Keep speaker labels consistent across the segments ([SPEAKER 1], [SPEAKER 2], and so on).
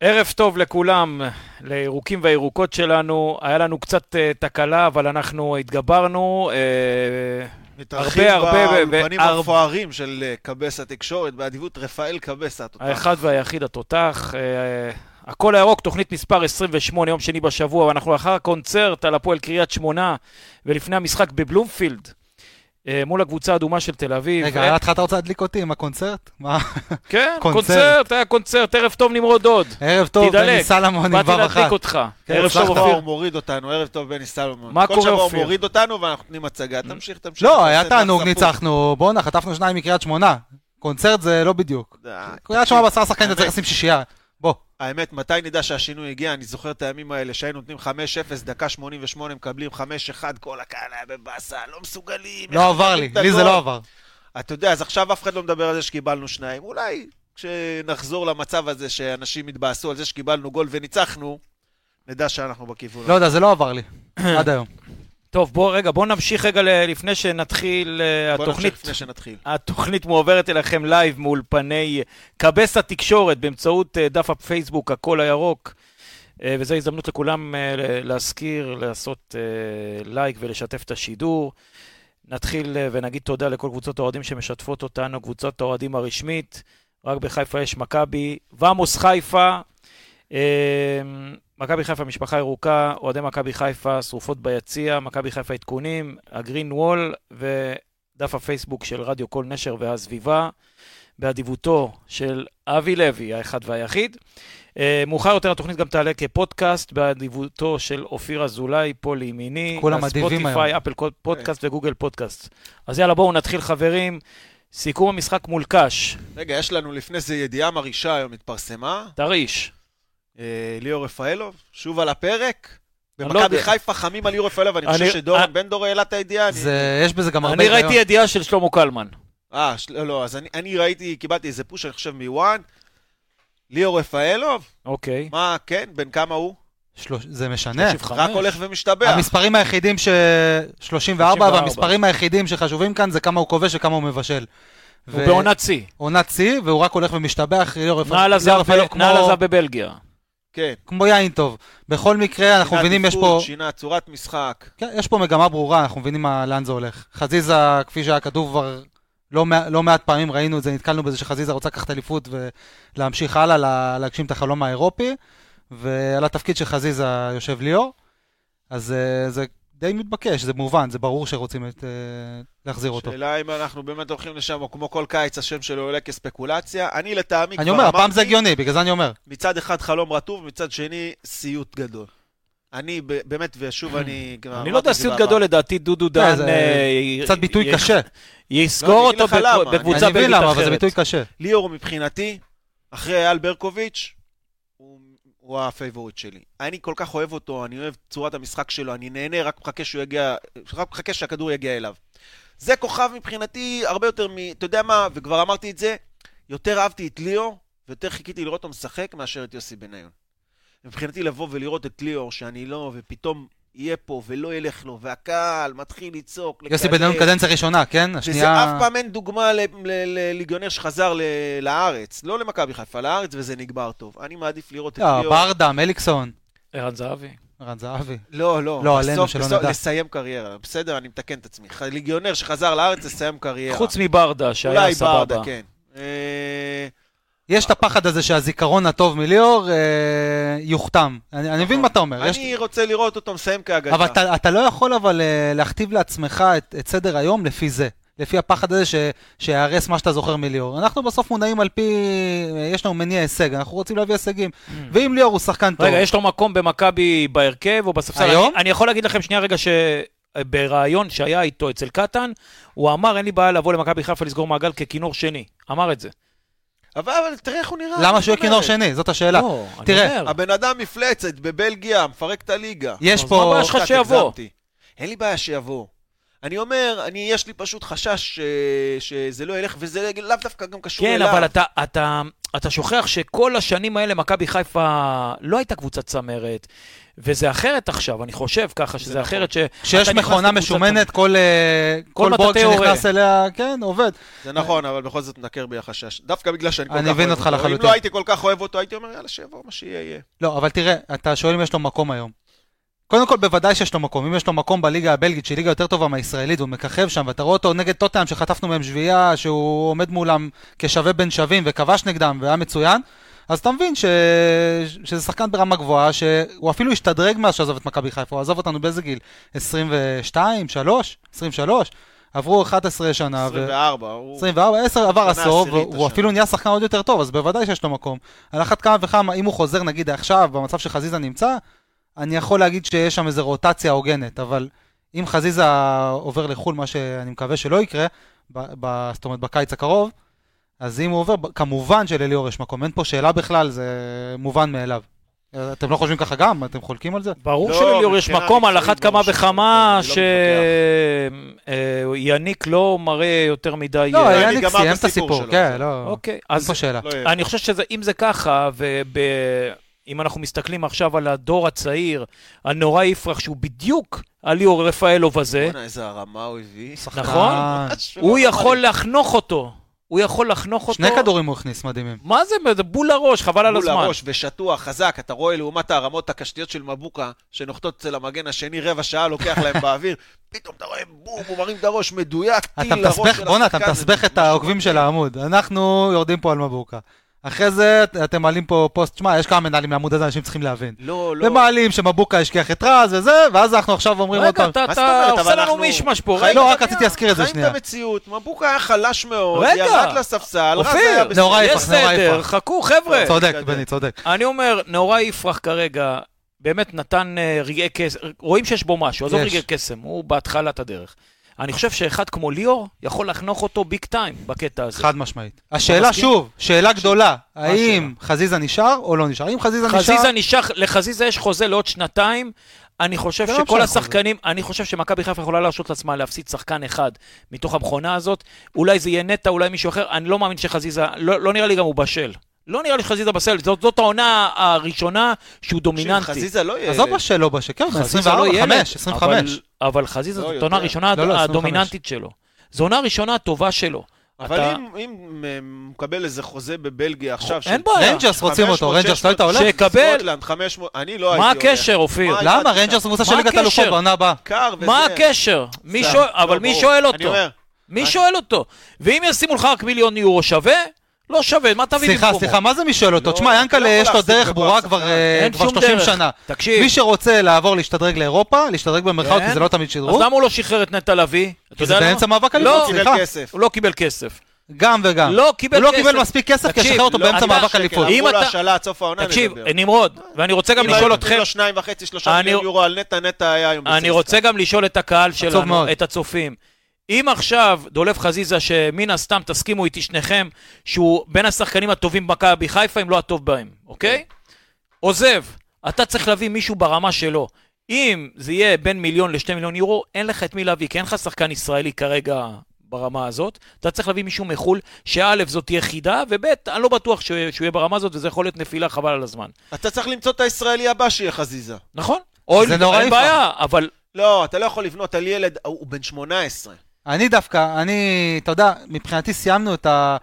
[SPEAKER 1] ערב טוב לכולם, לירוקים והירוקות שלנו. היה לנו קצת אה, תקלה, אבל אנחנו התגברנו. אה,
[SPEAKER 2] מתארחים
[SPEAKER 1] הרבה, הרבה, ו-
[SPEAKER 2] באולפנים
[SPEAKER 1] והרבה.
[SPEAKER 2] המפוארים של אה, קבס התקשורת, באדיבות רפאל קבס התותח.
[SPEAKER 1] האחד והיחיד התותח. אה, הכל הירוק, תוכנית מספר 28, יום שני בשבוע, ואנחנו לאחר הקונצרט על הפועל קריית שמונה, ולפני המשחק בבלומפילד, אה, מול הקבוצה האדומה של תל אביב.
[SPEAKER 3] רגע,
[SPEAKER 1] אה,
[SPEAKER 3] על ההתחלה אתה רוצה להדליק אותי עם הקונצרט? מה?
[SPEAKER 1] כן,
[SPEAKER 3] קונצרט.
[SPEAKER 1] קונצרט, היה קונצרט, ערב טוב נמרוד דוד.
[SPEAKER 3] ערב טוב,
[SPEAKER 1] תדלק.
[SPEAKER 3] בני סלמון עם
[SPEAKER 1] באתי
[SPEAKER 3] וו אחת.
[SPEAKER 1] להדליק אותך.
[SPEAKER 2] כן,
[SPEAKER 1] ערב
[SPEAKER 2] ערב
[SPEAKER 1] טוב,
[SPEAKER 2] שבוע
[SPEAKER 1] אופיר.
[SPEAKER 2] הוא מוריד אותנו, ערב טוב בני סלומון.
[SPEAKER 1] מה קורה,
[SPEAKER 2] כל שבוע הוא
[SPEAKER 1] אופיר?
[SPEAKER 2] מוריד אותנו ואנחנו נותנים הצגה. תמשיך, תמשיך.
[SPEAKER 3] לא,
[SPEAKER 2] אתה
[SPEAKER 3] היה
[SPEAKER 2] עושה
[SPEAKER 3] תענוג,
[SPEAKER 2] מהספור.
[SPEAKER 3] ניצחנו. בואנה, חטפנו שניים מקריית שמונה. קונצרט זה לא בדיוק.
[SPEAKER 2] די.
[SPEAKER 3] קריית שמונה בעשרה שחקנים אתה
[SPEAKER 2] האמת-
[SPEAKER 3] צריך לשים שישייה. בוא.
[SPEAKER 2] האמת, מתי נדע שהשינוי הגיע? אני זוכר את הימים האלה שהיינו נותנים 5-0, דקה 88, מקבלים 5-1, כל הקהל היה בבאסה, לא מסוגלים.
[SPEAKER 3] לא עבר לי,
[SPEAKER 2] את
[SPEAKER 3] לי זה
[SPEAKER 2] הגול.
[SPEAKER 3] לא עבר.
[SPEAKER 2] אתה יודע, אז עכשיו אף אחד לא מדבר על זה שקיבלנו שניים. אולי כשנחזור למצב הזה שאנשים יתבאסו על זה שקיבלנו גול וניצחנו, נדע שאנחנו בכיוון.
[SPEAKER 3] לא יודע, זה לא עבר לי. עד היום.
[SPEAKER 1] טוב, בוא, רגע, בוא נמשיך רגע ל- לפני שנתחיל אה,
[SPEAKER 2] בוא נמשיך
[SPEAKER 1] התוכנית.
[SPEAKER 2] לפני שנתחיל.
[SPEAKER 1] התוכנית מועברת אליכם לייב מאולפני קבס התקשורת באמצעות אה, דף הפייסבוק הקול הירוק. אה, וזו הזדמנות לכולם אה, ל- להזכיר, לעשות אה, לייק ולשתף את השידור. נתחיל אה, ונגיד תודה לכל קבוצות האוהדים שמשתפות אותנו, קבוצת האוהדים הרשמית. רק בחיפה יש מכבי, ועמוס חיפה. אה, מכבי חיפה משפחה ירוקה, אוהדי מכבי חיפה, שרופות ביציע, מכבי חיפה עדכונים, הגרין וול, ו... דף הפייסבוק של רדיו כל נשר והסביבה, באדיבותו של אבי לוי, האחד והיחיד. אה, מאוחר יותר התוכנית גם תעלה כפודקאסט, באדיבותו של אופיר אזולאי, פה לימיני.
[SPEAKER 3] כולם אדיבים
[SPEAKER 1] ספוטיפיי,
[SPEAKER 3] היום.
[SPEAKER 1] אפל פודקאסט וגוגל פודקאסט. אז יאללה, בואו נתחיל חברים. סיכום המשחק מול קאש,
[SPEAKER 2] רגע, יש לנו לפני זה ידיעה מרעישה היום התפרסמה.
[SPEAKER 1] תרעיש.
[SPEAKER 2] אה, ליאור רפאלוב, שוב על הפרק.
[SPEAKER 1] אני לא
[SPEAKER 2] במכבי
[SPEAKER 1] יודע.
[SPEAKER 2] חיפה חמים על ליאור רפאלוב, אני
[SPEAKER 1] אני-
[SPEAKER 2] חושב
[SPEAKER 1] אה.
[SPEAKER 2] שדורון בן דור העלה את הידיעה. אני-
[SPEAKER 3] זה- יש בזה גם הרבה
[SPEAKER 1] אני ראיתי ידיעה של שלמה קלמן.
[SPEAKER 2] אה, של- לא, אז אני- אני ראיתי, קיבלתי איזה פוש, אני חושב, מוואן. ליאור רפאלוב,
[SPEAKER 1] אוקיי.
[SPEAKER 2] מה, כן, בן כמה הוא?
[SPEAKER 3] שלוש- זה משנה.
[SPEAKER 1] 35.
[SPEAKER 2] רק הולך ומשתבח.
[SPEAKER 3] המספרים היחידים ש... 34,
[SPEAKER 1] 34.
[SPEAKER 3] והמספרים היחידים שחשובים כאן זה כמה הוא כובש וכמה הוא מבשל.
[SPEAKER 1] הוא
[SPEAKER 3] ו-
[SPEAKER 1] בעונת שיא.
[SPEAKER 3] עונת שיא, והוא רק הולך ומשתבח, ליאור רפאל-
[SPEAKER 1] נעל
[SPEAKER 3] ליאור
[SPEAKER 1] הזהב
[SPEAKER 3] רפאלוב לא, כמו-
[SPEAKER 1] נעל הזהב בבלגיה.
[SPEAKER 2] כן.
[SPEAKER 3] כמו יין טוב. בכל מקרה, אנחנו
[SPEAKER 2] שינה
[SPEAKER 3] מבינים, יש
[SPEAKER 2] תפקוד,
[SPEAKER 3] פה...
[SPEAKER 2] שינה צורת משחק.
[SPEAKER 3] כן, יש פה מגמה ברורה, אנחנו מבינים מה- לאן זה הולך. חזיזה, כפי שהיה כתוב כבר לא, מע- לא מעט פעמים, ראינו את זה, נתקלנו בזה שחזיזה רוצה לקחת אליפות ולהמשיך הלאה, לה, להגשים את החלום האירופי, ועל התפקיד של חזיזה יושב ליאור, אז אה, זה די מתבקש, זה מובן, זה ברור שרוצים את, אה, להחזיר אותו.
[SPEAKER 2] שאלה אם אנחנו באמת הולכים לשם, או כמו כל קיץ, השם שלו עולה כספקולציה. אני לטעמי כבר
[SPEAKER 3] אני אומר, הפעם
[SPEAKER 2] אמרתי,
[SPEAKER 3] זה הגיוני, בגלל זה אני אומר.
[SPEAKER 2] מצד אחד חלום רטוב, מצד שני סיוט גדול. אני ב- באמת, ושוב אני... כבר
[SPEAKER 1] אני
[SPEAKER 2] אמרתי
[SPEAKER 1] לא יודע,
[SPEAKER 2] את זה
[SPEAKER 1] סיוט
[SPEAKER 2] בעבר.
[SPEAKER 1] גדול לדעתי, דודו
[SPEAKER 3] לא,
[SPEAKER 1] דן...
[SPEAKER 3] זה
[SPEAKER 1] אה,
[SPEAKER 3] קצת ביטוי
[SPEAKER 1] י-
[SPEAKER 3] קשה.
[SPEAKER 1] יסגור
[SPEAKER 2] לא, אני
[SPEAKER 1] אותו
[SPEAKER 2] אגיד לך
[SPEAKER 1] בקב-
[SPEAKER 2] למה.
[SPEAKER 1] בקבוצה
[SPEAKER 3] אני
[SPEAKER 1] בליגת
[SPEAKER 3] מבין
[SPEAKER 1] אחרת.
[SPEAKER 3] למה, אבל זה ביטוי קשה.
[SPEAKER 2] ליאור מבחינתי, אחרי אייל ברקוביץ', הוא, הוא הפייבוריט שלי. אני כל כך אוהב אותו, אני אוהב את צורת המשחק שלו, אני נהנה, רק מחכה שהוא יגיע, רק מחכה שהכדור יגיע אליו. זה כוכב מבחינתי הרבה יותר מ... אתה יודע מה, וכבר אמרתי את זה, יותר אהבתי את ליאור, ויותר חיכיתי לראות אותו משחק מאשר את יוסי בניון. מבחינתי לבוא ולראות את ליאור, שאני לא, ופתאום יהיה פה ולא ילך לו, והקהל מתחיל לצעוק,
[SPEAKER 3] יוסי
[SPEAKER 2] לקלל.
[SPEAKER 3] בן-אדם קדנציה ראשונה, כן?
[SPEAKER 2] וזה
[SPEAKER 3] השנייה...
[SPEAKER 2] אף פעם אין דוגמה ל- ל- לליגיונר שחזר ל- לארץ, לא למכבי חיפה, לארץ, וזה נגמר טוב. אני מעדיף לראות את
[SPEAKER 3] לא,
[SPEAKER 2] ליאור.
[SPEAKER 3] ברדה, מליקסון,
[SPEAKER 1] ערן זהבי.
[SPEAKER 3] רן זהבי.
[SPEAKER 2] לא, לא,
[SPEAKER 3] לא,
[SPEAKER 2] בסוף-
[SPEAKER 3] עלינו, שלא
[SPEAKER 2] בסוף
[SPEAKER 3] נדע.
[SPEAKER 2] לסיים קריירה. בסדר, אני מתקן את עצמי. ח- ליגיונר שחזר לארץ, לסיים קריירה.
[SPEAKER 1] חוץ מברדה, שהיה
[SPEAKER 2] כן. אולי ברדה,
[SPEAKER 1] סבבה.
[SPEAKER 2] כן. אה,
[SPEAKER 3] יש את הפחד הזה שהזיכרון הטוב מליאור אה, יוכתם. אני, אני
[SPEAKER 1] נכון.
[SPEAKER 3] מבין מה אתה אומר. יש...
[SPEAKER 2] אה, אני רוצה לראות אותו מסיים כאגדה.
[SPEAKER 3] אבל אתה, אתה לא יכול אבל אה, להכתיב לעצמך את, את סדר היום לפי זה. לפי הפחד הזה ש, שיהרס מה שאתה זוכר מליאור. אנחנו בסוף מונעים על פי... אה, יש לנו מניע הישג, אנחנו רוצים להביא הישגים. ואם ליאור הוא שחקן טוב...
[SPEAKER 1] Mm. רגע, יש לו מקום במכבי בהרכב או בספסל?
[SPEAKER 3] היום?
[SPEAKER 1] אני- אני יכול להגיד לכם שנייה רגע ש... בריאיון שהיה איתו אצל קטן, הוא אמר, אין לי בעיה לבוא למכבי חיפה לסגור מעגל ככינור שני. אמר את זה.
[SPEAKER 2] אבל אבל תראה איך הוא נראה. מה
[SPEAKER 3] למה שהוא
[SPEAKER 2] זאת
[SPEAKER 3] יהיה כינור
[SPEAKER 2] אומרת?
[SPEAKER 3] שני? זאת השאלה.
[SPEAKER 1] אה, לא, אני
[SPEAKER 3] תראה,
[SPEAKER 1] אומר.
[SPEAKER 2] הבן אדם מפלצת בבלגיה, מפרק את הליגה.
[SPEAKER 3] יש
[SPEAKER 1] אז מה הבעיה
[SPEAKER 3] פה...
[SPEAKER 1] שלך
[SPEAKER 2] קצת
[SPEAKER 1] שיבוא.
[SPEAKER 2] הגזמתי. אין לי בעיה שיבוא. אני אומר, אני, יש לי פשוט חשש ש, שזה לא ילך, וזה לאו דווקא גם קשור
[SPEAKER 1] כן,
[SPEAKER 3] לא.
[SPEAKER 2] אליו.
[SPEAKER 1] אבל אתה, אתה, אתה שוכח שכל השנים האלה מכבי חיפה לא הייתה קבוצת צמרת, וזה אחרת עכשיו, אני חושב ככה, שזה
[SPEAKER 2] נכון.
[SPEAKER 1] אחרת ש...
[SPEAKER 3] כשיש
[SPEAKER 1] אתה נכנס
[SPEAKER 3] מכונה
[SPEAKER 1] לקבוצת
[SPEAKER 3] משומנת, כל, אה,
[SPEAKER 1] כל
[SPEAKER 3] כל בוג
[SPEAKER 1] מטאטא
[SPEAKER 3] שנכנס
[SPEAKER 1] יורה.
[SPEAKER 3] אליה, כן, עובד.
[SPEAKER 2] זה נכון, אבל בכל זאת נקר בי החשש. דווקא בגלל שאני כל כך
[SPEAKER 3] אני
[SPEAKER 2] אוהב אותו.
[SPEAKER 3] מבין אותך
[SPEAKER 2] אם
[SPEAKER 3] לחלוטין.
[SPEAKER 2] לא הייתי כל כך אוהב אותו, הייתי אומר, יאללה, שיבוא, מה שיהיה, יהיה.
[SPEAKER 3] לא, אבל תראה, אתה שואל אם יש לו מקום היום. קודם כל, בוודאי שיש לו מקום. אם יש לו מקום בליגה הבלגית, שהיא ליגה יותר טובה מהישראלית, והוא מככב שם, ואתה רואה אותו נגד טוטנאם, שחטפנו מהם שביעייה, שהוא עומד מולם כשווה בין שווים, וכבש נגדם, והיה מצוין, אז אתה מבין ש... שזה שחקן ברמה גבוהה, שהוא אפילו השתדרג מאז שעזב את מכבי חיפה, הוא עזב אותנו באיזה גיל? 22, 3, 23? עברו 11 שנה. ו-
[SPEAKER 2] 24, הוא...
[SPEAKER 3] 24, 10 עבר
[SPEAKER 2] שנה
[SPEAKER 3] עשור,
[SPEAKER 2] עשירית
[SPEAKER 3] והוא
[SPEAKER 2] השנה.
[SPEAKER 3] אפילו נהיה שחקן עוד יותר טוב, אז בוודאי שיש לו מקום. על אחת כמה וכמה, אם הוא חוזר נגיד עכשיו, במצב שחזיזה נמצא, אני יכול להגיד שיש שם איזו רוטציה הוגנת, אבל אם חזיזה עובר לחו"ל, מה שאני מקווה שלא יקרה, ב- ב- זאת אומרת בקיץ הקרוב, אז אם הוא עובר, ב- כמובן שלליאור יש מקום, אין פה שאלה בכלל, זה מובן מאליו. אתם לא חושבים ככה גם? אתם חולקים על זה?
[SPEAKER 1] ברור
[SPEAKER 2] לא,
[SPEAKER 1] שלליאור יש
[SPEAKER 2] מבחינה
[SPEAKER 1] מקום, על
[SPEAKER 2] מקצועית לא
[SPEAKER 1] אחת כמה
[SPEAKER 2] ברור
[SPEAKER 1] וכמה
[SPEAKER 2] שלא,
[SPEAKER 1] שיניק לא מראה יותר מדי...
[SPEAKER 3] לא,
[SPEAKER 1] אה,
[SPEAKER 2] אני
[SPEAKER 3] יאניק
[SPEAKER 2] גמרתי
[SPEAKER 3] סיים את
[SPEAKER 2] הסיפור
[SPEAKER 3] הסיפור,
[SPEAKER 2] שלו,
[SPEAKER 3] כן,
[SPEAKER 2] זה-
[SPEAKER 3] לא,
[SPEAKER 1] אוקיי,
[SPEAKER 3] אין
[SPEAKER 1] אז
[SPEAKER 3] פה שאלה.
[SPEAKER 2] לא יהיה.
[SPEAKER 1] אני חושב שאם זה ככה, ואם אנחנו מסתכלים עכשיו על הדור הצעיר, הנורא יפרח, שהוא בדיוק הליאור רפאלוב הזה,
[SPEAKER 2] בואנה, איזה הרמה הוא הביא.
[SPEAKER 1] נכון?
[SPEAKER 3] אה,
[SPEAKER 2] משהו
[SPEAKER 1] הוא
[SPEAKER 2] לא
[SPEAKER 1] יכול
[SPEAKER 2] נורמלי.
[SPEAKER 1] לחנוך אותו. הוא יכול לחנוך אותו.
[SPEAKER 3] שני כדורים הוא הכניס מדהימים.
[SPEAKER 1] מה זה, זה בול לראש, חבל על
[SPEAKER 2] מול
[SPEAKER 1] הזמן.
[SPEAKER 2] הראש ושטוח, חזק, אתה רואה לעומת הרמות הקשתיות של מבוקה, שנוחתות אצל המגן השני, רבע שעה לוקח להם באוויר, פתאום אתה רואה בום, הוא מרים את הראש, מדויק, טיל
[SPEAKER 3] אתה
[SPEAKER 2] לראש של
[SPEAKER 3] מתסבך, בואנה, אתה
[SPEAKER 2] השחקן,
[SPEAKER 3] מתסבך
[SPEAKER 2] זה
[SPEAKER 3] את
[SPEAKER 2] משהו
[SPEAKER 3] העוקבים של העמוד. אנחנו יורדים פה על מבוקה. אחרי זה את- אתם מעלים פה פוסט, שמע, יש כמה מנהלים לעמוד הזה, אנשים צריכים להבין.
[SPEAKER 2] לא, לא.
[SPEAKER 3] הם מעלים שמבוקה השכיח את רז וזה, ואז אנחנו עכשיו אומרים עוד
[SPEAKER 1] רגע,
[SPEAKER 3] פעם.
[SPEAKER 1] אתה-
[SPEAKER 2] מה זאת
[SPEAKER 1] אתה
[SPEAKER 2] אומרת, אבל
[SPEAKER 1] עושה לנו
[SPEAKER 2] אנחנו-
[SPEAKER 1] מישמש פה.
[SPEAKER 2] חיים
[SPEAKER 1] רגע,
[SPEAKER 3] לא,
[SPEAKER 2] את
[SPEAKER 3] רק
[SPEAKER 2] הבנייה,
[SPEAKER 3] רציתי להזכיר את זה
[SPEAKER 2] חיים
[SPEAKER 3] שנייה.
[SPEAKER 2] את המציאות, מבוקה היה חלש מאוד,
[SPEAKER 1] רגע.
[SPEAKER 2] ירד לספסל, רז היה
[SPEAKER 1] אופיר,
[SPEAKER 2] בסדר.
[SPEAKER 3] נורא
[SPEAKER 1] יש
[SPEAKER 3] יפרח, נורא
[SPEAKER 1] סדר,
[SPEAKER 3] יפרח.
[SPEAKER 1] חכו, חבר'ה.
[SPEAKER 3] צודק,
[SPEAKER 2] בסדר.
[SPEAKER 3] בני, צודק.
[SPEAKER 1] אני אומר, נאורה יפרח כרגע, באמת נתן אה, רגעי קסם, רואים שיש בו משהו, עזוב
[SPEAKER 3] יש.
[SPEAKER 1] רגעי קסם, הוא בהתחלת הדרך. אני חושב שאחד כמו ליאור יכול לחנוך אותו ביג טיים בקטע הזה.
[SPEAKER 3] חד משמעית. השאלה
[SPEAKER 1] מסכים?
[SPEAKER 3] שוב, שאלה גדולה, האם
[SPEAKER 1] השאלה?
[SPEAKER 3] חזיזה נשאר או לא נשאר? אם חזיזה נשאר,
[SPEAKER 1] חזיזה נשאר, לחזיזה יש חוזה לעוד שנתיים. אני חושב
[SPEAKER 3] זה לא
[SPEAKER 1] שכל
[SPEAKER 3] משנה
[SPEAKER 1] השחקנים, אני חושב שמכבי חיפה יכולה להרשות לעצמה להפסיד שחקן אחד מתוך המכונה הזאת. אולי זה יהיה נטע, אולי מישהו אחר, אני לא מאמין שחזיזה, לא, לא נראה לי גם הוא בשל. לא נראה לי שחזיזה בשל, זאת, זאת העונה הראשונה שהוא
[SPEAKER 2] תקשיב,
[SPEAKER 1] דומיננטי.
[SPEAKER 2] חזיזה לא יהיה...
[SPEAKER 3] עזוב
[SPEAKER 2] ילד.
[SPEAKER 3] בשלו בשקט, כן,
[SPEAKER 1] חזיזה
[SPEAKER 3] 24,
[SPEAKER 1] לא ילד,
[SPEAKER 3] 5, 25.
[SPEAKER 1] אבל, אבל חזיזה
[SPEAKER 2] לא,
[SPEAKER 1] זאת
[SPEAKER 2] יותר.
[SPEAKER 1] עונה ראשונה
[SPEAKER 3] לא, לא, 25.
[SPEAKER 1] הדומיננטית שלו. זו עונה הראשונה הטובה שלו.
[SPEAKER 2] אבל
[SPEAKER 1] אתה-
[SPEAKER 2] אם- אם אה, מקבל איזה חוזה בבלגיה עכשיו, של-
[SPEAKER 1] אין בעיה.
[SPEAKER 3] ריינג'רס רוצים
[SPEAKER 2] 500,
[SPEAKER 3] אותו, ריינג'רס לא היית הולך?
[SPEAKER 1] שק- יקבל.
[SPEAKER 2] סקוטלנד, 500, אני לא הייתי
[SPEAKER 1] מה
[SPEAKER 2] הולך.
[SPEAKER 1] הקשר, אופיר?
[SPEAKER 2] מה-
[SPEAKER 3] למה? ריינג'רס קבוצה של
[SPEAKER 1] מה
[SPEAKER 3] ליגת
[SPEAKER 1] הקשר?
[SPEAKER 3] אלופות בעונה הבאה.
[SPEAKER 2] קר וזה...
[SPEAKER 1] מה הקשר? מי
[SPEAKER 2] סתם,
[SPEAKER 1] שואל,
[SPEAKER 2] לא,
[SPEAKER 1] אבל מי
[SPEAKER 2] ברור.
[SPEAKER 1] שואל
[SPEAKER 2] אני
[SPEAKER 1] אותו?
[SPEAKER 2] אומר,
[SPEAKER 1] מי שואל אותו? ואם ישימו לך רק מיליון יורו שווה? לא שווה, מה תביא
[SPEAKER 3] סליחה,
[SPEAKER 1] במקומו?
[SPEAKER 3] סליחה, מה זה מי שואל אותו?
[SPEAKER 2] לא,
[SPEAKER 3] תשמע,
[SPEAKER 2] אתה לא
[SPEAKER 3] ינקלה
[SPEAKER 2] יכול
[SPEAKER 3] יש לו
[SPEAKER 2] להחזיק
[SPEAKER 3] דרך
[SPEAKER 2] בכוח
[SPEAKER 3] ברורה
[SPEAKER 2] שחקן.
[SPEAKER 3] כבר אה,
[SPEAKER 1] אין
[SPEAKER 3] כבר
[SPEAKER 1] שום
[SPEAKER 3] 30
[SPEAKER 1] דרך.
[SPEAKER 3] שנה.
[SPEAKER 1] תקשיב,
[SPEAKER 3] מי שרוצה לעבור להשתדרג לאירופה, להשתדרג במרכאות,
[SPEAKER 1] כן.
[SPEAKER 3] כי זה לא תמיד
[SPEAKER 1] אז
[SPEAKER 3] שדרוג,
[SPEAKER 1] למה הוא לא שחרר את נטע לביא? אתה
[SPEAKER 3] כי זה
[SPEAKER 1] יודע למה?
[SPEAKER 3] באמצע מאבק
[SPEAKER 1] לא,
[SPEAKER 3] אליפות,
[SPEAKER 2] קיבל
[SPEAKER 3] סליחה.
[SPEAKER 2] כסף.
[SPEAKER 1] הוא לא קיבל כסף.
[SPEAKER 3] גם וגם.
[SPEAKER 1] לא קיבל
[SPEAKER 3] הוא
[SPEAKER 1] כסף.
[SPEAKER 3] לא קיבל מספיק כסף, כי
[SPEAKER 1] תקשיב,
[SPEAKER 3] שחרר אותו
[SPEAKER 1] לא,
[SPEAKER 3] באמצע
[SPEAKER 1] אתה-
[SPEAKER 3] מאבק אליפות.
[SPEAKER 1] אם
[SPEAKER 2] אם
[SPEAKER 1] אתה-
[SPEAKER 2] אתה... השאלה עד סוף העונה,
[SPEAKER 1] תקשיב,
[SPEAKER 2] נדבר.
[SPEAKER 1] נמרוד, ואני רוצה גם
[SPEAKER 3] לא
[SPEAKER 2] אם
[SPEAKER 1] לשאול
[SPEAKER 2] הייתם
[SPEAKER 1] אתכם,
[SPEAKER 2] נותנים לו שניים וחצי, שלושה
[SPEAKER 1] אני-
[SPEAKER 2] מיליון יורו על נטע, נטע היה היום
[SPEAKER 1] אני
[SPEAKER 2] בסקסטה.
[SPEAKER 1] רוצה גם לשאול את הקהל
[SPEAKER 3] מאוד.
[SPEAKER 1] שלנו, את הצופים. אם עכשיו דולף חזיזה, שמן הסתם תסכימו איתי שניכם, שהוא בין השחקנים הטובים במכבי חיפה, אם לא הטוב בהם, אוקיי? עוזב, אתה צריך להביא מישהו ברמה שלו. אם זה יהיה בין מיליון לשתי מיליון יורו, אין לך את מי להביא, כי אין לך שחקן ישראלי כרגע ברמה הזאת. אתה צריך להביא מישהו מחו"ל, שא' זאת תהיה חידה, וב' אני לא בטוח שהוא יהיה- שהוא יהיה ברמה הזאת, וזה יכול להיות נפילה חבל על הזמן.
[SPEAKER 2] אתה צריך למצוא את הישראלי הבא שיהיה חזיזה.
[SPEAKER 1] נכון? אוי,
[SPEAKER 3] זה נורא
[SPEAKER 1] אין
[SPEAKER 3] יפה.
[SPEAKER 1] בעיה, אבל
[SPEAKER 2] לא, אתה לא יכול לבנות על ילד, הוא הוא בן 18.
[SPEAKER 3] אני דווקא, אני, אתה יודע, מבחינתי סיימנו את, ה,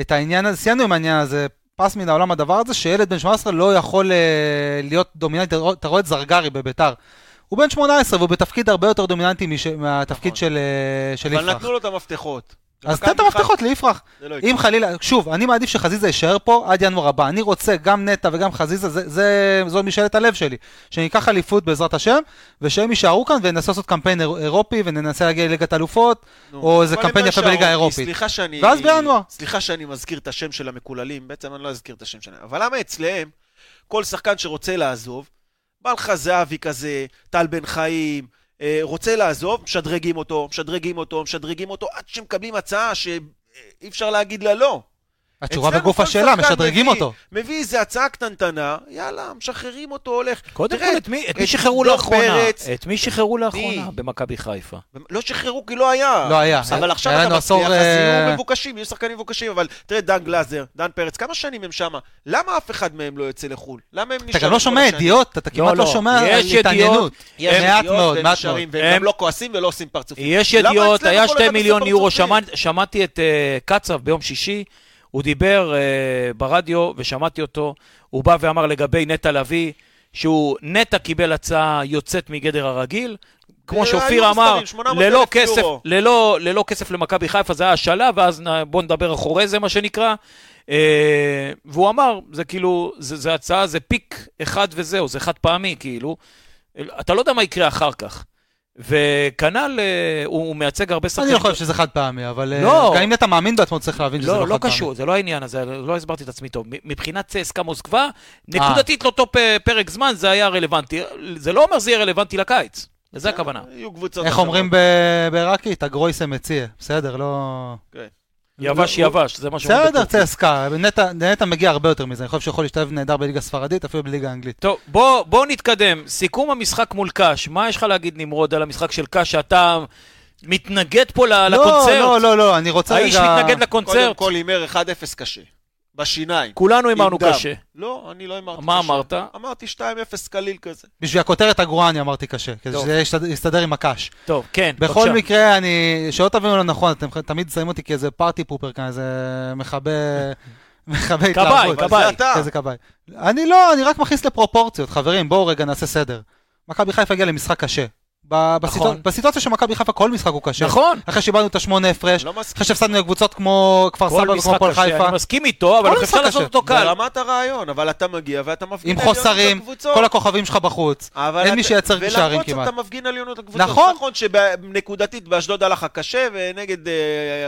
[SPEAKER 3] את העניין הזה, סיימנו עם העניין הזה, פס מן העולם הדבר הזה, שילד בן 18 לא יכול אה, להיות דומיננטי, אתה רואה- אתה רואה את זרגרי בביתר. הוא בן 18 והוא בתפקיד הרבה יותר דומיננטי מש, מהתפקיד
[SPEAKER 2] נכון.
[SPEAKER 3] של, אה, של
[SPEAKER 2] אבל
[SPEAKER 3] יפרח.
[SPEAKER 2] נתנו לו את המפתחות.
[SPEAKER 3] אז
[SPEAKER 2] למכבי
[SPEAKER 3] תן את המפתחות ליפרח.
[SPEAKER 2] חיפה זה לא יקרה.
[SPEAKER 3] אם חלילה, שוב, אני מעדיף שחזיזה יישאר פה עד ינואר הבא. אני רוצה גם נטע וגם חזיזה, זה, זה, זו משאלת הלב שלי. שניקח אליפות בעזרת השם, ושהם יישארו כאן וננסה לעשות קמפיין איר- אירופי וננסה להגיע לליגת אלופות.
[SPEAKER 2] נו.
[SPEAKER 3] או איזה
[SPEAKER 2] אבל הם
[SPEAKER 3] קמפיין
[SPEAKER 2] לא
[SPEAKER 3] יפה
[SPEAKER 2] יישארו,
[SPEAKER 3] בליגה
[SPEAKER 2] כי
[SPEAKER 3] האירופית.
[SPEAKER 2] סליחה שאני...
[SPEAKER 3] ואז בינואר.
[SPEAKER 2] סליחה שאני מזכיר את השם של המקוללים, בעצם אני לא אזכיר את השם שלהם. אבל למה אצלהם, כל שחקן שרוצה לעזוב, בא לך זהבי כזה, טל בן חיים, אה, רוצה לעזוב, משדרגים אותו, משדרגים אותו, משדרגים אותו, עד שמקבלים הצעה שאי אפשר להגיד לה לא.
[SPEAKER 3] התשובה
[SPEAKER 2] אצלנו
[SPEAKER 3] בגוף
[SPEAKER 2] כל
[SPEAKER 3] השאלה,
[SPEAKER 2] שחקן
[SPEAKER 3] משדרגים
[SPEAKER 2] מביא-
[SPEAKER 3] אותו.
[SPEAKER 2] מביא איזה הצעה קטנטנה, יאללה, משחררים אותו, הולך.
[SPEAKER 1] קודם
[SPEAKER 2] תראה,
[SPEAKER 1] כל, את מי את מי
[SPEAKER 2] את
[SPEAKER 1] שחררו
[SPEAKER 2] דור
[SPEAKER 1] לאחרונה?
[SPEAKER 2] פרץ.
[SPEAKER 1] את מי שחררו
[SPEAKER 2] מי?
[SPEAKER 1] לאחרונה במכבי חיפה?
[SPEAKER 2] לא שחררו כי לא היה.
[SPEAKER 3] לא היה.
[SPEAKER 2] אבל
[SPEAKER 3] היה-
[SPEAKER 2] עכשיו
[SPEAKER 3] היה
[SPEAKER 2] אתה
[SPEAKER 3] לנו
[SPEAKER 2] מצליח,
[SPEAKER 3] עשור,
[SPEAKER 2] אז
[SPEAKER 3] אה,
[SPEAKER 2] יהיו מבוקשים, יהיו שחקנים מבוקשים, אבל תראה, דן גלאזר, דן פרץ, כמה שנים הם שמה? למה אף אחד מהם לא יוצא לחו"ל? למה הם נשארים
[SPEAKER 3] אתה גם
[SPEAKER 2] כל
[SPEAKER 3] לא שומע
[SPEAKER 2] השנים?
[SPEAKER 3] ידיעות, אתה כמעט
[SPEAKER 1] לא.
[SPEAKER 3] לא שומע על
[SPEAKER 1] יש ידיעות,
[SPEAKER 3] התעניינות.
[SPEAKER 2] יש
[SPEAKER 3] מעט
[SPEAKER 2] ידיעות
[SPEAKER 3] מאוד,
[SPEAKER 2] והם
[SPEAKER 3] מעט
[SPEAKER 2] נשארים,
[SPEAKER 1] מאוד.
[SPEAKER 2] והם
[SPEAKER 1] הם-
[SPEAKER 2] גם לא כועסים ולא עושים פרצופים.
[SPEAKER 1] יש
[SPEAKER 2] למה
[SPEAKER 1] ידיעות,
[SPEAKER 2] אצלנו
[SPEAKER 1] היה
[SPEAKER 2] כל
[SPEAKER 1] 2
[SPEAKER 2] אחד
[SPEAKER 1] מיליון
[SPEAKER 2] עושה
[SPEAKER 1] יורו,
[SPEAKER 2] פרצופים?
[SPEAKER 1] שמע- שמעתי את אה, קצב ביום שישי, הוא דיבר אה, ברדיו ושמעתי אותו, הוא בא ואמר לגבי נטע לביא, שהוא נטע קיבל הצעה יוצאת מגדר הרגיל, כמו
[SPEAKER 2] והיו
[SPEAKER 1] שאופיר אמר,
[SPEAKER 2] אה, מספרים, 800,000
[SPEAKER 1] ללא כסף,
[SPEAKER 2] יורו.
[SPEAKER 1] ללא, ללא כסף למכבי חיפה, זה היה השאלה, ואז נ- בואו נדבר אחורי זה, מה שנקרא. אה, והוא אמר, זה כאילו, זה, זה הצעה, זה פיק אחד וזהו, זה חד פעמי, כאילו. אתה לא יודע מה יקרה אחר כך. וכנ"ל, אה, הוא, הוא מייצג הרבה שחקנים.
[SPEAKER 3] אני לא חושב שזה חד פעמי, אבל אה,
[SPEAKER 1] לא.
[SPEAKER 3] גם אם אתה מאמין בעצמו, צריך להבין שזה לא חד
[SPEAKER 1] לא,
[SPEAKER 3] פעמי.
[SPEAKER 1] לא קשור, זה לא העניין הזה, לא הסברתי את עצמי טוב. מ- מבחינת צסקה
[SPEAKER 3] אה.
[SPEAKER 1] מוסקבה, נקודתית לאותו פ- פרק זמן זה היה רלוונטי. זה לא אומר שזה יהיה רלוונטי לקיץ, לזה הכוונה.
[SPEAKER 2] אה, יהיו קבוצות
[SPEAKER 3] איך
[SPEAKER 2] אחרות.
[SPEAKER 3] אומרים ב- בעיראקית? הגרויסה מציע. בסדר, לא...
[SPEAKER 2] כן.
[SPEAKER 1] יבש יבש, זה מה שאומרים.
[SPEAKER 3] בסדר,
[SPEAKER 1] בטורקיה.
[SPEAKER 3] צסקה. נטע- נטע מגיע הרבה יותר מזה. אני חושב שהוא יכול להשתלב נהדר בליגה הספרדית, אפילו בליגה האנגלית.
[SPEAKER 1] טוב, בוא, בוא נתקדם. סיכום המשחק מול קאש, מה יש לך להגיד, נמרוד, על המשחק של קאש, שאתה מתנגד פה ל- לקונצרט?
[SPEAKER 3] לא, לא, לא, לא, אני רוצה רגע...
[SPEAKER 1] האיש מתנגד
[SPEAKER 2] קודם
[SPEAKER 1] לקונצרט?
[SPEAKER 2] כל הימר 1-0 קשה. בשיניים.
[SPEAKER 1] כולנו הימרנו
[SPEAKER 2] עם דם.
[SPEAKER 1] קשה.
[SPEAKER 2] לא, אני לא אמרתי
[SPEAKER 1] מה
[SPEAKER 2] קשה.
[SPEAKER 1] אמרת?
[SPEAKER 2] אמרתי 2-0 קליל כזה.
[SPEAKER 3] בשביל הכותרת הגרועה אני אמרתי קשה, כדי
[SPEAKER 1] טוב.
[SPEAKER 3] שזה יסתדר- יסתדר עם הקש.
[SPEAKER 1] טוב, כן,
[SPEAKER 3] בכל
[SPEAKER 1] בבקשה.
[SPEAKER 3] מקרה, אני... שלא תבינו לא נכון, אתם תמיד שמים אותי כאיזה פארטי פופר כאן, איזה מכבה... מכבה התלהבות.
[SPEAKER 2] אבל
[SPEAKER 1] כבאי.
[SPEAKER 2] זה אתה.
[SPEAKER 3] איזה כבאי. אני לא, אני רק מכניס לפרופורציות. חברים, בואו רגע נעשה סדר. מכבי חיפה הגיעה למשחק קשה. ב- בסיטואציה-
[SPEAKER 1] נכון.
[SPEAKER 3] בסיטואציה של מכבי חיפה כל משחק הוא קשה.
[SPEAKER 1] נכון,
[SPEAKER 3] אחרי שאיבדנו את השמונה הפרש,
[SPEAKER 2] לא מסכים.
[SPEAKER 3] אחרי שהפסדנו לקבוצות כמו כפר
[SPEAKER 1] כל
[SPEAKER 3] סבא וכמו
[SPEAKER 1] משחק
[SPEAKER 3] הפועל
[SPEAKER 1] קשה,
[SPEAKER 3] חיפה.
[SPEAKER 1] אני מסכים איתו, אבל
[SPEAKER 3] כל
[SPEAKER 1] איך אפשר
[SPEAKER 3] משחק
[SPEAKER 1] לעשות
[SPEAKER 3] קשה.
[SPEAKER 1] אותו קל?
[SPEAKER 2] ברמת הרעיון, אבל אתה מגיע ואתה מפגין
[SPEAKER 3] לא עם חוסרים,
[SPEAKER 2] לקבוצות.
[SPEAKER 3] כל הכוכבים שלך בחוץ.
[SPEAKER 2] אבל
[SPEAKER 3] אין
[SPEAKER 2] אתה-
[SPEAKER 3] מי שייצר שערים
[SPEAKER 2] ולמרות
[SPEAKER 3] כמעט.
[SPEAKER 2] זאת אתה מפגין עליונות לקבוצות.
[SPEAKER 3] נכון.
[SPEAKER 2] נכון שנקודתית באשדוד הלך הקשה, ונגד אה,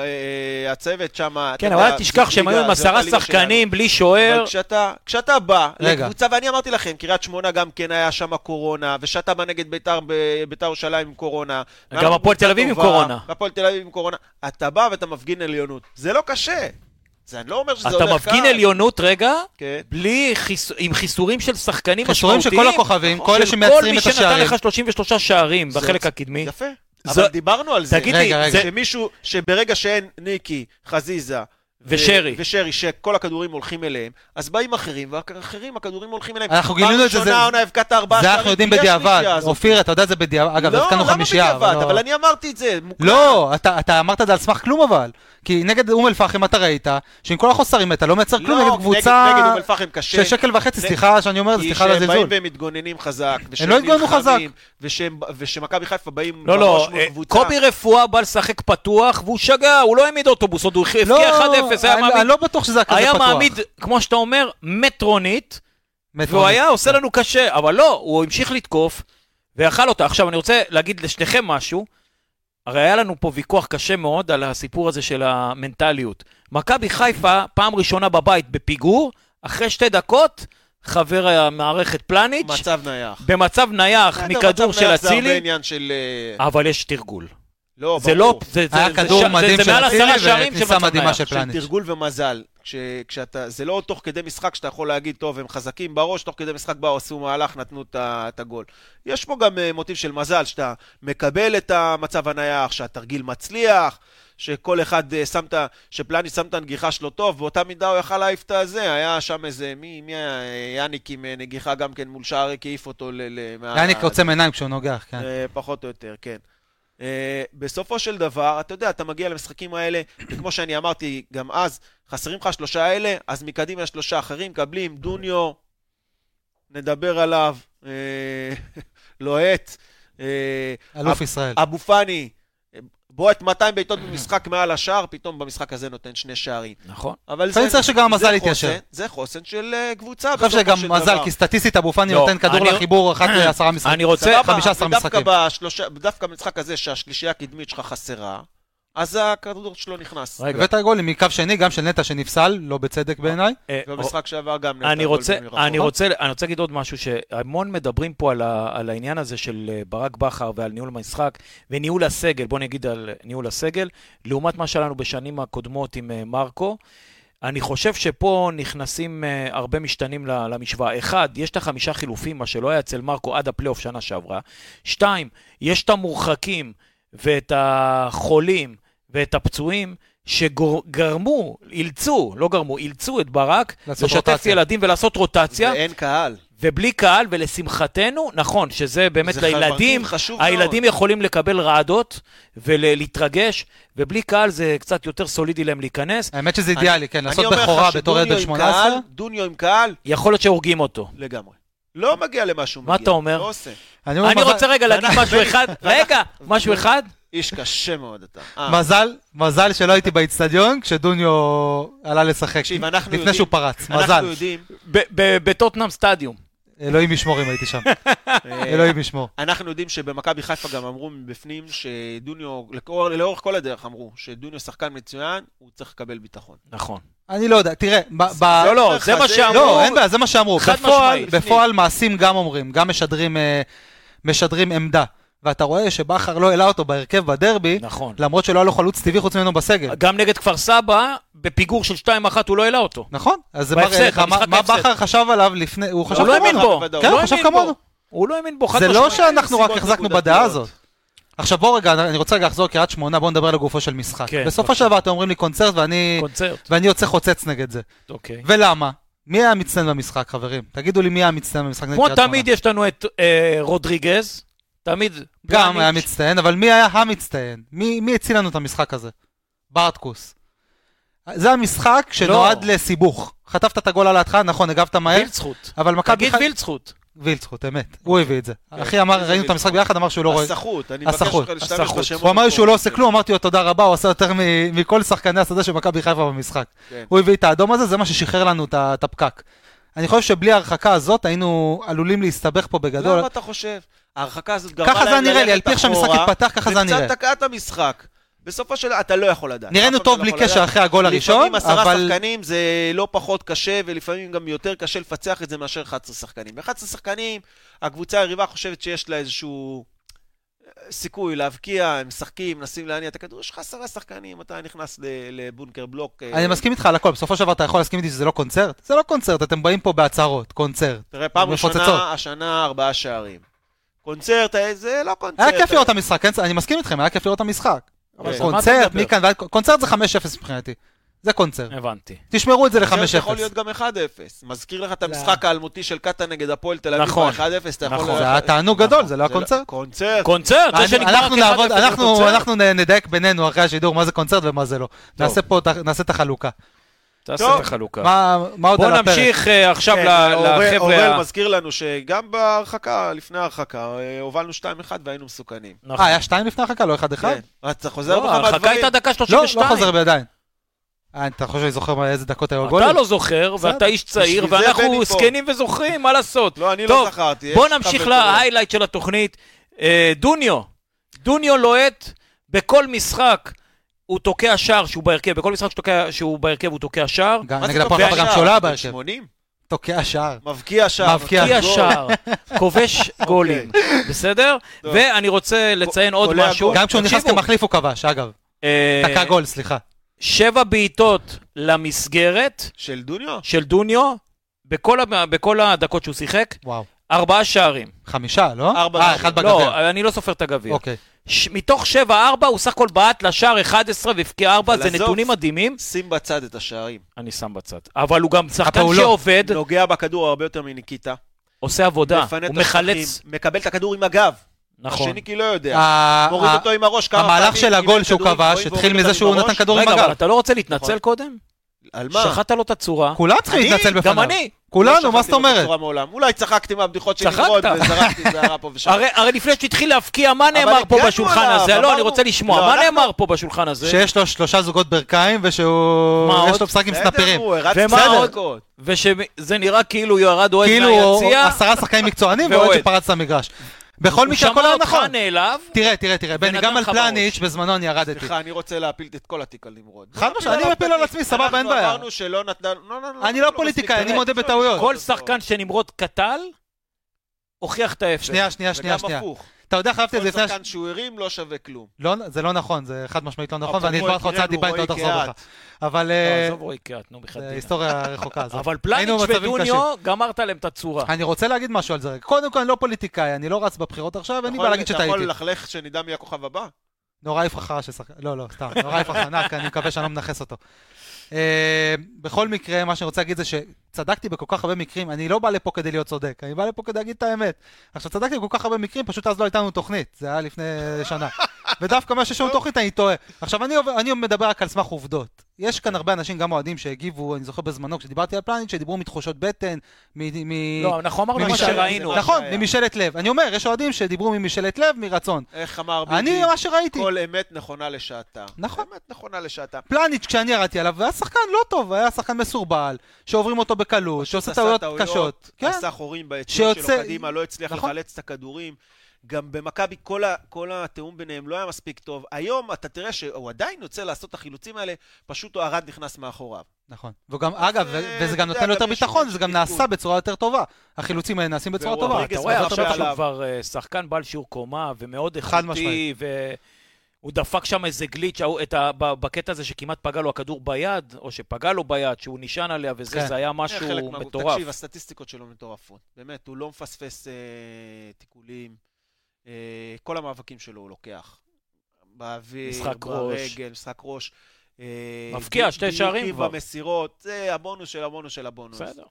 [SPEAKER 2] אה, הצוות שם... אתה
[SPEAKER 1] כן,
[SPEAKER 2] יודע,
[SPEAKER 1] אבל אל
[SPEAKER 2] זאת
[SPEAKER 1] תשכח שהם
[SPEAKER 2] ליגה-
[SPEAKER 1] היו עם
[SPEAKER 2] זאת
[SPEAKER 1] עשרה
[SPEAKER 2] הליגה
[SPEAKER 1] שחקנים, בלי
[SPEAKER 2] שלנו.
[SPEAKER 1] שוער.
[SPEAKER 2] אבל כשאתה, כשאתה בא
[SPEAKER 3] רגע.
[SPEAKER 2] לקבוצה, ואני אמרתי לכם, קריית שמונה גם כן היה שם קורונה, ושאתה בא נגד ביתר ב- ביתר ירושלים עם קורונה.
[SPEAKER 1] גם הפועל תל אביב עם
[SPEAKER 2] טובה,
[SPEAKER 1] קורונה.
[SPEAKER 2] הפועל תל אביב עם קורונה. אתה בא ואתה מפגין עליונות. זה לא קשה. זה, אני לא אומר שזה
[SPEAKER 1] אתה
[SPEAKER 2] הולך קל.
[SPEAKER 1] מפגין עליונות רגע,
[SPEAKER 2] כן.
[SPEAKER 1] בלי חיס- עם חיסורים של שחקנים
[SPEAKER 3] חיסורים של
[SPEAKER 1] משמעותיים.
[SPEAKER 3] כל הכוכבים,
[SPEAKER 2] נכון,
[SPEAKER 3] כל אלה
[SPEAKER 1] של כל
[SPEAKER 3] שמייצרים
[SPEAKER 1] מי
[SPEAKER 3] את
[SPEAKER 1] שנתן
[SPEAKER 3] השערים.
[SPEAKER 1] לך 33 שערים
[SPEAKER 2] זה-
[SPEAKER 1] בחלק הקדמי.
[SPEAKER 2] יפה.
[SPEAKER 1] זה-
[SPEAKER 2] אבל דיברנו על זה.
[SPEAKER 1] תגיד
[SPEAKER 3] רגע,
[SPEAKER 1] לי,
[SPEAKER 3] רגע.
[SPEAKER 1] זה-
[SPEAKER 2] שמישהו, שברגע שאין ניקי, חזיזה, ו-
[SPEAKER 1] ושרי.
[SPEAKER 2] ושרי, שכל הכדורים הולכים אליהם, אז באים אחרים, והאחרים, הכדורים הולכים אליהם.
[SPEAKER 3] אנחנו גילינו את זה,
[SPEAKER 2] פעם ראשונה
[SPEAKER 3] זה-
[SPEAKER 2] העונה הבקעת ארבעה
[SPEAKER 3] זה
[SPEAKER 2] שערים,
[SPEAKER 3] אנחנו יודעים
[SPEAKER 2] בלי
[SPEAKER 3] בדיעבד.
[SPEAKER 2] השלישייה הזאת.
[SPEAKER 3] אופיר, אתה יודע את זה בדיעבד. אגב,
[SPEAKER 2] לא,
[SPEAKER 3] הבקענו
[SPEAKER 2] למה
[SPEAKER 3] חמישייה. אבל
[SPEAKER 2] בדיעבד?
[SPEAKER 3] לא-
[SPEAKER 2] אבל אני אמרתי את זה. מוקלט.
[SPEAKER 3] לא, אתה אתה אמרת את זה על סמך כלום אבל. כי נגד אום אל-פחם אתה ראית, שעם כל החוסרים אתה לא מייצר כלום
[SPEAKER 2] לא,
[SPEAKER 3] נגד קבוצה...
[SPEAKER 2] נגד אום אל-פחם קשה.
[SPEAKER 3] של שקל וחצי,
[SPEAKER 2] זה-
[SPEAKER 3] סליחה שאני אומר, סליחה על
[SPEAKER 2] כי שהם
[SPEAKER 3] הזלזול.
[SPEAKER 2] באים והם מתגוננים חזק, ושהם
[SPEAKER 3] לא התגוננו
[SPEAKER 2] נלחמים, ושהם- ושמכבי חיפה באים
[SPEAKER 1] לא,
[SPEAKER 2] ממש
[SPEAKER 1] לא,
[SPEAKER 2] מול
[SPEAKER 1] אה,
[SPEAKER 2] קבוצה.
[SPEAKER 1] קובי רפואה בא לשחק פתוח, והוא שגה, הוא לא העמיד אוטובוס, עוד הוא
[SPEAKER 3] לא,
[SPEAKER 1] הבקיע 1-0, היה
[SPEAKER 3] אני-
[SPEAKER 1] מעמיד-
[SPEAKER 3] אני לא בטוח שזה היה כזה פתוח.
[SPEAKER 1] היה מעמיד, כמו שאתה אומר, מטרונית, והוא
[SPEAKER 3] מטרונית.
[SPEAKER 1] היה עושה
[SPEAKER 2] כן.
[SPEAKER 1] לנו קשה, אבל לא, הוא המשיך לתקוף, ואכל אותה. עכשיו, אני רוצה להגיד לשניכם משהו. הרי היה לנו פה ויכוח קשה מאוד על הסיפור הזה של המנטליות. מכבי חיפה, פעם ראשונה בבית בפיגור, אחרי שתי דקות, חבר המערכת פלניץ',
[SPEAKER 2] מצב נייח.
[SPEAKER 1] במצב נייח
[SPEAKER 2] בסדר,
[SPEAKER 1] מכדור
[SPEAKER 2] מצב
[SPEAKER 1] של
[SPEAKER 2] נייח זה הרבה
[SPEAKER 1] אצילי,
[SPEAKER 2] עניין של... אה,
[SPEAKER 1] אבל יש תרגול.
[SPEAKER 2] לא,
[SPEAKER 1] זה
[SPEAKER 2] ברור.
[SPEAKER 1] לא, זה- זה
[SPEAKER 3] היה
[SPEAKER 1] זה-
[SPEAKER 3] כדור
[SPEAKER 1] זה-
[SPEAKER 3] מדהים
[SPEAKER 1] זה
[SPEAKER 3] של
[SPEAKER 1] מעל עשרה
[SPEAKER 3] אצילי
[SPEAKER 1] שערים של
[SPEAKER 3] וכניסה
[SPEAKER 1] מצב
[SPEAKER 3] מדהימה
[SPEAKER 1] נייח.
[SPEAKER 3] של
[SPEAKER 2] של
[SPEAKER 3] פלניץ'.
[SPEAKER 2] תרגול ומזל. כש, כשאתה, זה לא תוך כדי משחק שאתה יכול להגיד, טוב, הם חזקים בראש, תוך כדי משחק באו, עשו מהלך, נתנו את ה- את הגול. יש פה גם אה, מוטיב של מזל, שאתה מקבל את המצב הנייח, שהתרגיל מצליח, שכל אחד אה, שם את ה... שפלני שם את הנגיחה שלו טוב, באותה מידה הוא יכל להעיף את הזה, היה שם איזה, מי, מי היה? אה, יאניק עם אה, נגיחה גם כן מול שעריק, העיף אותו ל... ל- מה-
[SPEAKER 3] יאניק עוצם עיניים כשהוא נוגח, כן.
[SPEAKER 2] אה, פחות או יותר, כן. אה, בסופו של דבר, אתה יודע, אתה מגיע למשחקים האלה, וכמו שאני אמרתי גם אז, חסרים לך שלושה האלה, אז מקדימה שלושה אחרים, מקבלים דוניו, נדבר עליו, אה, לוהט, אה,
[SPEAKER 3] אלוף ישראל.
[SPEAKER 2] אבו פאני, אה, בועט 200 בעיטות במשחק מעל השער, פתאום במשחק הזה נותן שני שערים.
[SPEAKER 1] נכון.
[SPEAKER 2] אבל זה...
[SPEAKER 3] לפעמים צריך שגם
[SPEAKER 2] זה
[SPEAKER 3] המזל
[SPEAKER 2] חוסן-
[SPEAKER 3] יתיישר.
[SPEAKER 2] זה חוסן של אה, קבוצה
[SPEAKER 3] אני חושב
[SPEAKER 2] בסופו
[SPEAKER 3] שגם
[SPEAKER 2] של
[SPEAKER 3] מזל,
[SPEAKER 2] דבר.
[SPEAKER 3] כי סטטיסטית אבו פאני
[SPEAKER 1] לא,
[SPEAKER 3] נותן כדור
[SPEAKER 1] אני-
[SPEAKER 3] לחיבור אחת לעשרה משחקים.
[SPEAKER 1] אני רוצה,
[SPEAKER 2] סבבה,
[SPEAKER 3] 15
[SPEAKER 2] ודווקא
[SPEAKER 3] משחקים.
[SPEAKER 2] בשלושה- דווקא במשחק הזה שהשלישייה הקדמית שלך חסרה, אז הכדור שלו נכנס.
[SPEAKER 1] רגע,
[SPEAKER 3] הבאת גולים מקו שני, גם של נטע שנפסל, לא בצדק בעיניי.
[SPEAKER 1] אה,
[SPEAKER 2] ובמשחק שעבר גם נתן
[SPEAKER 1] אני
[SPEAKER 2] גול
[SPEAKER 1] רוצה,
[SPEAKER 2] מרחוק.
[SPEAKER 1] אני רוצה, אני רוצה להגיד עוד משהו, שהמון מדברים פה על, ה, על העניין הזה של אה, ברק בכר ועל ניהול המשחק וניהול הסגל, בוא נגיד על ניהול הסגל, לעומת מה שהיה לנו בשנים הקודמות עם אה, מרקו. אני חושב שפה נכנסים אה, הרבה משתנים ל- למשוואה. אחד, יש את החמישה חילופים, מה שלא היה אצל מרקו עד הפלייאוף שנה שעברה. שתיים, יש את המורחקים ואת החולים ואת הפצועים שגרמו, אילצו, לא גרמו, אילצו את ברק
[SPEAKER 3] לעשות
[SPEAKER 1] לשתף
[SPEAKER 3] רוטציה.
[SPEAKER 1] ילדים ולעשות רוטציה.
[SPEAKER 2] ואין קהל.
[SPEAKER 1] ובלי קהל, ולשמחתנו, נכון, שזה באמת
[SPEAKER 2] זה
[SPEAKER 1] לילדים,
[SPEAKER 2] מרכיב חשוב
[SPEAKER 1] הילדים יכולים לקבל רעדות ולהתרגש, ובלי קהל זה קצת יותר סולידי להם להיכנס.
[SPEAKER 3] האמת שזה
[SPEAKER 2] אני-
[SPEAKER 3] אידיאלי, כן, לעשות
[SPEAKER 2] אני אומר לך
[SPEAKER 3] בכורה בתור
[SPEAKER 2] שדוניו
[SPEAKER 3] ילד בן
[SPEAKER 2] עם
[SPEAKER 3] 18.
[SPEAKER 2] קהל, דוניו עם קהל,
[SPEAKER 1] יכול להיות שהורגים אותו.
[SPEAKER 2] לגמרי. לא מגיע למה שהוא
[SPEAKER 1] מה
[SPEAKER 2] מגיע.
[SPEAKER 1] אתה אומר?
[SPEAKER 2] לא עושה.
[SPEAKER 3] אומר,
[SPEAKER 1] אני
[SPEAKER 3] מזל-
[SPEAKER 1] רוצה רגע להגיד משהו אחד, רגע, משהו אחד,
[SPEAKER 2] איש קשה מאוד אתה. אה,
[SPEAKER 3] מזל, מזל שלא הייתי באיצטדיון כשדוניו עלה לשחק.
[SPEAKER 2] תקשיב, אנחנו
[SPEAKER 3] לפני
[SPEAKER 2] יודעים-
[SPEAKER 3] שהוא פרץ, מזל.
[SPEAKER 2] אנחנו יודעים,
[SPEAKER 1] ב- ב- בטוטנאם סטדיום.
[SPEAKER 3] אלוהים ישמור אם הייתי שם,
[SPEAKER 2] אה,
[SPEAKER 3] אלוהים ישמור.
[SPEAKER 2] אנחנו יודעים שבמכבי חיפה גם אמרו מבפנים שדוניו, לאור- לאורך כל הדרך אמרו שדוניו שחקן מצוין, הוא צריך לקבל ביטחון.
[SPEAKER 1] נכון.
[SPEAKER 3] אני לא יודע, תראה, ב- ב-
[SPEAKER 1] לא, לא, זה מה
[SPEAKER 2] זה-
[SPEAKER 1] שאמרו.
[SPEAKER 3] לא, אין בעיה, זה מה שאמרו.
[SPEAKER 1] חד
[SPEAKER 3] בפועל,
[SPEAKER 1] משמעית.
[SPEAKER 3] בפועל מעשים גם אומרים, גם משדרים, אה, משדרים עמדה. ואתה רואה שבכר לא העלה אותו בהרכב בדרבי,
[SPEAKER 1] נכון.
[SPEAKER 3] למרות שלא היה לו חלוץ טבעי חוץ ממנו בסגל.
[SPEAKER 1] גם נגד כפר סבא, בפיגור של 2-1 הוא לא העלה אותו.
[SPEAKER 3] נכון, אז זה
[SPEAKER 1] בהפסד,
[SPEAKER 3] מראה לך מה-
[SPEAKER 1] במשחק
[SPEAKER 3] מה
[SPEAKER 1] ההפסד.
[SPEAKER 3] בכר חשב עליו לפני, הוא חשב
[SPEAKER 1] הוא לא האמין
[SPEAKER 3] כמונו.
[SPEAKER 1] בו.
[SPEAKER 2] בוודאות.
[SPEAKER 1] הוא לא
[SPEAKER 3] כן, חשב
[SPEAKER 1] האמין בו.
[SPEAKER 3] כמונו.
[SPEAKER 1] הוא לא האמין בו, חד
[SPEAKER 3] זה לא
[SPEAKER 1] משמעית.
[SPEAKER 3] שאנחנו רק
[SPEAKER 2] סיבות
[SPEAKER 3] החזקנו
[SPEAKER 2] נקודתיות.
[SPEAKER 3] בדעה הזאת. עכשיו בוא רגע, אני רוצה רגע לחזור קריית שמונה, בוא נדבר לגופו של משחק.
[SPEAKER 1] כן,
[SPEAKER 3] בסופו של
[SPEAKER 1] בבקשה.
[SPEAKER 3] דבר אתם אומרים לי קונצרט ואני-
[SPEAKER 1] קונצרט,
[SPEAKER 3] ואני יוצא חוצץ נגד זה.
[SPEAKER 1] אוקיי.
[SPEAKER 3] ולמה? מי היה המצטיין במשחק, חברים? תגידו לי מי היה המצטיין במשחק נגד
[SPEAKER 1] כמו
[SPEAKER 3] קריית שמונה.
[SPEAKER 1] תמיד יש לנו את אה, רודריגז, תמיד.
[SPEAKER 3] גם
[SPEAKER 1] פלניץ'.
[SPEAKER 3] היה מצטיין, אבל מי היה המצטיין? מי, מי הציל לנו את המשחק הזה? ברטקוס. זה המשחק שנועד
[SPEAKER 1] לא.
[SPEAKER 3] לסיבוך. חטפת את הגול על ההתחלה, נכון, הגבת מהר,
[SPEAKER 1] וילצחוט.
[SPEAKER 3] אבל מכבי...
[SPEAKER 1] תגיד וילצחוט.
[SPEAKER 3] וילצחוט, אמת. הוא הביא את זה. אחי אמר,
[SPEAKER 2] זה
[SPEAKER 3] ראינו את המשחק
[SPEAKER 2] וילצחוט.
[SPEAKER 3] ביחד, אמר שהוא לא רואה...
[SPEAKER 2] הסחוט, אני מבקש
[SPEAKER 3] הסחוט,
[SPEAKER 2] ממך להשתמש
[SPEAKER 1] הסחוט.
[SPEAKER 2] בשמות.
[SPEAKER 3] הוא אמר לי שהוא
[SPEAKER 2] פה.
[SPEAKER 3] לא עושה כלום, אמרתי לו תודה רבה, הוא עשה יותר מ- מכל שחקני השדה של מכבי חיפה במשחק.
[SPEAKER 2] כן.
[SPEAKER 3] הוא הביא את האדום הזה, זה מה ששחרר לנו את ה- את הפקק. אני חושב שבלי ההרחקה הזאת היינו עלולים להסתבך פה בגדול.
[SPEAKER 2] למה לא, אתה חושב? ההרחקה הזאת גרמה להם
[SPEAKER 3] ככה
[SPEAKER 2] ללכת
[SPEAKER 3] זה
[SPEAKER 2] אחורה.
[SPEAKER 3] היה נראה לי, על פי איך שהמשחק התפתח, ככה זה היה נראה.
[SPEAKER 2] וקצת תקע את המשחק. בסופו של... אתה לא יכול לדעת.
[SPEAKER 3] נראינו
[SPEAKER 2] אף אחד
[SPEAKER 3] טוב
[SPEAKER 2] לא
[SPEAKER 3] בלי
[SPEAKER 2] יכול לדעת.
[SPEAKER 3] קשר אחרי הגול הראשון,
[SPEAKER 2] לפעמים עשרה
[SPEAKER 3] אבל...
[SPEAKER 2] שחקנים זה לא פחות קשה, ולפעמים גם יותר קשה לפצח את זה מאשר 11 שחקנים. ב-11 שחקנים, הקבוצה היריבה חושבת שיש לה איזשהו אה, סיכוי להבקיע, הם משחקים, מנסים להניע את הכדור, יש לך עשרה שחקנים, אתה נכנס ל- לבונקר בלוק. אה,
[SPEAKER 3] אני מסכים איתך על הכל, בסופו של דבר אתה יכול להסכים איתי שזה לא קונצרט? זה לא קונצרט, אתם באים פה בהצהרות, קונצרט.
[SPEAKER 2] תראה, פעם
[SPEAKER 3] מפוצצות.
[SPEAKER 2] ראשונה, השנה, ארבעה שערים. קונצרט, אה, זה לא קונצרט.
[SPEAKER 3] היה כיף לראות את המשחק, אין- אני מסכים איתכם, היה כיף לראות את המשחק.
[SPEAKER 1] אבל
[SPEAKER 2] כן.
[SPEAKER 1] על אה, מה אתה
[SPEAKER 3] קונצרט,
[SPEAKER 1] מדבר?
[SPEAKER 3] מכאן ועד... קונצרט זה 5-0 מבחינתי. זה קונצרט.
[SPEAKER 1] הבנתי.
[SPEAKER 3] תשמרו את זה
[SPEAKER 2] אה. קונצרט יכול להיות
[SPEAKER 3] ל-5-0.
[SPEAKER 2] גם 1-0. מזכיר לך את המשחק האלמותי של קטן נגד הפועל תל אביב,
[SPEAKER 1] נכון.
[SPEAKER 2] ב- 1-0, אתה יכול...
[SPEAKER 1] נכון.
[SPEAKER 3] זה היה תענוג גדול, זה לא היה קונצרט.
[SPEAKER 2] קונצרט.
[SPEAKER 1] קונצרט, זה שנגמר
[SPEAKER 3] אנחנו
[SPEAKER 1] כאחד
[SPEAKER 3] נעבוד,
[SPEAKER 1] אפס, זה
[SPEAKER 3] אנחנו-
[SPEAKER 1] קונצרט.
[SPEAKER 3] אנחנו נ- נדייק בינינו אחרי השידור מה זה קונצרט ומה זה לא. נעשה פה, את ה- נעשה את החלוקה.
[SPEAKER 1] תעשה
[SPEAKER 2] טוב.
[SPEAKER 1] את החלוקה.
[SPEAKER 3] מה מה עוד
[SPEAKER 1] בואו
[SPEAKER 3] על הפרק?
[SPEAKER 1] נמשיך אה, עכשיו
[SPEAKER 2] כן,
[SPEAKER 1] ל-
[SPEAKER 2] אורל-
[SPEAKER 1] לחבר'ה...
[SPEAKER 2] אורל
[SPEAKER 1] ה-
[SPEAKER 2] מזכיר לנו שגם בהרחקה, לפני ההרחקה, אה, הובלנו 2-1 והיינו מסוכנים.
[SPEAKER 3] אה,
[SPEAKER 1] נכון.
[SPEAKER 3] היה שתיים לפני הרחקה? לא אחד אחד?
[SPEAKER 2] כן. אתה חוזר
[SPEAKER 1] לא,
[SPEAKER 2] בך
[SPEAKER 1] ההרחקה
[SPEAKER 2] מהדברים.
[SPEAKER 1] הייתה דקה
[SPEAKER 3] לא, לא
[SPEAKER 1] 32.
[SPEAKER 3] חוזר בי עדיין. אה, אתה חושב שאני זוכר מה- איזה דקות היו הגולים?
[SPEAKER 1] אתה לא זוכר,
[SPEAKER 3] בסדר.
[SPEAKER 1] ואתה איש צעיר,
[SPEAKER 2] בשביל זה
[SPEAKER 1] ואנחנו
[SPEAKER 2] בני פה.
[SPEAKER 1] זקנים וזוכרים, מה לעשות?
[SPEAKER 2] לא, אני
[SPEAKER 1] טוב,
[SPEAKER 2] לא זכרתי. יש
[SPEAKER 1] בואו
[SPEAKER 2] לך
[SPEAKER 1] נמשיך
[SPEAKER 2] וטוב.
[SPEAKER 1] להיילייט של התוכנית. אה, דוניו, דוניו לוהט בכל משחק. הוא תוקע שער שהוא בהרכב, בכל משחק שתוקע- שהוא בהרכב הוא תוקע שער.
[SPEAKER 3] גם
[SPEAKER 2] מה זה
[SPEAKER 3] נגד
[SPEAKER 2] תוקע
[SPEAKER 3] הפועל חיפה גם
[SPEAKER 2] שער?
[SPEAKER 3] שעולה
[SPEAKER 2] בן
[SPEAKER 3] בהרכב.
[SPEAKER 2] 80?
[SPEAKER 3] תוקע שער.
[SPEAKER 2] מבקיע שער.
[SPEAKER 3] מבקיע
[SPEAKER 1] מבקיע
[SPEAKER 2] גול.
[SPEAKER 1] שער, כובש גולים, בסדר?
[SPEAKER 2] אוקיי. טוב.
[SPEAKER 1] ואני רוצה לציין עוד
[SPEAKER 2] קולע
[SPEAKER 1] משהו.
[SPEAKER 2] גול.
[SPEAKER 3] גם כשהוא נכנס
[SPEAKER 1] תקשיבו,
[SPEAKER 3] כמחליף הוא כבש, אגב.
[SPEAKER 1] אה,
[SPEAKER 3] תקע גול, סליחה.
[SPEAKER 1] שבע בעיטות למסגרת
[SPEAKER 2] של דוניו?
[SPEAKER 1] של דוניו בכל ה- בכל הדקות שהוא שיחק,
[SPEAKER 3] וואו.
[SPEAKER 1] ארבעה שערים.
[SPEAKER 3] חמישה, לא?
[SPEAKER 2] ארבע
[SPEAKER 3] אה,
[SPEAKER 2] גביע.
[SPEAKER 3] אחד בגביע.
[SPEAKER 1] לא, אני לא סופר את הגביע.
[SPEAKER 3] אוקיי.
[SPEAKER 1] ש- מתוך 7-4 הוא סך הכל בעט לשער 11 והבקיע 4,
[SPEAKER 2] אבל
[SPEAKER 1] זה
[SPEAKER 2] עזוב.
[SPEAKER 1] נתונים מדהימים.
[SPEAKER 2] שים בצד את השערים.
[SPEAKER 1] אני שם בצד. אבל הוא לא- גם שחקן
[SPEAKER 3] הפעולות.
[SPEAKER 1] שעובד,
[SPEAKER 2] נוגע בכדור הרבה יותר מניקיטה.
[SPEAKER 1] עושה עבודה,
[SPEAKER 2] לא. מפנה את
[SPEAKER 1] הוא מחלץ.
[SPEAKER 2] השטחים, מקבל את הכדור עם הגב.
[SPEAKER 1] נכון.
[SPEAKER 2] השני כי לא
[SPEAKER 3] אה,
[SPEAKER 2] יודע.
[SPEAKER 3] ה-
[SPEAKER 2] מוריד
[SPEAKER 3] ה-
[SPEAKER 2] אותו עם הראש כמה פעמים.
[SPEAKER 3] המהלך של
[SPEAKER 2] קיבל
[SPEAKER 3] הגול שהוא
[SPEAKER 2] כדורים,
[SPEAKER 3] כבש
[SPEAKER 2] גבוהים
[SPEAKER 3] התחיל
[SPEAKER 2] והוריד
[SPEAKER 3] מזה
[SPEAKER 2] אותם
[SPEAKER 3] שהוא
[SPEAKER 2] עם
[SPEAKER 3] נתן
[SPEAKER 2] הראש.
[SPEAKER 3] כדור עם
[SPEAKER 1] רגע, אבל
[SPEAKER 3] הגב.
[SPEAKER 1] אתה לא רוצה להתנצל
[SPEAKER 2] נכון.
[SPEAKER 1] קודם?
[SPEAKER 2] על מה?
[SPEAKER 1] שחטת לו את הצורה.
[SPEAKER 3] כולם צריכים
[SPEAKER 2] אני?
[SPEAKER 3] להתנצל בפניו.
[SPEAKER 1] גם אני.
[SPEAKER 3] כולנו,
[SPEAKER 2] לא
[SPEAKER 3] מה זאת
[SPEAKER 2] שכחתי אותו
[SPEAKER 3] אומרת?
[SPEAKER 2] בצורה מעולם. אולי צחקתי מהבדיחות שלי
[SPEAKER 1] צחקת.
[SPEAKER 2] מאוד, וזרקתי זערה פה ושם.
[SPEAKER 1] הרי, הרי לפני שהתחיל להבקיע, מה נאמר
[SPEAKER 2] הגענו
[SPEAKER 1] פה
[SPEAKER 2] אליו,
[SPEAKER 1] בשולחן הזה? לא,
[SPEAKER 2] אמרנו-
[SPEAKER 1] אני רוצה לשמוע.
[SPEAKER 2] לא,
[SPEAKER 1] מה
[SPEAKER 2] אנחנו-
[SPEAKER 1] נאמר פה בשולחן הזה?
[SPEAKER 3] שיש לו שלושה זוגות ברכיים
[SPEAKER 1] מה
[SPEAKER 3] ושהוא... יש
[SPEAKER 1] עוד?
[SPEAKER 3] לו משחק עם
[SPEAKER 2] בסדר,
[SPEAKER 3] סנפרים.
[SPEAKER 2] הוא הרץ
[SPEAKER 1] ומה
[SPEAKER 2] בסדר.
[SPEAKER 1] עוד? ושזה נראה כאילו ירד אוהד
[SPEAKER 3] כאילו
[SPEAKER 1] מהיציע,
[SPEAKER 3] עשרה שחקנים מקצוענים
[SPEAKER 1] ואוהד.
[SPEAKER 3] ואוהד שפרץ למגרש. בכל
[SPEAKER 1] הוא
[SPEAKER 3] מקרה,
[SPEAKER 1] שמע
[SPEAKER 3] הכל היה
[SPEAKER 1] אותך
[SPEAKER 3] נכון.
[SPEAKER 1] נעלב.
[SPEAKER 3] תראה, תראה, תראה, בני,
[SPEAKER 1] ונתן
[SPEAKER 3] גם על
[SPEAKER 1] לך בראש.
[SPEAKER 3] פלניץ' בזמנו אני ירדתי.
[SPEAKER 2] סליחה, אני רוצה להפיל את כל התיק על נמרוד. לא
[SPEAKER 3] חד משמעית, אני מפיל על עצמי, סבבה, אין בעיה.
[SPEAKER 2] אנחנו אמרנו שלא נתנו... לא, לא, לא,
[SPEAKER 3] אני לא
[SPEAKER 2] מספיק,
[SPEAKER 3] פוליטיקאי,
[SPEAKER 2] תראה,
[SPEAKER 3] אני מודה
[SPEAKER 2] אפשר
[SPEAKER 3] בטעויות.
[SPEAKER 2] לשאול
[SPEAKER 1] כל
[SPEAKER 2] אותו.
[SPEAKER 1] שחקן שנמרוד קטל, הוכיח את ההפך.
[SPEAKER 3] שנייה, שנייה, שנייה,
[SPEAKER 2] וגם
[SPEAKER 3] שנייה.
[SPEAKER 2] הפוך.
[SPEAKER 3] אתה יודע, חייבתי את
[SPEAKER 2] כל
[SPEAKER 3] זה לפני... הש-
[SPEAKER 2] שחקן שהוא הרים לא שווה כלום.
[SPEAKER 3] לא, זה לא נכון, זה חד משמעית לא נכון,
[SPEAKER 2] אפרופו
[SPEAKER 3] ואני אתבע אותך
[SPEAKER 2] הקראנו,
[SPEAKER 3] הוצאת דיבה, אתה לא
[SPEAKER 2] רועי
[SPEAKER 3] תחזור
[SPEAKER 2] קהת.
[SPEAKER 3] בך. אבל
[SPEAKER 1] לא,
[SPEAKER 3] אה,
[SPEAKER 1] עזוב רועי קאט, נו, בחייאת
[SPEAKER 3] זה
[SPEAKER 1] דינא.
[SPEAKER 3] היסטוריה הרחוקה הזאת.
[SPEAKER 1] אבל
[SPEAKER 3] היינו
[SPEAKER 1] פלניץ'
[SPEAKER 3] במצבים
[SPEAKER 1] ודוניו, גמרת להם את הצורה.
[SPEAKER 3] אני רוצה להגיד משהו על זה רגע. קודם כל, אני לא פוליטיקאי, אני לא רץ בבחירות עכשיו, אין לי בעיה להגיד
[SPEAKER 2] אתה יכול
[SPEAKER 3] שטעיתי.
[SPEAKER 2] ללכלך שנדע מי הכוכב הבא?
[SPEAKER 3] נורא יפחחה ששחק... לא, לא, סתם, נורא יפחחנק, אני מקווה שאני לא מנכס אותו. אה, בכל מקרה, מה שאני רוצה להגיד זה שצדקתי בכל כך הרבה מקרים, אני לא בא לפה כדי להיות צודק, אני בא לפה כדי להגיד את האמת. עכשיו, צדקתי בכל כך הרבה מקרים, פשוט אז לא הייתה לנו תוכנית, זה היה לפני שנה. ודווקא מה שיש לנו תוכנית, אני טועה. עכשיו, אני, עוב- אני מדבר רק על סמך עובדות. יש כאן הרבה אנשים, גם אוהדים, שהגיבו, אני זוכר בזמנו, כשדיברתי על פלניץ', שדיברו מתחושות בטן, מ... מ...
[SPEAKER 1] לא, אנחנו אמרנו מה
[SPEAKER 3] ממשל-
[SPEAKER 1] שראינו.
[SPEAKER 2] לא, זה
[SPEAKER 3] נכון,
[SPEAKER 2] שהיה.
[SPEAKER 3] ממשלת לב. אני אומר, יש אוהדים שדיברו ממשלת לב, מרצון.
[SPEAKER 2] איך אמר ביבי?
[SPEAKER 3] אני, מה שראיתי.
[SPEAKER 2] כל אמת נכונה לשעתה.
[SPEAKER 3] נכון.
[SPEAKER 2] אמת נכונה לשעתה.
[SPEAKER 3] פלניץ', כשאני ירדתי עליו, היה שחקן לא טוב, היה שחקן מסורבל, שעוברים אותו בקלות, שעושה
[SPEAKER 2] עשה
[SPEAKER 3] טעויות קשות. כן,
[SPEAKER 2] עשה חורים ביציאות
[SPEAKER 3] שיוצא-
[SPEAKER 2] שלו קדימה, לא הצליח
[SPEAKER 3] נכון.
[SPEAKER 2] לחלץ את הכדורים. גם במכבי כל ה- כל התיאום ביניהם לא היה מספיק טוב. היום אתה תראה שהוא עדיין יוצא לעשות את החילוצים האלה, פשוט אוהד נכנס מאחוריו.
[SPEAKER 3] נכון. וגם, אגב, ו- וזה גם
[SPEAKER 2] אתה
[SPEAKER 3] נותן
[SPEAKER 2] יודע,
[SPEAKER 3] לו יותר
[SPEAKER 2] גם יש
[SPEAKER 3] ביטחון,
[SPEAKER 2] שם
[SPEAKER 3] זה גם
[SPEAKER 2] תפקוד.
[SPEAKER 3] נעשה בצורה יותר טובה. החילוצים האלה נעשים בצורה
[SPEAKER 2] והוא
[SPEAKER 3] טובה.
[SPEAKER 1] אתה
[SPEAKER 2] רודריגז
[SPEAKER 1] רואה
[SPEAKER 2] מאוד
[SPEAKER 1] עכשיו
[SPEAKER 2] הרבה
[SPEAKER 1] שהוא
[SPEAKER 2] עליו.
[SPEAKER 1] כבר אה, שחקן בעל שיעור קומה ומאוד
[SPEAKER 3] חד
[SPEAKER 1] איכותי,
[SPEAKER 3] משמעית.
[SPEAKER 1] והוא דפק שם איזה גליץ' ההוא- את ה- ב- בקטע הזה שכמעט פגע לו הכדור ביד, או שפגע לו ביד, שהוא נשען עליה, וזה
[SPEAKER 3] כן.
[SPEAKER 1] זה היה
[SPEAKER 2] זה אה, חלק
[SPEAKER 1] משהו
[SPEAKER 2] מה-
[SPEAKER 1] מטורף.
[SPEAKER 2] תקשיב, הסטטיסטיקות שלו מטורפות. באמת, הוא לא מפספס אה, תיקולים. אה, כל המאבקים שלו הוא לוקח. באוויר,
[SPEAKER 1] משחק ראש.
[SPEAKER 2] ברגל, משחק ראש. אה,
[SPEAKER 1] מבקיע,
[SPEAKER 2] די-
[SPEAKER 1] שתי שערים
[SPEAKER 2] דיוקים
[SPEAKER 1] כבר.
[SPEAKER 2] במסירות, זה הבונוס של הבונוס של הבונוס.
[SPEAKER 1] בסדר.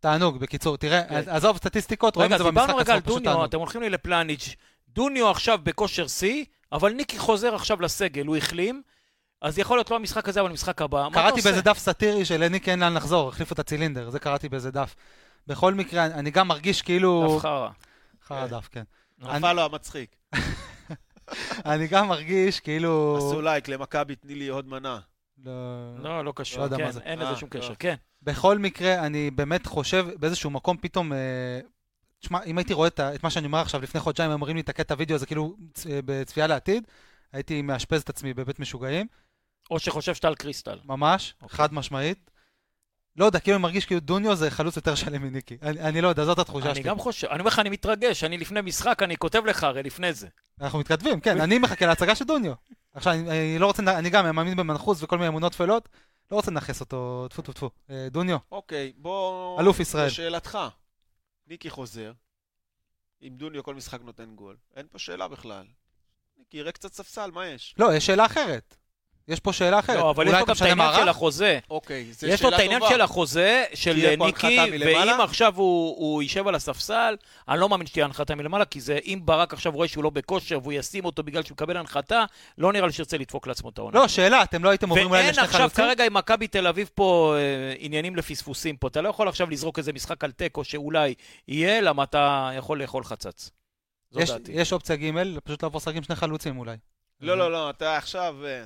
[SPEAKER 3] תענוג, בקיצור, תראה,
[SPEAKER 2] כן.
[SPEAKER 3] עזוב סטטיסטיקות, רואים
[SPEAKER 1] רגע,
[SPEAKER 3] את
[SPEAKER 1] אז
[SPEAKER 3] זה במשחק
[SPEAKER 1] דיברנו רגע על
[SPEAKER 3] עצמו, פשוט
[SPEAKER 1] דוניו,
[SPEAKER 3] תענוג.
[SPEAKER 1] אתם הולכים לי לפלניץ'. דוניו עכשיו בכושר שיא, אבל ניקי חוזר עכשיו לסגל, הוא החלים, אז יכול להיות לא המשחק הזה, אבל המשחק הבא. מה אתה
[SPEAKER 3] קראתי
[SPEAKER 1] עושה?
[SPEAKER 3] באיזה דף סאטירי שלניק אין לאן לחזור, החליפו את הצילינדר, זה קראתי באיזה דף. בכל מקרה, אני- אני גם מרגיש כאילו...
[SPEAKER 1] דף חרא.
[SPEAKER 3] חרא דף, כן.
[SPEAKER 2] נפל לו המצחיק.
[SPEAKER 3] אני גם מרגיש כאילו...
[SPEAKER 2] עשו לייק למכבי, תני לי עוד מנה.
[SPEAKER 3] לא-
[SPEAKER 1] לא, לא
[SPEAKER 3] לא
[SPEAKER 1] קשור,
[SPEAKER 3] יודע
[SPEAKER 1] כן,
[SPEAKER 3] מה זה.
[SPEAKER 1] אין לזה
[SPEAKER 2] אה,
[SPEAKER 1] שום
[SPEAKER 2] טוב.
[SPEAKER 1] קשר, כן.
[SPEAKER 3] בכל מקרה, אני באמת חושב באיזשהו מקום פתאום... אה, תשמע, אם הייתי רואה את, ה- את מה שאני אומר עכשיו לפני חודשיים, הם אומרים לי, תקע את הוידאו הזה כאילו צ- אה, בצפייה לעתיד, הייתי מאשפז את עצמי בבית משוגעים,
[SPEAKER 1] או שחושב שאתה על קריסטל.
[SPEAKER 3] ממש,
[SPEAKER 1] אוקיי.
[SPEAKER 3] חד משמעית. לא יודע, כאילו אני מרגיש כאילו דוניו זה חלוץ יותר שלם מניקי. אני, אני לא יודע, זאת התחושה
[SPEAKER 1] אני
[SPEAKER 3] שלי. גם...
[SPEAKER 1] גם חושב, אני אומר לך, אני מתרגש, אני לפני משחק, אני כותב לך הרי לפני זה.
[SPEAKER 3] אנחנו מתכתבים, כן, אני מחכה להצגה של דוניו. עכשיו, אני, אני לא רוצה, לנ- אני גם מאמין במנחוס וכל מיני אמונות טפלות, לא רוצה לנכס אותו, טפו טפו טפו. אה, דוניו,
[SPEAKER 2] אוקיי, בוא...
[SPEAKER 3] אלוף ישראל.
[SPEAKER 2] לשאלתך. ניקי חוזר, עם דוניו כל משחק נותן גול. אין פה שאלה בכלל. ניקי, יראה קצת ספסל, מה יש?
[SPEAKER 3] לא, יש שאלה אחרת. יש פה שאלה אחרת.
[SPEAKER 1] לא, אבל יש
[SPEAKER 3] כן, אולי
[SPEAKER 1] לו
[SPEAKER 3] אתה
[SPEAKER 1] גם את
[SPEAKER 3] משנה
[SPEAKER 1] העניין
[SPEAKER 3] מערך?
[SPEAKER 1] של החוזה.
[SPEAKER 2] אוקיי, זו שאלה טובה.
[SPEAKER 1] יש לו את העניין של החוזה, של
[SPEAKER 2] תהיה פה
[SPEAKER 1] ניקי,
[SPEAKER 2] הנחתה מלמעלה?
[SPEAKER 1] ואם עכשיו הוא הוא יישב על הספסל, אני לא מאמין שתהיה הנחתה מלמעלה, כי זה, אם ברק עכשיו רואה שהוא לא בכושר והוא ישים אותו בגלל שהוא מקבל הנחתה, לא נראה לי שירצה לדפוק לעצמו את העונה.
[SPEAKER 3] לא, שאלה, אתם לא הייתם עוברים אולי
[SPEAKER 1] ואין
[SPEAKER 3] לשני
[SPEAKER 1] עכשיו
[SPEAKER 3] חלוצים?
[SPEAKER 1] כרגע עם מכבי תל אביב פה אה, עניינים לפספוסים פה. אתה לא יכול עכשיו לזרוק איזה משחק על תיקו שאולי יהיה, למה אתה יכול לאכול חצץ. זו
[SPEAKER 3] יש-
[SPEAKER 1] דעתי.
[SPEAKER 3] יש אופציה ג', פשוט לעבור לשחק עם שני חלוצים אולי.
[SPEAKER 2] לא, לא, לא, אתה עכשיו... אה, אה,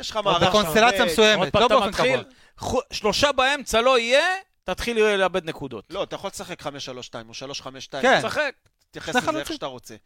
[SPEAKER 2] יש לך מערך...
[SPEAKER 3] בקונסטלציה
[SPEAKER 2] שעובד.
[SPEAKER 1] עוד
[SPEAKER 3] מסוימת,
[SPEAKER 1] פעם
[SPEAKER 3] לא
[SPEAKER 1] אתה
[SPEAKER 3] באופן
[SPEAKER 1] מתחיל,
[SPEAKER 3] קבוע.
[SPEAKER 1] חו- שלושה באמצע לא יהיה, תתחיל לאבד נקודות.
[SPEAKER 2] לא, אתה יכול לשחק 5-3-2 או 3-5-2.
[SPEAKER 3] כן.
[SPEAKER 1] תשחק.
[SPEAKER 2] תתייחס לזה
[SPEAKER 3] שני
[SPEAKER 2] איך
[SPEAKER 3] חלוצים.
[SPEAKER 2] שאתה רוצה.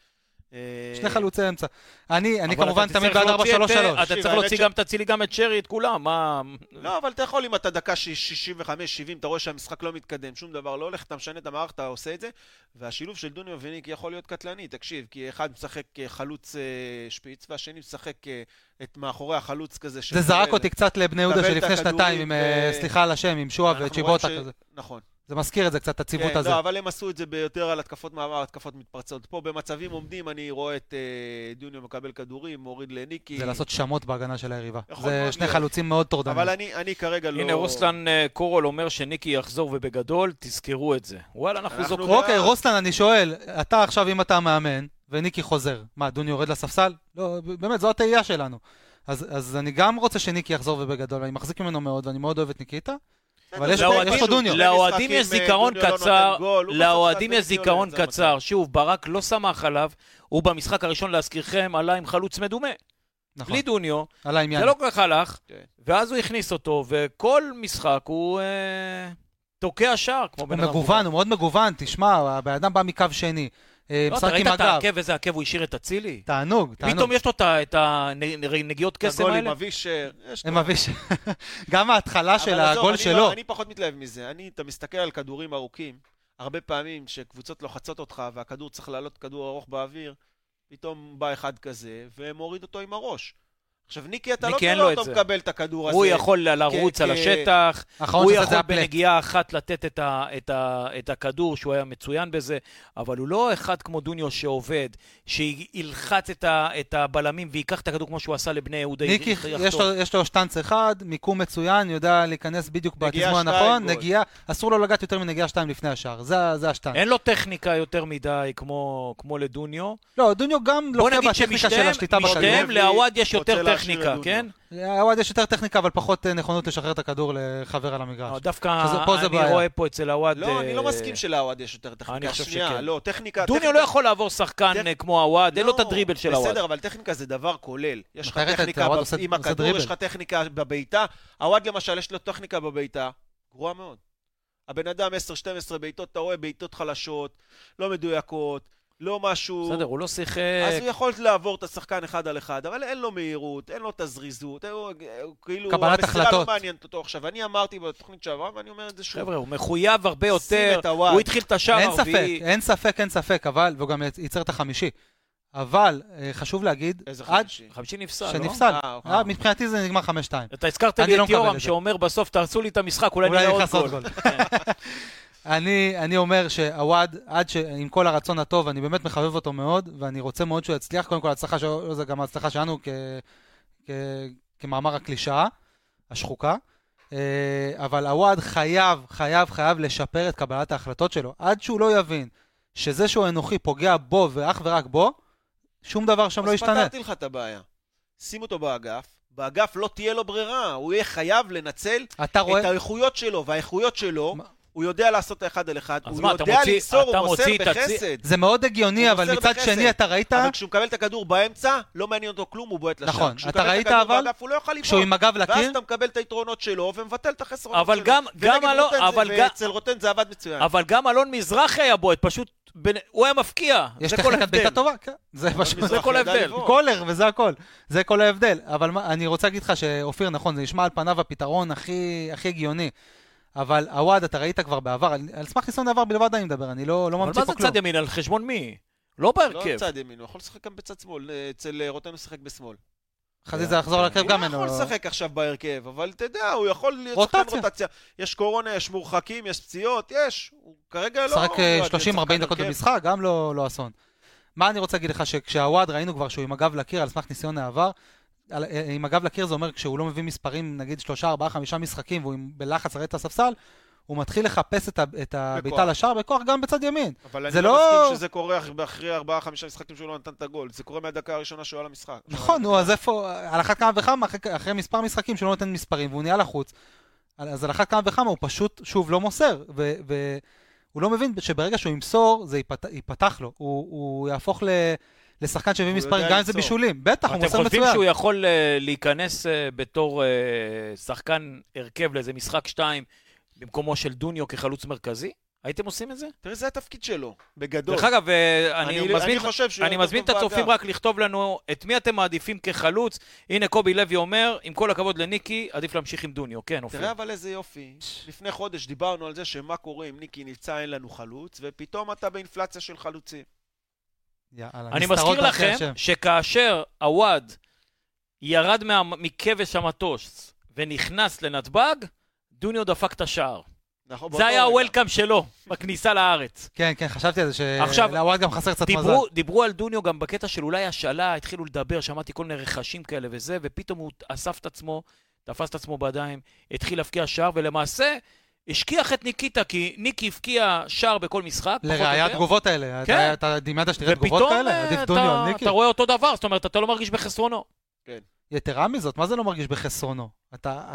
[SPEAKER 2] אה,
[SPEAKER 3] שני חלוצי אמצע. אני אני
[SPEAKER 1] אבל
[SPEAKER 3] כמובן
[SPEAKER 1] אתה
[SPEAKER 3] תמיד
[SPEAKER 1] תצטרך
[SPEAKER 3] בעד
[SPEAKER 1] להוציא את, אה,
[SPEAKER 3] 4-3-3.
[SPEAKER 1] אתה
[SPEAKER 2] תקשיב,
[SPEAKER 1] צריך
[SPEAKER 2] האמת
[SPEAKER 1] להוציא
[SPEAKER 2] ש-
[SPEAKER 1] גם את אצילי, גם את שרי, את כולם, מה...
[SPEAKER 2] לא, אבל אתה יכול, אם אתה דקה ש- 65, 70, אתה רואה שהמשחק לא מתקדם, שום דבר לא הולך, אתה משנה את המערך, אתה עושה את זה, והשילוב של דוניו וניק יכול להיות קטלני, תקשיב, כי אחד משחק אה, חלוץ אה, שפיץ, והשני משחק אה, את מאחורי החלוץ כזה.
[SPEAKER 3] זה זרק אותי קצת לבני יהודה
[SPEAKER 2] קבל את
[SPEAKER 3] שלפני
[SPEAKER 2] הכדורים
[SPEAKER 3] שנתיים, עם, אה,
[SPEAKER 2] ו-
[SPEAKER 3] סליחה על השם, עם שועה
[SPEAKER 2] אנחנו
[SPEAKER 3] וצ'יבוטה
[SPEAKER 2] רואים ש-
[SPEAKER 3] כזה.
[SPEAKER 2] נכון.
[SPEAKER 3] זה מזכיר את זה קצת, את הציוות
[SPEAKER 2] כן,
[SPEAKER 3] הזה.
[SPEAKER 2] לא, אבל הם עשו את זה ביותר על התקפות מעבר, התקפות מתפרצות. פה במצבים עומדים, אני רואה את אה, דוניו מקבל כדורים, מוריד לניקי.
[SPEAKER 3] זה לעשות שמות בהגנה של היריבה.
[SPEAKER 2] יכול
[SPEAKER 3] זה
[SPEAKER 2] מאוד
[SPEAKER 3] שני
[SPEAKER 2] להיות.
[SPEAKER 3] חלוצים מאוד
[SPEAKER 2] אבל
[SPEAKER 3] טורדנים.
[SPEAKER 2] אני, אני כרגע לא...
[SPEAKER 1] הנה, רוסלן אה, קורול אומר שניקי יחזור ובגדול, תזכרו את זה. וואלה, אנחנו
[SPEAKER 2] אנחנו
[SPEAKER 1] זוכרים.
[SPEAKER 2] יודע.
[SPEAKER 3] אוקיי, רוסלן, אני שואל, אתה עכשיו, אם אתה המאמן, וניקי חוזר, מה, דוני יורד לספסל? לא, ב- באמת, זו התהייה שלנו. אז, אז אני גם רוצה שניקי יחזור ובגדול, ואני מחזיק ממנו מאוד, ואני מאוד אוהב את ניקיטה, אבל יש פה-
[SPEAKER 1] לאוהדים-
[SPEAKER 3] יש פה דוניו.
[SPEAKER 2] שני
[SPEAKER 1] לאוהדים יש
[SPEAKER 2] משחקים, אה,
[SPEAKER 1] זיכרון
[SPEAKER 2] דוניו לא נותן
[SPEAKER 1] קצר,
[SPEAKER 2] גול, הוא
[SPEAKER 1] לאוהדים
[SPEAKER 2] בספסל
[SPEAKER 1] יש
[SPEAKER 2] ודוניו
[SPEAKER 1] זיכרון
[SPEAKER 2] לא יוצא
[SPEAKER 1] קצר. שוב, ברק לא סמך עליו, הוא במשחק הראשון, להזכירכם, עלה עם חלוץ מדומה.
[SPEAKER 3] נכון,
[SPEAKER 1] בלי דוניו,
[SPEAKER 3] על העניין.
[SPEAKER 1] זה לא כל כך הלך,
[SPEAKER 2] כן.
[SPEAKER 1] ואז הוא הכניס אותו, וכל משחק הוא אה, תוקע שער, כמו
[SPEAKER 3] הוא
[SPEAKER 1] בן אדם.
[SPEAKER 3] מגוון, הוא מאוד מגוון, תשמע, הבן אדם בא מקו שני, אה,
[SPEAKER 1] לא, אתה
[SPEAKER 3] משחק
[SPEAKER 1] ראית
[SPEAKER 3] עם
[SPEAKER 1] את
[SPEAKER 3] הגב,
[SPEAKER 1] העקב, איזה עקב הוא השאיר את אצילי?
[SPEAKER 3] תענוג,
[SPEAKER 1] פתאום
[SPEAKER 3] תענוג.
[SPEAKER 1] יש לו את ה- את הנגיעות קסם
[SPEAKER 2] הגול עם
[SPEAKER 1] האלה?
[SPEAKER 2] אבישר. יש
[SPEAKER 3] הם
[SPEAKER 2] לו.
[SPEAKER 3] מביש. גם ההתחלה של
[SPEAKER 2] אבל עזוב,
[SPEAKER 3] הגול
[SPEAKER 2] אני
[SPEAKER 3] שלו,
[SPEAKER 2] לא- אני פחות מתלהב מזה. אני, אתה מסתכל על כדורים ארוכים. הרבה פעמים שקבוצות לוחצות אותך והכדור צריך לעלות כדור ארוך באוויר, פתאום בא אחד כזה ומוריד אותו עם הראש. עכשיו, ניקי, אתה
[SPEAKER 1] ניקי,
[SPEAKER 2] לא
[SPEAKER 1] אין
[SPEAKER 2] תראה
[SPEAKER 1] לו את
[SPEAKER 2] אותו
[SPEAKER 1] זה.
[SPEAKER 2] מקבל את הכדור הזה.
[SPEAKER 1] הוא
[SPEAKER 3] אה,
[SPEAKER 1] יכול
[SPEAKER 3] כן,
[SPEAKER 2] כ-
[SPEAKER 1] לרוץ על
[SPEAKER 2] כ-
[SPEAKER 1] השטח,
[SPEAKER 3] האחרון
[SPEAKER 1] הוא
[SPEAKER 3] שעשה נכון זה
[SPEAKER 1] יכול
[SPEAKER 3] הפלט.
[SPEAKER 1] בנגיעה אחת לתת את, ה, את, ה, את הכדור, שהוא היה מצוין בזה, אבל הוא לא אחד כמו דוניו שעובד, שילחץ את, ה, את הבלמים וייקח את הכדור כמו שהוא עשה לבני יהודה.
[SPEAKER 3] ניקי,
[SPEAKER 1] יחטוף.
[SPEAKER 3] יש לו, יש לו שטנץ אחד, מיקום מצוין, יודע להיכנס בדיוק
[SPEAKER 2] נגיעה
[SPEAKER 3] בתזמון
[SPEAKER 2] שתיים,
[SPEAKER 3] הנכון,
[SPEAKER 2] גול.
[SPEAKER 3] נגיעה, אסור לו לגעת יותר מנגיעה שתיים לפני השער, זה, זה השטנץ.
[SPEAKER 1] אין לו טכניקה יותר מדי כמו, כמו לדוניו.
[SPEAKER 3] לא, דוניו גם
[SPEAKER 1] בוא
[SPEAKER 3] לוקה
[SPEAKER 1] נגיד
[SPEAKER 3] בטכניקה של
[SPEAKER 1] שמשתיהם,
[SPEAKER 3] השליטה בכדור.
[SPEAKER 1] משתיהם לעווד יש
[SPEAKER 2] רוצה
[SPEAKER 1] יותר
[SPEAKER 2] להשאיר
[SPEAKER 1] טכניקה,
[SPEAKER 2] את דוניו.
[SPEAKER 1] כן?
[SPEAKER 3] לעווד יש יותר טכניקה, אבל פחות אה, נכונות לשחרר את הכדור לחבר על המגרש.
[SPEAKER 1] לא, דווקא
[SPEAKER 3] שזה- אה, פה זה
[SPEAKER 1] אני
[SPEAKER 3] בעיה.
[SPEAKER 1] רואה פה אצל עווד...
[SPEAKER 2] לא, אני לא
[SPEAKER 1] אה,
[SPEAKER 2] מסכים שלאוהד יש יותר טכניקה.
[SPEAKER 1] אני חושב
[SPEAKER 2] שנייה,
[SPEAKER 1] שכן.
[SPEAKER 2] לא, טכניקה...
[SPEAKER 1] דוניו
[SPEAKER 2] טכניקה-
[SPEAKER 1] לא יכול לעבור שחקן
[SPEAKER 2] טכ-
[SPEAKER 1] אה, כמו עווד, אין לו את הדריבל של עווד.
[SPEAKER 2] לא. בסדר, אבל טכניקה זה דבר כולל. יש לך
[SPEAKER 3] אחרת
[SPEAKER 2] טכניקה
[SPEAKER 3] עווד
[SPEAKER 2] ב-
[SPEAKER 3] עושה-
[SPEAKER 2] עם
[SPEAKER 3] עושה
[SPEAKER 2] הכדור,
[SPEAKER 3] דריבל.
[SPEAKER 2] יש לך טכניקה בבעיטה. עווד למשל, יש לו טכניקה בבעיטה, גרועה מאוד. הבן אדם 10-12 בעיטות, אתה רואה בעיטות חלשות, לא מדויקות, לא משהו...
[SPEAKER 1] בסדר, הוא לא שיחק.
[SPEAKER 2] אז הוא יכול לעבור את השחקן אחד על אחד, אבל אין לו מהירות, אין לו את הזריזות, אין לו- הוא- כאילו,
[SPEAKER 3] קבלת
[SPEAKER 2] המסירה לא
[SPEAKER 3] החלטות.
[SPEAKER 2] מעניינת אותו עכשיו. אני אמרתי בתוכנית שעברה, ואני אומר את זה שוב.
[SPEAKER 1] חבר'ה, הוא מחויב הרבה
[SPEAKER 2] שים
[SPEAKER 1] יותר.
[SPEAKER 2] את הוואד.
[SPEAKER 1] הוא התחיל את השער
[SPEAKER 3] אין ספק,
[SPEAKER 1] הרביעי.
[SPEAKER 3] אין ספק, אין ספק, אבל, והוא גם ייצר את החמישי. אבל, אה, חשוב להגיד,
[SPEAKER 2] איזה
[SPEAKER 3] עד
[SPEAKER 2] חמישי.
[SPEAKER 1] חמישי נפסל, לא?
[SPEAKER 3] שנפסל.
[SPEAKER 2] אה, אוקיי.
[SPEAKER 3] אה, מבחינתי זה נגמר 5-2.
[SPEAKER 1] אתה הזכרת
[SPEAKER 3] אני
[SPEAKER 1] לי
[SPEAKER 3] לא
[SPEAKER 1] את
[SPEAKER 3] מקבל
[SPEAKER 1] יורם
[SPEAKER 3] את זה.
[SPEAKER 1] שאומר בסוף, תעשו לי את המשחק, אולי
[SPEAKER 3] אולי
[SPEAKER 1] נראה עוד
[SPEAKER 3] נכנס עוד
[SPEAKER 1] גול.
[SPEAKER 3] גול. אני, אני אומר שעווד, עד ש... עם כל הרצון הטוב, אני באמת מחבב אותו מאוד, ואני רוצה מאוד שהוא יצליח. קודם כל, ההצלחה שלו לא, זה גם ההצלחה שלנו כ... כ... כמאמר הקלישאה, השחוקה. אה, אבל עווד חייב, חייב, חייב לשפר את קבלת ההחלטות שלו. עד שהוא לא יבין שזה שהוא אנוכי פוגע בו ואך ורק בו, שום דבר שם לא
[SPEAKER 2] אז
[SPEAKER 3] ישתנה.
[SPEAKER 2] פתרתי לך את הבעיה. שים אותו באגף, באגף לא תהיה לו ברירה, הוא יהיה חייב לנצל
[SPEAKER 3] אתה
[SPEAKER 2] את
[SPEAKER 3] רואה...
[SPEAKER 2] האיכויות שלו, והאיכויות שלו,
[SPEAKER 3] מה?
[SPEAKER 2] הוא יודע לעשות את האחד על אחד,
[SPEAKER 1] אז
[SPEAKER 2] הוא
[SPEAKER 1] מה, אתה
[SPEAKER 2] יודע
[SPEAKER 1] מוציא-
[SPEAKER 2] למסור, הוא
[SPEAKER 1] אתה
[SPEAKER 2] מוסר
[SPEAKER 1] מוציא את הצי-
[SPEAKER 2] בחסד.
[SPEAKER 3] זה מאוד הגיוני,
[SPEAKER 2] הוא
[SPEAKER 3] אבל
[SPEAKER 2] מוסר
[SPEAKER 3] מצד
[SPEAKER 2] בחסד.
[SPEAKER 3] שני, אתה ראית...
[SPEAKER 2] אבל כשהוא מקבל את הכדור באמצע, לא מעניין אותו כלום, הוא בועט לשער.
[SPEAKER 3] נכון,
[SPEAKER 2] כשהוא
[SPEAKER 3] אתה
[SPEAKER 2] מקבל את
[SPEAKER 3] ראית
[SPEAKER 2] הכדור
[SPEAKER 3] אבל-
[SPEAKER 2] באגף, הוא לא יוכל לבעוט.
[SPEAKER 3] כשהוא עם הגב
[SPEAKER 2] ואז
[SPEAKER 3] לקיר,
[SPEAKER 2] אתה מקבל את היתרונות שלו ומבטל את החסרונות
[SPEAKER 1] אבל
[SPEAKER 2] שלו.
[SPEAKER 1] גם- גם
[SPEAKER 2] ונגד
[SPEAKER 1] הלא-
[SPEAKER 2] רוטן זה-
[SPEAKER 1] אבל גם-
[SPEAKER 2] ואצל רוטן זה עבד מצוין.
[SPEAKER 1] אבל גם אלון מזרחי היה בועט, פשוט... בין- הוא היה מפקיע.
[SPEAKER 3] יש
[SPEAKER 1] זה כל
[SPEAKER 3] טכניקת בעיטה
[SPEAKER 1] ההבדל.
[SPEAKER 3] טובה, כן. זה
[SPEAKER 2] אבל
[SPEAKER 3] פשוט...
[SPEAKER 1] זה
[SPEAKER 2] מזרחי
[SPEAKER 1] כל
[SPEAKER 2] ידע
[SPEAKER 1] ההבדל.
[SPEAKER 2] לבעוט.
[SPEAKER 3] קולר, וזה הכל. זה כל ההבדל. אבל מה, אני רוצה להגיד לך שאופיר, נכון, זה נשמע על פניו הפתרון הכי, הכי הגיוני. אבל עווד, אתה ראית כבר בעבר, על על סמך ניסיון העבר בלבד אני מדבר, אני לא, לא
[SPEAKER 1] אבל
[SPEAKER 3] ממציא
[SPEAKER 1] מה
[SPEAKER 3] פה
[SPEAKER 1] זה
[SPEAKER 3] כלום.
[SPEAKER 1] צד ימין? על חשבון מי? לא
[SPEAKER 2] לא
[SPEAKER 1] בהרכב.
[SPEAKER 2] בצד ימין, הוא יכול לשחק גם בצד שמאל. אצל אה, רוטן הוא שיחק בשמאל.
[SPEAKER 3] חזיזה
[SPEAKER 1] אה,
[SPEAKER 3] יחזור להרכב
[SPEAKER 2] הוא
[SPEAKER 3] גם
[SPEAKER 2] לא
[SPEAKER 3] אין לו...
[SPEAKER 2] יכול לשחק עכשיו בהרכב, אבל אתה יודע, הוא יכול להיות
[SPEAKER 3] רוטציה.
[SPEAKER 2] שחקן רוטציה. יש קורונה, יש מורחקים, יש פציעות, יש. הוא כרגע לא...
[SPEAKER 3] שחק
[SPEAKER 2] הוא
[SPEAKER 1] אה,
[SPEAKER 2] לא-
[SPEAKER 3] 30-40 אה, דקות
[SPEAKER 2] הרכב.
[SPEAKER 3] במשחק, גם לא, לא אסון. מה אני רוצה להגיד לך, שכשהוואד ראינו כבר שהוא עם הגב לקיר על סמך ניסיון העבר, על, אה, עם הגב לקיר זה אומר כשהוא לא מביא מספרים, נגיד 3, 4, 5 משחקים והוא עם- בלחץ לרדת את הספסל, הוא מתחיל לחפש את, ה- את הבעיטה
[SPEAKER 2] בכוח.
[SPEAKER 3] לשער בכוח גם בצד ימין.
[SPEAKER 2] אבל אני
[SPEAKER 3] זה
[SPEAKER 2] לא
[SPEAKER 3] לא-
[SPEAKER 2] מסכים שזה קורה אח- אחרי 4-5 משחקים שהוא לא נתן את הגול. זה קורה מהדקה הראשונה שהוא על המשחק.
[SPEAKER 3] נכון, נו, אז איפה, על אחת כמה וכמה, אחרי, אחרי מספר משחקים שהוא לא נותן מספרים והוא נהיה לחוץ, על- אז על אחת כמה וכמה הוא פשוט, שוב, לא מוסר, ו, והוא לא מבין שברגע שהוא ימסור, זה ייפת, ייפתח לו, הוא, הוא יהפוך ל, לשחקן שהביא
[SPEAKER 2] הוא יודע
[SPEAKER 3] מספרים, גם אם זה
[SPEAKER 2] למסור.
[SPEAKER 3] בישולים, בטח, הוא
[SPEAKER 1] אתם
[SPEAKER 3] מוסר
[SPEAKER 1] חושבים
[SPEAKER 3] מצוין.
[SPEAKER 1] שהוא יכול אה, להיכנס אה, בתור אה, שחקן הרכב לאיזה משחק שתיים במקומו של דוניו כחלוץ מרכזי? הייתם עושים את זה?
[SPEAKER 2] תראה, זה התפקיד שלו, בגדול.
[SPEAKER 1] דרך אגב, אה, אני
[SPEAKER 2] אני
[SPEAKER 1] מזמין
[SPEAKER 2] אני
[SPEAKER 1] אותך-
[SPEAKER 2] חושב שהוא...
[SPEAKER 1] אני
[SPEAKER 2] יותר
[SPEAKER 1] מזמין את
[SPEAKER 2] טוב
[SPEAKER 1] הצופים
[SPEAKER 2] באגף.
[SPEAKER 1] רק לכתוב לנו את מי אתם מעדיפים כחלוץ. הנה קובי לוי אומר, עם כל הכבוד לניקי, עדיף להמשיך עם דוניו. כן, אופיר.
[SPEAKER 2] תראה אבל איזה יופי. לפני חודש דיברנו על זה שמה קורה אם ניקי נפצע, אין לנו חלוץ, ופתאום אתה באינפלציה של חלוצים.
[SPEAKER 3] יאללה,
[SPEAKER 1] אני
[SPEAKER 3] נסתרות
[SPEAKER 1] מזכיר
[SPEAKER 3] דרכי
[SPEAKER 1] לכם
[SPEAKER 3] השם.
[SPEAKER 1] שכאשר עווד ירד מה- מכבש המטוס ונכנס לנתב"ג, דוניו דפק את השער.
[SPEAKER 2] נכון,
[SPEAKER 1] זה
[SPEAKER 2] באותו רגע.
[SPEAKER 1] היה הוולקאם שלו בכניסה לארץ.
[SPEAKER 3] כן, כן, חשבתי על זה
[SPEAKER 1] עכשיו,
[SPEAKER 3] שלעוואד גם חסר קצת מזל.
[SPEAKER 1] דיברו, דיברו על דוניו גם בקטע של אולי השאלה, התחילו לדבר, שמעתי כל מיני רכשים כאלה וזה, ופתאום הוא אסף את עצמו, תפס את עצמו בידיים, התחיל להבקיע שער, ולמעשה השכיח את ניקיטה, כי ניקי הבקיע שער בכל משחק, פחות או
[SPEAKER 3] לראייה
[SPEAKER 1] יותר,
[SPEAKER 3] התגובות האלה,
[SPEAKER 1] כן.
[SPEAKER 3] אתה- אתה דמיינת שתראה תגובות
[SPEAKER 1] ופתאום
[SPEAKER 3] כאלה?
[SPEAKER 1] אה,
[SPEAKER 3] עדיף דוניו על
[SPEAKER 1] אתה,
[SPEAKER 3] ניקי.
[SPEAKER 1] אתה רואה אותו דבר, זאת אומרת, אתה לא מרגיש בחסרונו.
[SPEAKER 3] יתרה מזאת, מה זה לא מרגיש בחסרונו? אתה,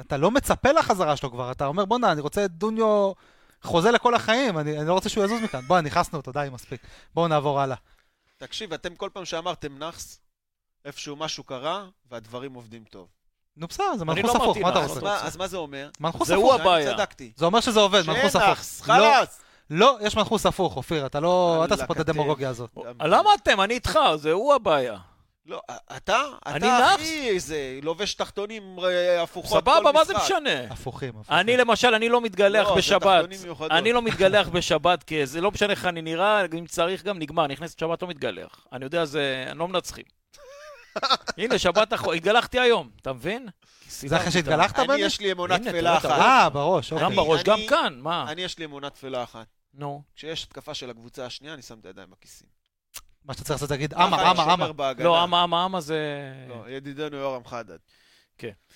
[SPEAKER 3] אתה לא מצפה לחזרה שלו כבר, אתה אומר בואנה, אני רוצה את דוניו חוזה לכל החיים, אני, אני לא רוצה שהוא יזוז מכאן. בוא, נכנסנו אותו, די, מספיק. בואו נעבור הלאה.
[SPEAKER 2] תקשיב, אתם כל פעם שאמרתם נאחס, איפשהו משהו קרה, והדברים עובדים טוב.
[SPEAKER 3] נו בסדר, זה
[SPEAKER 1] אני
[SPEAKER 3] מנחוס
[SPEAKER 1] לא
[SPEAKER 3] הפוך,
[SPEAKER 1] אמרתי
[SPEAKER 3] מה אתה
[SPEAKER 1] לך,
[SPEAKER 2] אז
[SPEAKER 1] אתה
[SPEAKER 3] רוצה?
[SPEAKER 2] מה-
[SPEAKER 1] רוצה.
[SPEAKER 2] אז מה זה אומר?
[SPEAKER 3] מנחוס
[SPEAKER 1] זה
[SPEAKER 3] הפוך.
[SPEAKER 1] הוא
[SPEAKER 2] שאני
[SPEAKER 1] הבעיה.
[SPEAKER 2] צדקתי.
[SPEAKER 3] זה אומר שזה עובד,
[SPEAKER 2] שאין
[SPEAKER 3] מנחוס
[SPEAKER 2] נאחס,
[SPEAKER 3] הפוך. לא,
[SPEAKER 2] חלאס!
[SPEAKER 3] לא, יש מנחוס הפוך, אופיר, אתה לא, אל
[SPEAKER 2] אללה
[SPEAKER 3] תעשה פה את
[SPEAKER 2] כתף.
[SPEAKER 1] אה,
[SPEAKER 3] הדמגוגיה הזאת.
[SPEAKER 2] גם-
[SPEAKER 1] למה אתם? אני איתך, זה הוא הבעיה.
[SPEAKER 2] לא, אתה?
[SPEAKER 1] אני
[SPEAKER 2] אתה
[SPEAKER 1] נאחס.
[SPEAKER 2] הכי זה, לובש תחתונים אה, הפוכות כל משחק.
[SPEAKER 1] סבבה, מה זה משנה?
[SPEAKER 3] הפוכים. הפוכים.
[SPEAKER 1] אני למשל, אני לא מתגלח
[SPEAKER 2] לא, זה
[SPEAKER 1] בשבת.
[SPEAKER 2] תחתונים מיוחדות.
[SPEAKER 1] אני לא מתגלח בשבת, כי זה לא משנה איך אני נראה, אם צריך גם נגמר, נכנס לשבת לא מתגלח. אני יודע, זה... אני לא מנצחים. הנה, שבת אחורה, התגלחתי היום, אתה מבין?
[SPEAKER 3] זה אחרי שהתגלחת
[SPEAKER 2] אני,
[SPEAKER 3] באמת?
[SPEAKER 2] יש לי אמונה
[SPEAKER 1] הנה,
[SPEAKER 2] תפלה
[SPEAKER 1] תראה,
[SPEAKER 2] אחת.
[SPEAKER 3] אה, בראש, אוקיי.
[SPEAKER 1] גם בראש, גם
[SPEAKER 2] אני-
[SPEAKER 1] כאן, מה?
[SPEAKER 2] אני, יש לי אמונה תפלה אחת.
[SPEAKER 1] נו.
[SPEAKER 2] כשיש התקפה של הקבוצה השנייה, אני שם את הידיים בכיסים.
[SPEAKER 3] מה שאתה צריך לעשות זה להגיד,
[SPEAKER 2] ככה
[SPEAKER 3] אמה,
[SPEAKER 2] אני
[SPEAKER 3] אמה,
[SPEAKER 2] שומר
[SPEAKER 3] אמה.
[SPEAKER 2] בהגנה.
[SPEAKER 1] לא, אמה, אמה, אמה זה...
[SPEAKER 2] לא, ידידנו יורם חדד.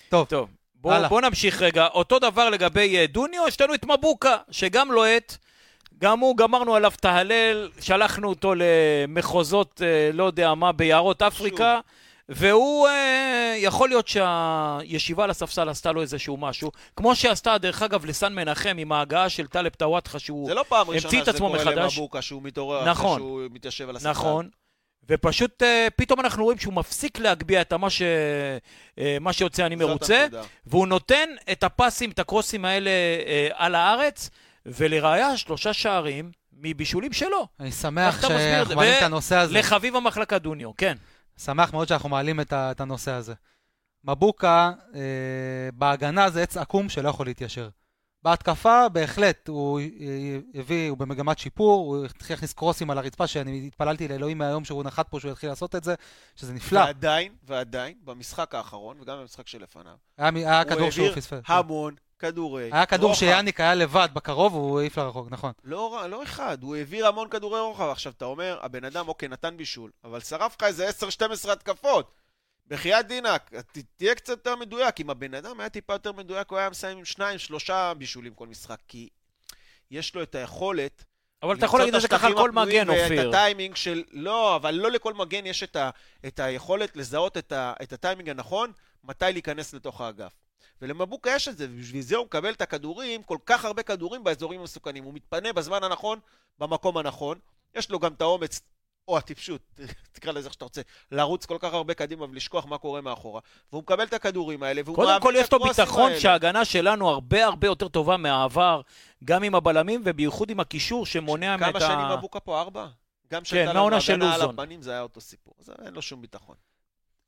[SPEAKER 1] טוב, בואו
[SPEAKER 3] הלאה.
[SPEAKER 1] בוא נמשיך רגע. אותו דבר לגבי אה, דוניו, יש לנו את מבוקה, שגם לוהט. גם הוא, גמרנו עליו את ההלל, שלחנו אותו למחוזות, אה, לא יודע מה, ביערות אפריקה, והוא, אה, יכול להיות שהישיבה על הספסל עשתה לו איזשהו משהו, כמו שעשתה, דרך אגב, לסן מנחם עם ההגעה של טלב טוואטחה, שהוא...
[SPEAKER 2] זה לא פעם
[SPEAKER 1] המציא
[SPEAKER 2] ראשונה
[SPEAKER 1] את
[SPEAKER 2] שזה
[SPEAKER 1] עצמו
[SPEAKER 2] קורה
[SPEAKER 1] מחדש.
[SPEAKER 2] למבוקה, שהוא מתעורר אחרי
[SPEAKER 1] נכון.
[SPEAKER 2] שהוא מתיישב על הספסל.
[SPEAKER 1] נכון. ופשוט אה, פתאום אנחנו רואים שהוא מפסיק להגביה את מה, ש... אה, מה שיוצא אני
[SPEAKER 2] זאת
[SPEAKER 1] מרוצה,
[SPEAKER 2] הנקודה.
[SPEAKER 1] והוא נותן את הפסים, את הקרוסים האלה אה, על הארץ, ולראיה שלושה שערים מבישולים שלו,
[SPEAKER 3] אני
[SPEAKER 1] איך
[SPEAKER 3] שמח
[SPEAKER 1] אתה מסביר את זה?
[SPEAKER 3] שאנחנו מעלים את
[SPEAKER 1] ו-
[SPEAKER 3] הנושא הזה.
[SPEAKER 1] לחביב המחלקה דוניו, כן.
[SPEAKER 3] שמח מאוד שאנחנו מעלים את ה- את הנושא הזה. מבוקה, אה, בהגנה זה עץ עקום שלא יכול להתיישר. בהתקפה, בהחלט, הוא אה, הביא, הוא במגמת שיפור, הוא התחיל להכניס קרוסים על הרצפה, שאני התפללתי לאלוהים מהיום שהוא נחת פה שהוא יתחיל לעשות את זה, שזה נפלא.
[SPEAKER 2] ועדיין, ועדיין, במשחק האחרון, וגם במשחק שלפניו,
[SPEAKER 3] היה מ- היה
[SPEAKER 2] הוא
[SPEAKER 3] כדור שהוא
[SPEAKER 2] העביר
[SPEAKER 3] פספס.
[SPEAKER 2] המון כדורי
[SPEAKER 3] היה כדור
[SPEAKER 2] רוחב.
[SPEAKER 3] שיאניק היה לבד בקרוב, הוא העיף לרחוק, נכון.
[SPEAKER 2] לא, רע- לא אחד, הוא העביר המון כדורי רוחב. עכשיו, אתה אומר, הבן אדם, אוקיי, נתן בישול, אבל שרף לך איזה 10-12 התקפות. בחייאת דינק, ת- תהיה קצת יותר מדויק. אם הבן אדם היה טיפה יותר מדויק, הוא היה מסיים עם שניים, שלושה בישולים כל משחק, כי יש לו את היכולת...
[SPEAKER 1] אבל אתה יכול
[SPEAKER 2] למצוא
[SPEAKER 1] להגיד את זה ככה על כל
[SPEAKER 2] השטחים הפנויים
[SPEAKER 1] מגן, אופיר.
[SPEAKER 2] ואת הטיימינג של... לא, אבל לא לכל מגן יש את, ה... את היכולת לזהות את, ה... את הטיימינג הנכון, מתי להיכנס לתוך האגף. ולמבוקה יש את זה, ובשביל זה הוא מקבל את הכדורים, כל כך הרבה כדורים באזורים המסוכנים. הוא מתפנה בזמן הנכון, במקום הנכון. יש לו גם את האומץ, או הטיפשות, תקרא לזה איך שאתה רוצה, לרוץ כל כך הרבה קדימה ולשכוח מה קורה מאחורה. והוא מקבל את הכדורים האלה, והוא
[SPEAKER 1] קודם
[SPEAKER 2] מעמיד
[SPEAKER 1] כל
[SPEAKER 2] את
[SPEAKER 1] יש לו
[SPEAKER 2] הקרוסים
[SPEAKER 1] ביטחון
[SPEAKER 2] האלה.
[SPEAKER 1] שההגנה שלנו הרבה הרבה יותר טובה מהעבר, גם עם הבלמים ובייחוד עם הקישור שמונע את ה...
[SPEAKER 2] כמה שנים מבוקה פה? ארבע? גם כשהייתה לנו
[SPEAKER 1] מהעונה של
[SPEAKER 2] הגנה על
[SPEAKER 1] לוזון.
[SPEAKER 2] הפנים זה היה אותו סיפור. אז אין לו שום ביטחון.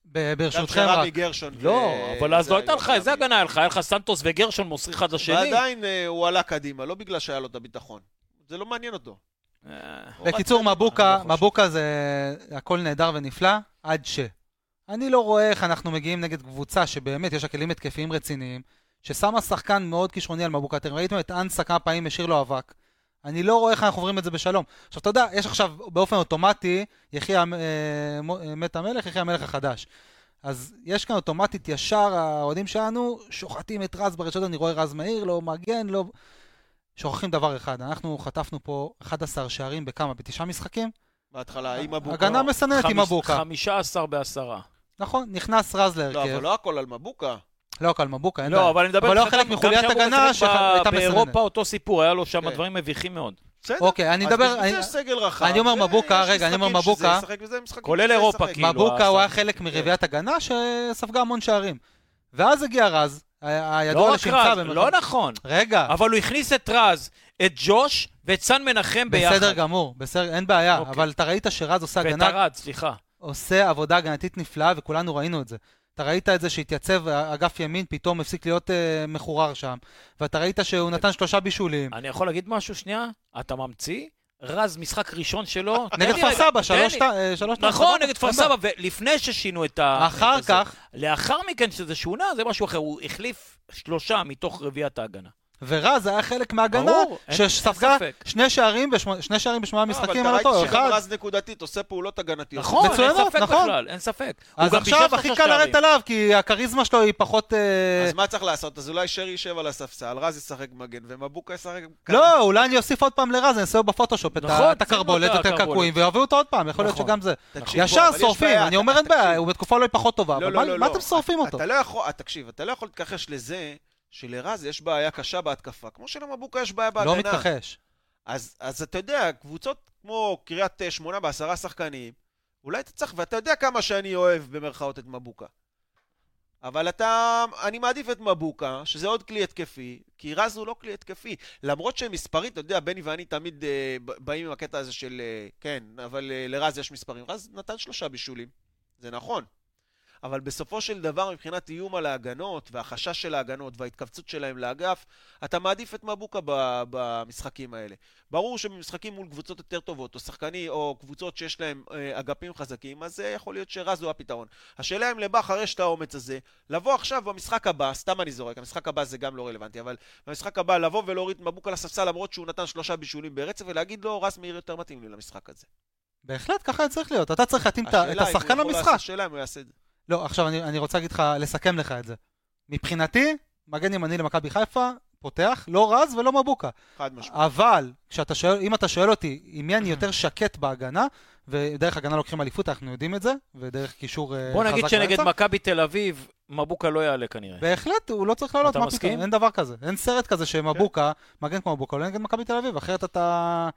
[SPEAKER 3] ב-
[SPEAKER 2] גם
[SPEAKER 3] ברשותכם, רק-
[SPEAKER 2] כשרמי גרשון...
[SPEAKER 1] לא,
[SPEAKER 2] ו-
[SPEAKER 1] אבל אז
[SPEAKER 2] אה, זה
[SPEAKER 1] לא הייתה
[SPEAKER 2] היו
[SPEAKER 1] לך איזה
[SPEAKER 2] הבלמים.
[SPEAKER 1] הגנה, היה לך, היה לך סנטוס וגרשון מוסרי אחד לשני.
[SPEAKER 2] ועדיין אה, הוא עלה קדימה, לא בגלל שהיה לו את הביטחון. זה לא מעניין אותו.
[SPEAKER 1] אה,
[SPEAKER 2] הוא רץ
[SPEAKER 3] בקיצור,
[SPEAKER 2] קדימה.
[SPEAKER 1] אני
[SPEAKER 3] מבוקה,
[SPEAKER 1] לא חושב.
[SPEAKER 3] מבוקה זה הכל נהדר ונפלא, עד ש. אני לא רואה איך אנחנו מגיעים נגד קבוצה שבאמת יש לה כלים התקפיים רציניים, ששמה שחקן מאוד כישרוני על מבוקה. אתם ראיתם את אנסה כמה פעמים השאיר לו אבק. אני לא רואה איך אנחנו עוברים את זה בשלום. עכשיו, אתה יודע, יש עכשיו באופן אוטומטי, יחי המ- אה, מו- אה, מת המלך, יחי המלך החדש. אז יש כאן אוטומטית ישר, האוהדים שלנו שוחטים את רז ברשתות, אני רואה רז מהיר, לא מגן, לא... שוכחים דבר אחד, אנחנו חטפנו פה 11 שערים בכמה? בתשעה משחקים?
[SPEAKER 2] בהתחלה, עם מבוקה.
[SPEAKER 3] הגנה מסננת עם
[SPEAKER 1] חמיש-
[SPEAKER 3] מבוקה.
[SPEAKER 1] 15 בעשרה.
[SPEAKER 3] נכון, נכנס רז
[SPEAKER 2] לא,
[SPEAKER 3] להרכב.
[SPEAKER 2] אבל לא הכל על מבוקה.
[SPEAKER 3] לא, הכל מבוקה, אין בעיה.
[SPEAKER 1] לא, אבל אני מדבר
[SPEAKER 3] אבל לא
[SPEAKER 1] איתך
[SPEAKER 3] חלק
[SPEAKER 1] גם-
[SPEAKER 3] מחוליית
[SPEAKER 1] גם כשאבוקה
[SPEAKER 3] הגנה
[SPEAKER 1] שיחק ב-
[SPEAKER 3] שהייתה מסננת.
[SPEAKER 1] באירופה אותו סיפור, היה לו שם
[SPEAKER 2] כן.
[SPEAKER 1] דברים מביכים מאוד.
[SPEAKER 2] בסדר.
[SPEAKER 3] אוקיי, אני
[SPEAKER 2] אז
[SPEAKER 3] מדבר...
[SPEAKER 2] בשביל
[SPEAKER 3] אני-
[SPEAKER 2] זה יש סגל רחב.
[SPEAKER 3] אני אומר
[SPEAKER 2] ויש
[SPEAKER 3] מבוקה, רגע, אני אומר
[SPEAKER 2] משחקים שזה
[SPEAKER 3] מבוקה.
[SPEAKER 2] ישחק וזה משחקים
[SPEAKER 1] כולל
[SPEAKER 2] שזה
[SPEAKER 1] אירופה,
[SPEAKER 2] ישחק. לא,
[SPEAKER 1] כאילו.
[SPEAKER 3] מבוקה
[SPEAKER 1] הסל.
[SPEAKER 3] הוא היה חלק מרביעיית הגנה שספגה המון שערים. ואז הגיע רז, ה-
[SPEAKER 1] לא
[SPEAKER 3] הידוע
[SPEAKER 1] רק
[SPEAKER 3] לשמצה.
[SPEAKER 1] רז,
[SPEAKER 3] במרכאות.
[SPEAKER 1] לא נכון.
[SPEAKER 3] רגע,
[SPEAKER 1] אבל הוא הכניס את רז, את ג'וש ואת סן מנחם ביחד.
[SPEAKER 3] בסדר גמור, בסדר, אין בעיה.
[SPEAKER 1] אוקיי.
[SPEAKER 3] אבל אתה ראית שרז עושה
[SPEAKER 1] ואת
[SPEAKER 3] הגנה
[SPEAKER 1] ארד, סליחה.
[SPEAKER 3] עושה עבודה הגנתית נפלאה, וכולנו ראינו את זה. אתה ראית את זה שהתייצב אגף ימין, פתאום הפסיק להיות אה, מחורר שם, ואתה ראית שהוא
[SPEAKER 1] כן.
[SPEAKER 3] נתן שלושה בישולים.
[SPEAKER 1] אני יכול להגיד משהו שנייה? אתה ממציא? רז, משחק ראשון שלו. תן
[SPEAKER 3] נגד
[SPEAKER 1] לי
[SPEAKER 3] כפר
[SPEAKER 1] רגע,
[SPEAKER 3] סבא,
[SPEAKER 1] תן
[SPEAKER 3] שלוש...
[SPEAKER 1] לי.
[SPEAKER 3] ת- אה, שלוש
[SPEAKER 1] נכון,
[SPEAKER 3] תוצאות.
[SPEAKER 1] נגד כפר
[SPEAKER 3] אין בעיה.
[SPEAKER 1] סבא, אה, ולפני ששינו את ה...
[SPEAKER 3] אחר
[SPEAKER 1] את הזה.
[SPEAKER 3] כך,
[SPEAKER 1] לאחר מכן, שזה שונה, זה משהו אחר. הוא החליף שלושה מתוך רביעיית ההגנה.
[SPEAKER 3] ורז היה חלק מההגנה,
[SPEAKER 1] ברור, אין-
[SPEAKER 3] שספגה
[SPEAKER 1] אין ספק.
[SPEAKER 3] שני שערים, בשמונה- שני שערים בשמונה
[SPEAKER 2] לא,
[SPEAKER 3] משחקים
[SPEAKER 2] אבל
[SPEAKER 3] על
[SPEAKER 2] אתה
[SPEAKER 3] אותו
[SPEAKER 2] ראית
[SPEAKER 3] אחד.
[SPEAKER 2] שגם רז נקודתית עושה פעולות הגנתיות.
[SPEAKER 1] נכון, אין
[SPEAKER 3] מצוינות,
[SPEAKER 1] ספק
[SPEAKER 3] נכון.
[SPEAKER 1] בכלל, אין ספק. הוא
[SPEAKER 3] אז
[SPEAKER 1] גם
[SPEAKER 3] עכשיו
[SPEAKER 1] בישל
[SPEAKER 3] הכי
[SPEAKER 1] שלושה
[SPEAKER 3] קל לרדת
[SPEAKER 1] שערים.
[SPEAKER 3] עליו, כי הכריזמה שלו היא פחות... אה,
[SPEAKER 2] אז מה צריך לעשות? אז אולי שרי יישב על הספסל, רז ישחק מגן, ומבוקה ישחק...
[SPEAKER 3] לא, אולי אני אוסיף עוד פעם לרז, אני אעשה לו בפוטושופ את ה-
[SPEAKER 1] נכון,
[SPEAKER 3] את הקרבולת,
[SPEAKER 1] שים לו את
[SPEAKER 3] את הקעקועים,
[SPEAKER 1] הקרבולת.
[SPEAKER 3] ויביאו אותו עוד פעם, יכול להיות
[SPEAKER 1] נכון.
[SPEAKER 3] שגם זה.
[SPEAKER 2] תקשיב, בוא,
[SPEAKER 3] ישר
[SPEAKER 2] אבל יש
[SPEAKER 3] שורפים,
[SPEAKER 2] בעיה,
[SPEAKER 3] אני
[SPEAKER 2] אתה-
[SPEAKER 3] אומר אין בעיה,
[SPEAKER 2] תקשיב.
[SPEAKER 3] הוא בתקופה אולי פחות טובה,
[SPEAKER 2] לא,
[SPEAKER 3] אבל
[SPEAKER 2] לא,
[SPEAKER 3] מה-
[SPEAKER 2] לא,
[SPEAKER 3] מה
[SPEAKER 2] לא.
[SPEAKER 3] אתם שורפים אותו?
[SPEAKER 2] אתה לא יכול, אה, תקשיב, אתה לא יכול להתכחש לזה שלרז יש בעיה קשה בהתקפה, כמו שלמבוקה יש בעיה בהגנה.
[SPEAKER 3] לא מתכחש.
[SPEAKER 2] אז, אז אתה יודע, קבוצות כמו קריית אה, שמונה בעשרה שחקנים, אולי אתה צריך, ואתה יודע כמה שאני אוהב במרכאות את מבוקה. אבל אתה, אני מעדיף את מבוקה, שזה עוד כלי התקפי, כי רז הוא לא כלי התקפי. למרות שמספרית, אתה יודע, בני ואני תמיד אה, ב- באים עם הקטע הזה של, אה, כן, אבל אה, לרז יש מספרים. רז נתן שלושה בישולים. זה נכון. אבל בסופו של דבר, מבחינת איום על ההגנות, והחשש של ההגנות, וההתכווצות שלהם לאגף, אתה מעדיף את מבוקה ב- במשחקים האלה. ברור שבמשחקים מול קבוצות יותר טובות, או שחקני, או קבוצות שיש להם אה, אגפים חזקים, אז אה, יכול להיות שרז הוא הפתרון. השאלה אם לבכר יש את האומץ הזה, לבוא עכשיו במשחק הבא, סתם אני זורק, המשחק הבא זה גם לא רלוונטי, אבל במשחק הבא לבוא ולהוריד את מבוקה לספסל למרות שהוא נתן שלושה בישולים ברצף, ולהגיד לו, רז מאיר יותר מתאים לי למשחק הזה.
[SPEAKER 3] בהחלט, ככה צריך להיות. אתה צריך להתאים את ה-
[SPEAKER 2] השאלה
[SPEAKER 3] את
[SPEAKER 2] אם הוא
[SPEAKER 3] השחקן
[SPEAKER 2] יכול
[SPEAKER 3] למשחק.
[SPEAKER 2] לעשות- השאלה אם הוא יעשה את זה.
[SPEAKER 3] לא, עכשיו אני, אני רוצה להגיד לך, לסכם לך את זה. מבחינתי, מגן ימני למכבי חיפה, פותח, לא רז ולא מבוקה.
[SPEAKER 2] חד משמעית.
[SPEAKER 3] אבל, כשאתה שואל, אם אתה שואל אותי עם מי אני יותר שקט בהגנה, ודרך הגנה לוקחים אליפות, אנחנו יודעים את זה, ודרך קישור אה, חזק
[SPEAKER 1] בוא נגיד שנגד
[SPEAKER 3] באמצע.
[SPEAKER 1] מכבי תל אביב, מבוקה לא יעלה כנראה.
[SPEAKER 3] בהחלט, הוא לא צריך לעלות,
[SPEAKER 1] אתה
[SPEAKER 3] מה
[SPEAKER 1] מסכים? כן.
[SPEAKER 3] פתאום, אין דבר כזה. אין סרט כזה שמבוקה, מגן כמו מבוקה, לא נגד מכבי תל אביב, אחרת אתה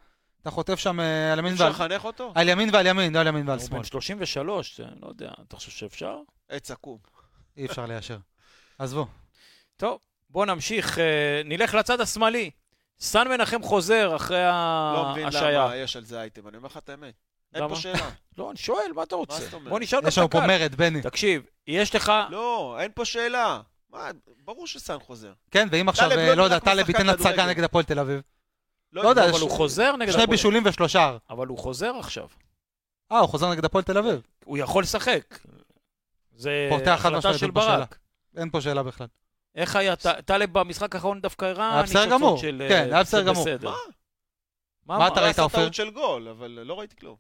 [SPEAKER 3] אתה חוטף שם אה, על ימין
[SPEAKER 2] אפשר
[SPEAKER 3] ועל-
[SPEAKER 2] לחנך אותו?
[SPEAKER 3] על ימין ועל ימין, לא על ימין ועל
[SPEAKER 1] הוא
[SPEAKER 3] שמאל.
[SPEAKER 1] בן 33, זה- לא יודע, אתה חושב שאפשר?
[SPEAKER 2] עץ עקום.
[SPEAKER 3] אי אפשר ליישר. עזבו.
[SPEAKER 1] טוב, בואו נמשיך, אה, נלך לצד השמאלי. סן מנחם חוזר אחרי
[SPEAKER 2] לא מבין
[SPEAKER 1] ההשעיה.
[SPEAKER 2] למה יש על זה אייטם, אני אומר לך את האמת. אין
[SPEAKER 1] למה?
[SPEAKER 2] פה שאלה.
[SPEAKER 1] לא, אני שואל, מה אתה
[SPEAKER 2] מה
[SPEAKER 1] רוצה?
[SPEAKER 2] זאת אומרת?
[SPEAKER 1] בוא נשאל
[SPEAKER 3] יש
[SPEAKER 1] את
[SPEAKER 3] לנו פה
[SPEAKER 1] הקהל.
[SPEAKER 3] מרד, בני.
[SPEAKER 1] תקשיב, יש לך...
[SPEAKER 2] לא, אין פה שאלה. מה, ברור שסאן חוזר.
[SPEAKER 3] כן, ואם עכשיו,
[SPEAKER 2] טלב
[SPEAKER 3] אה,
[SPEAKER 2] לא
[SPEAKER 3] לא יודע,
[SPEAKER 2] נראה כמו
[SPEAKER 3] טלב ייתן
[SPEAKER 2] שחקן
[SPEAKER 3] הצגה
[SPEAKER 2] כדורגל.
[SPEAKER 3] נגד הפועל תל אביב.
[SPEAKER 2] לא
[SPEAKER 3] לא יודע,
[SPEAKER 1] אבל
[SPEAKER 3] יש-
[SPEAKER 1] הוא חוזר נגד
[SPEAKER 3] שני
[SPEAKER 1] הפועל.
[SPEAKER 3] בישולים ושלושה. הר.
[SPEAKER 1] אבל הוא חוזר עכשיו.
[SPEAKER 3] אה, הוא חוזר נגד הפועל תל אביב.
[SPEAKER 1] הוא יכול לשחק. זה
[SPEAKER 3] פותח חד
[SPEAKER 1] החלטה
[SPEAKER 3] משמעית,
[SPEAKER 1] של
[SPEAKER 3] אין פה שאלה.
[SPEAKER 1] ברק.
[SPEAKER 3] אין פה שאלה בכלל.
[SPEAKER 1] איך היה? ט- טלב במשחק האחרון דווקא הראה
[SPEAKER 3] היה בסדר גמור.
[SPEAKER 1] של... אה,
[SPEAKER 3] כן, היה בסדר
[SPEAKER 1] זה
[SPEAKER 3] גמור.
[SPEAKER 1] בסדר.
[SPEAKER 2] מה?
[SPEAKER 1] מה?
[SPEAKER 3] מה
[SPEAKER 1] מה?
[SPEAKER 3] אתה ראית,
[SPEAKER 2] הוא עשה
[SPEAKER 3] עופר?
[SPEAKER 2] טעות של גול, אבל לא ראיתי כלום.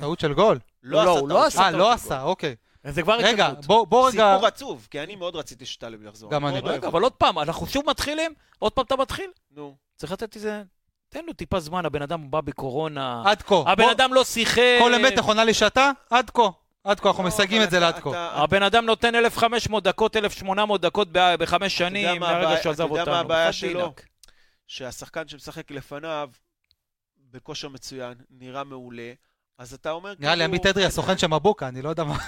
[SPEAKER 3] טעות של גול.
[SPEAKER 1] לא,
[SPEAKER 2] עשה
[SPEAKER 1] הוא לא
[SPEAKER 2] טעות
[SPEAKER 1] עשה.
[SPEAKER 2] של
[SPEAKER 3] אה,
[SPEAKER 1] טעות
[SPEAKER 3] לא
[SPEAKER 1] של
[SPEAKER 3] עשה, אוקיי.
[SPEAKER 1] אה, זה כבר
[SPEAKER 3] רגע,
[SPEAKER 1] התקדמות.
[SPEAKER 3] בוא- בוא
[SPEAKER 2] גול.
[SPEAKER 3] רגע...
[SPEAKER 2] סיפור עצוב, כי אני מאוד רציתי שטלב יחזור.
[SPEAKER 3] גם אני. לא.
[SPEAKER 2] מאוד אוהב
[SPEAKER 1] רגע,
[SPEAKER 2] אותו.
[SPEAKER 1] אבל עוד פעם, אנחנו שוב מתחילים, עוד פעם אתה מתחיל.
[SPEAKER 2] נו,
[SPEAKER 1] צריך לתת איזה... תן לו טיפה זמן, הבן אדם בא בקורונה.
[SPEAKER 3] עד כה.
[SPEAKER 1] הבן
[SPEAKER 3] אה, בוא-
[SPEAKER 1] אדם אה, לא שיחק.
[SPEAKER 3] כל אמת נכון. נכונה לשעתה, עד כה. עד כה, אנחנו
[SPEAKER 2] לא,
[SPEAKER 3] מסייגים
[SPEAKER 2] אבל
[SPEAKER 3] את זה
[SPEAKER 2] אתה-
[SPEAKER 3] לעד כה.
[SPEAKER 2] אתה-
[SPEAKER 1] הבן אדם נותן 1,500 דקות, 1,800 דקות ב- בחמש
[SPEAKER 2] יודע
[SPEAKER 1] שנים,
[SPEAKER 2] מה הבעיה-
[SPEAKER 1] מהרגע שהוא
[SPEAKER 2] אתה
[SPEAKER 1] עזב
[SPEAKER 2] יודע
[SPEAKER 1] אותנו.
[SPEAKER 2] מה הבעיה
[SPEAKER 1] אחד
[SPEAKER 2] שלו?
[SPEAKER 1] דינק.
[SPEAKER 2] שהשחקן שמשחק לפניו, בכושר מצוין, נראה מעולה, אז אתה אומר...
[SPEAKER 3] נראה לי
[SPEAKER 2] כאילו-
[SPEAKER 3] עמית אדרי הסוכן של מבוקה, אני לא יודע מה.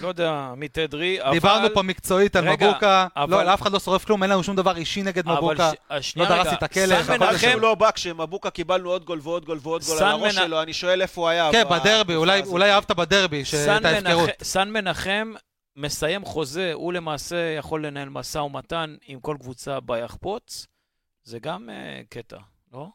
[SPEAKER 1] לא יודע, עמית אדרי, אבל...
[SPEAKER 3] דיברנו פה מקצועית על
[SPEAKER 1] רגע,
[SPEAKER 3] מבוקה.
[SPEAKER 1] אבל-
[SPEAKER 3] לא, אף אחד לא שורף כלום, אין לנו שום דבר אישי נגד
[SPEAKER 1] אבל
[SPEAKER 3] מבוקה.
[SPEAKER 1] ש- השנייה
[SPEAKER 3] לא
[SPEAKER 1] רגע,
[SPEAKER 3] דרסתי את הכלב,
[SPEAKER 1] סן
[SPEAKER 3] הכל בסדר.
[SPEAKER 1] מנחם
[SPEAKER 2] מנחם לא בא כשמבוקה קיבלנו עוד גול ועוד גול ועוד גול
[SPEAKER 1] סן
[SPEAKER 2] על הראש
[SPEAKER 1] מנ-
[SPEAKER 2] שלו, אני שואל איפה הוא היה.
[SPEAKER 3] כן,
[SPEAKER 2] ב-
[SPEAKER 3] בדרבי, אולי-
[SPEAKER 2] בתקופה
[SPEAKER 3] אולי
[SPEAKER 2] הזאת.
[SPEAKER 3] אהבת בדרבי,
[SPEAKER 1] סן
[SPEAKER 3] שאת ההפקרות.
[SPEAKER 1] מנחם- סן מנחם מסיים חוזה, הוא למעשה יכול לנהל משא ומתן עם כל קבוצה ביחפוץ. זה גם אה, קטע, לא?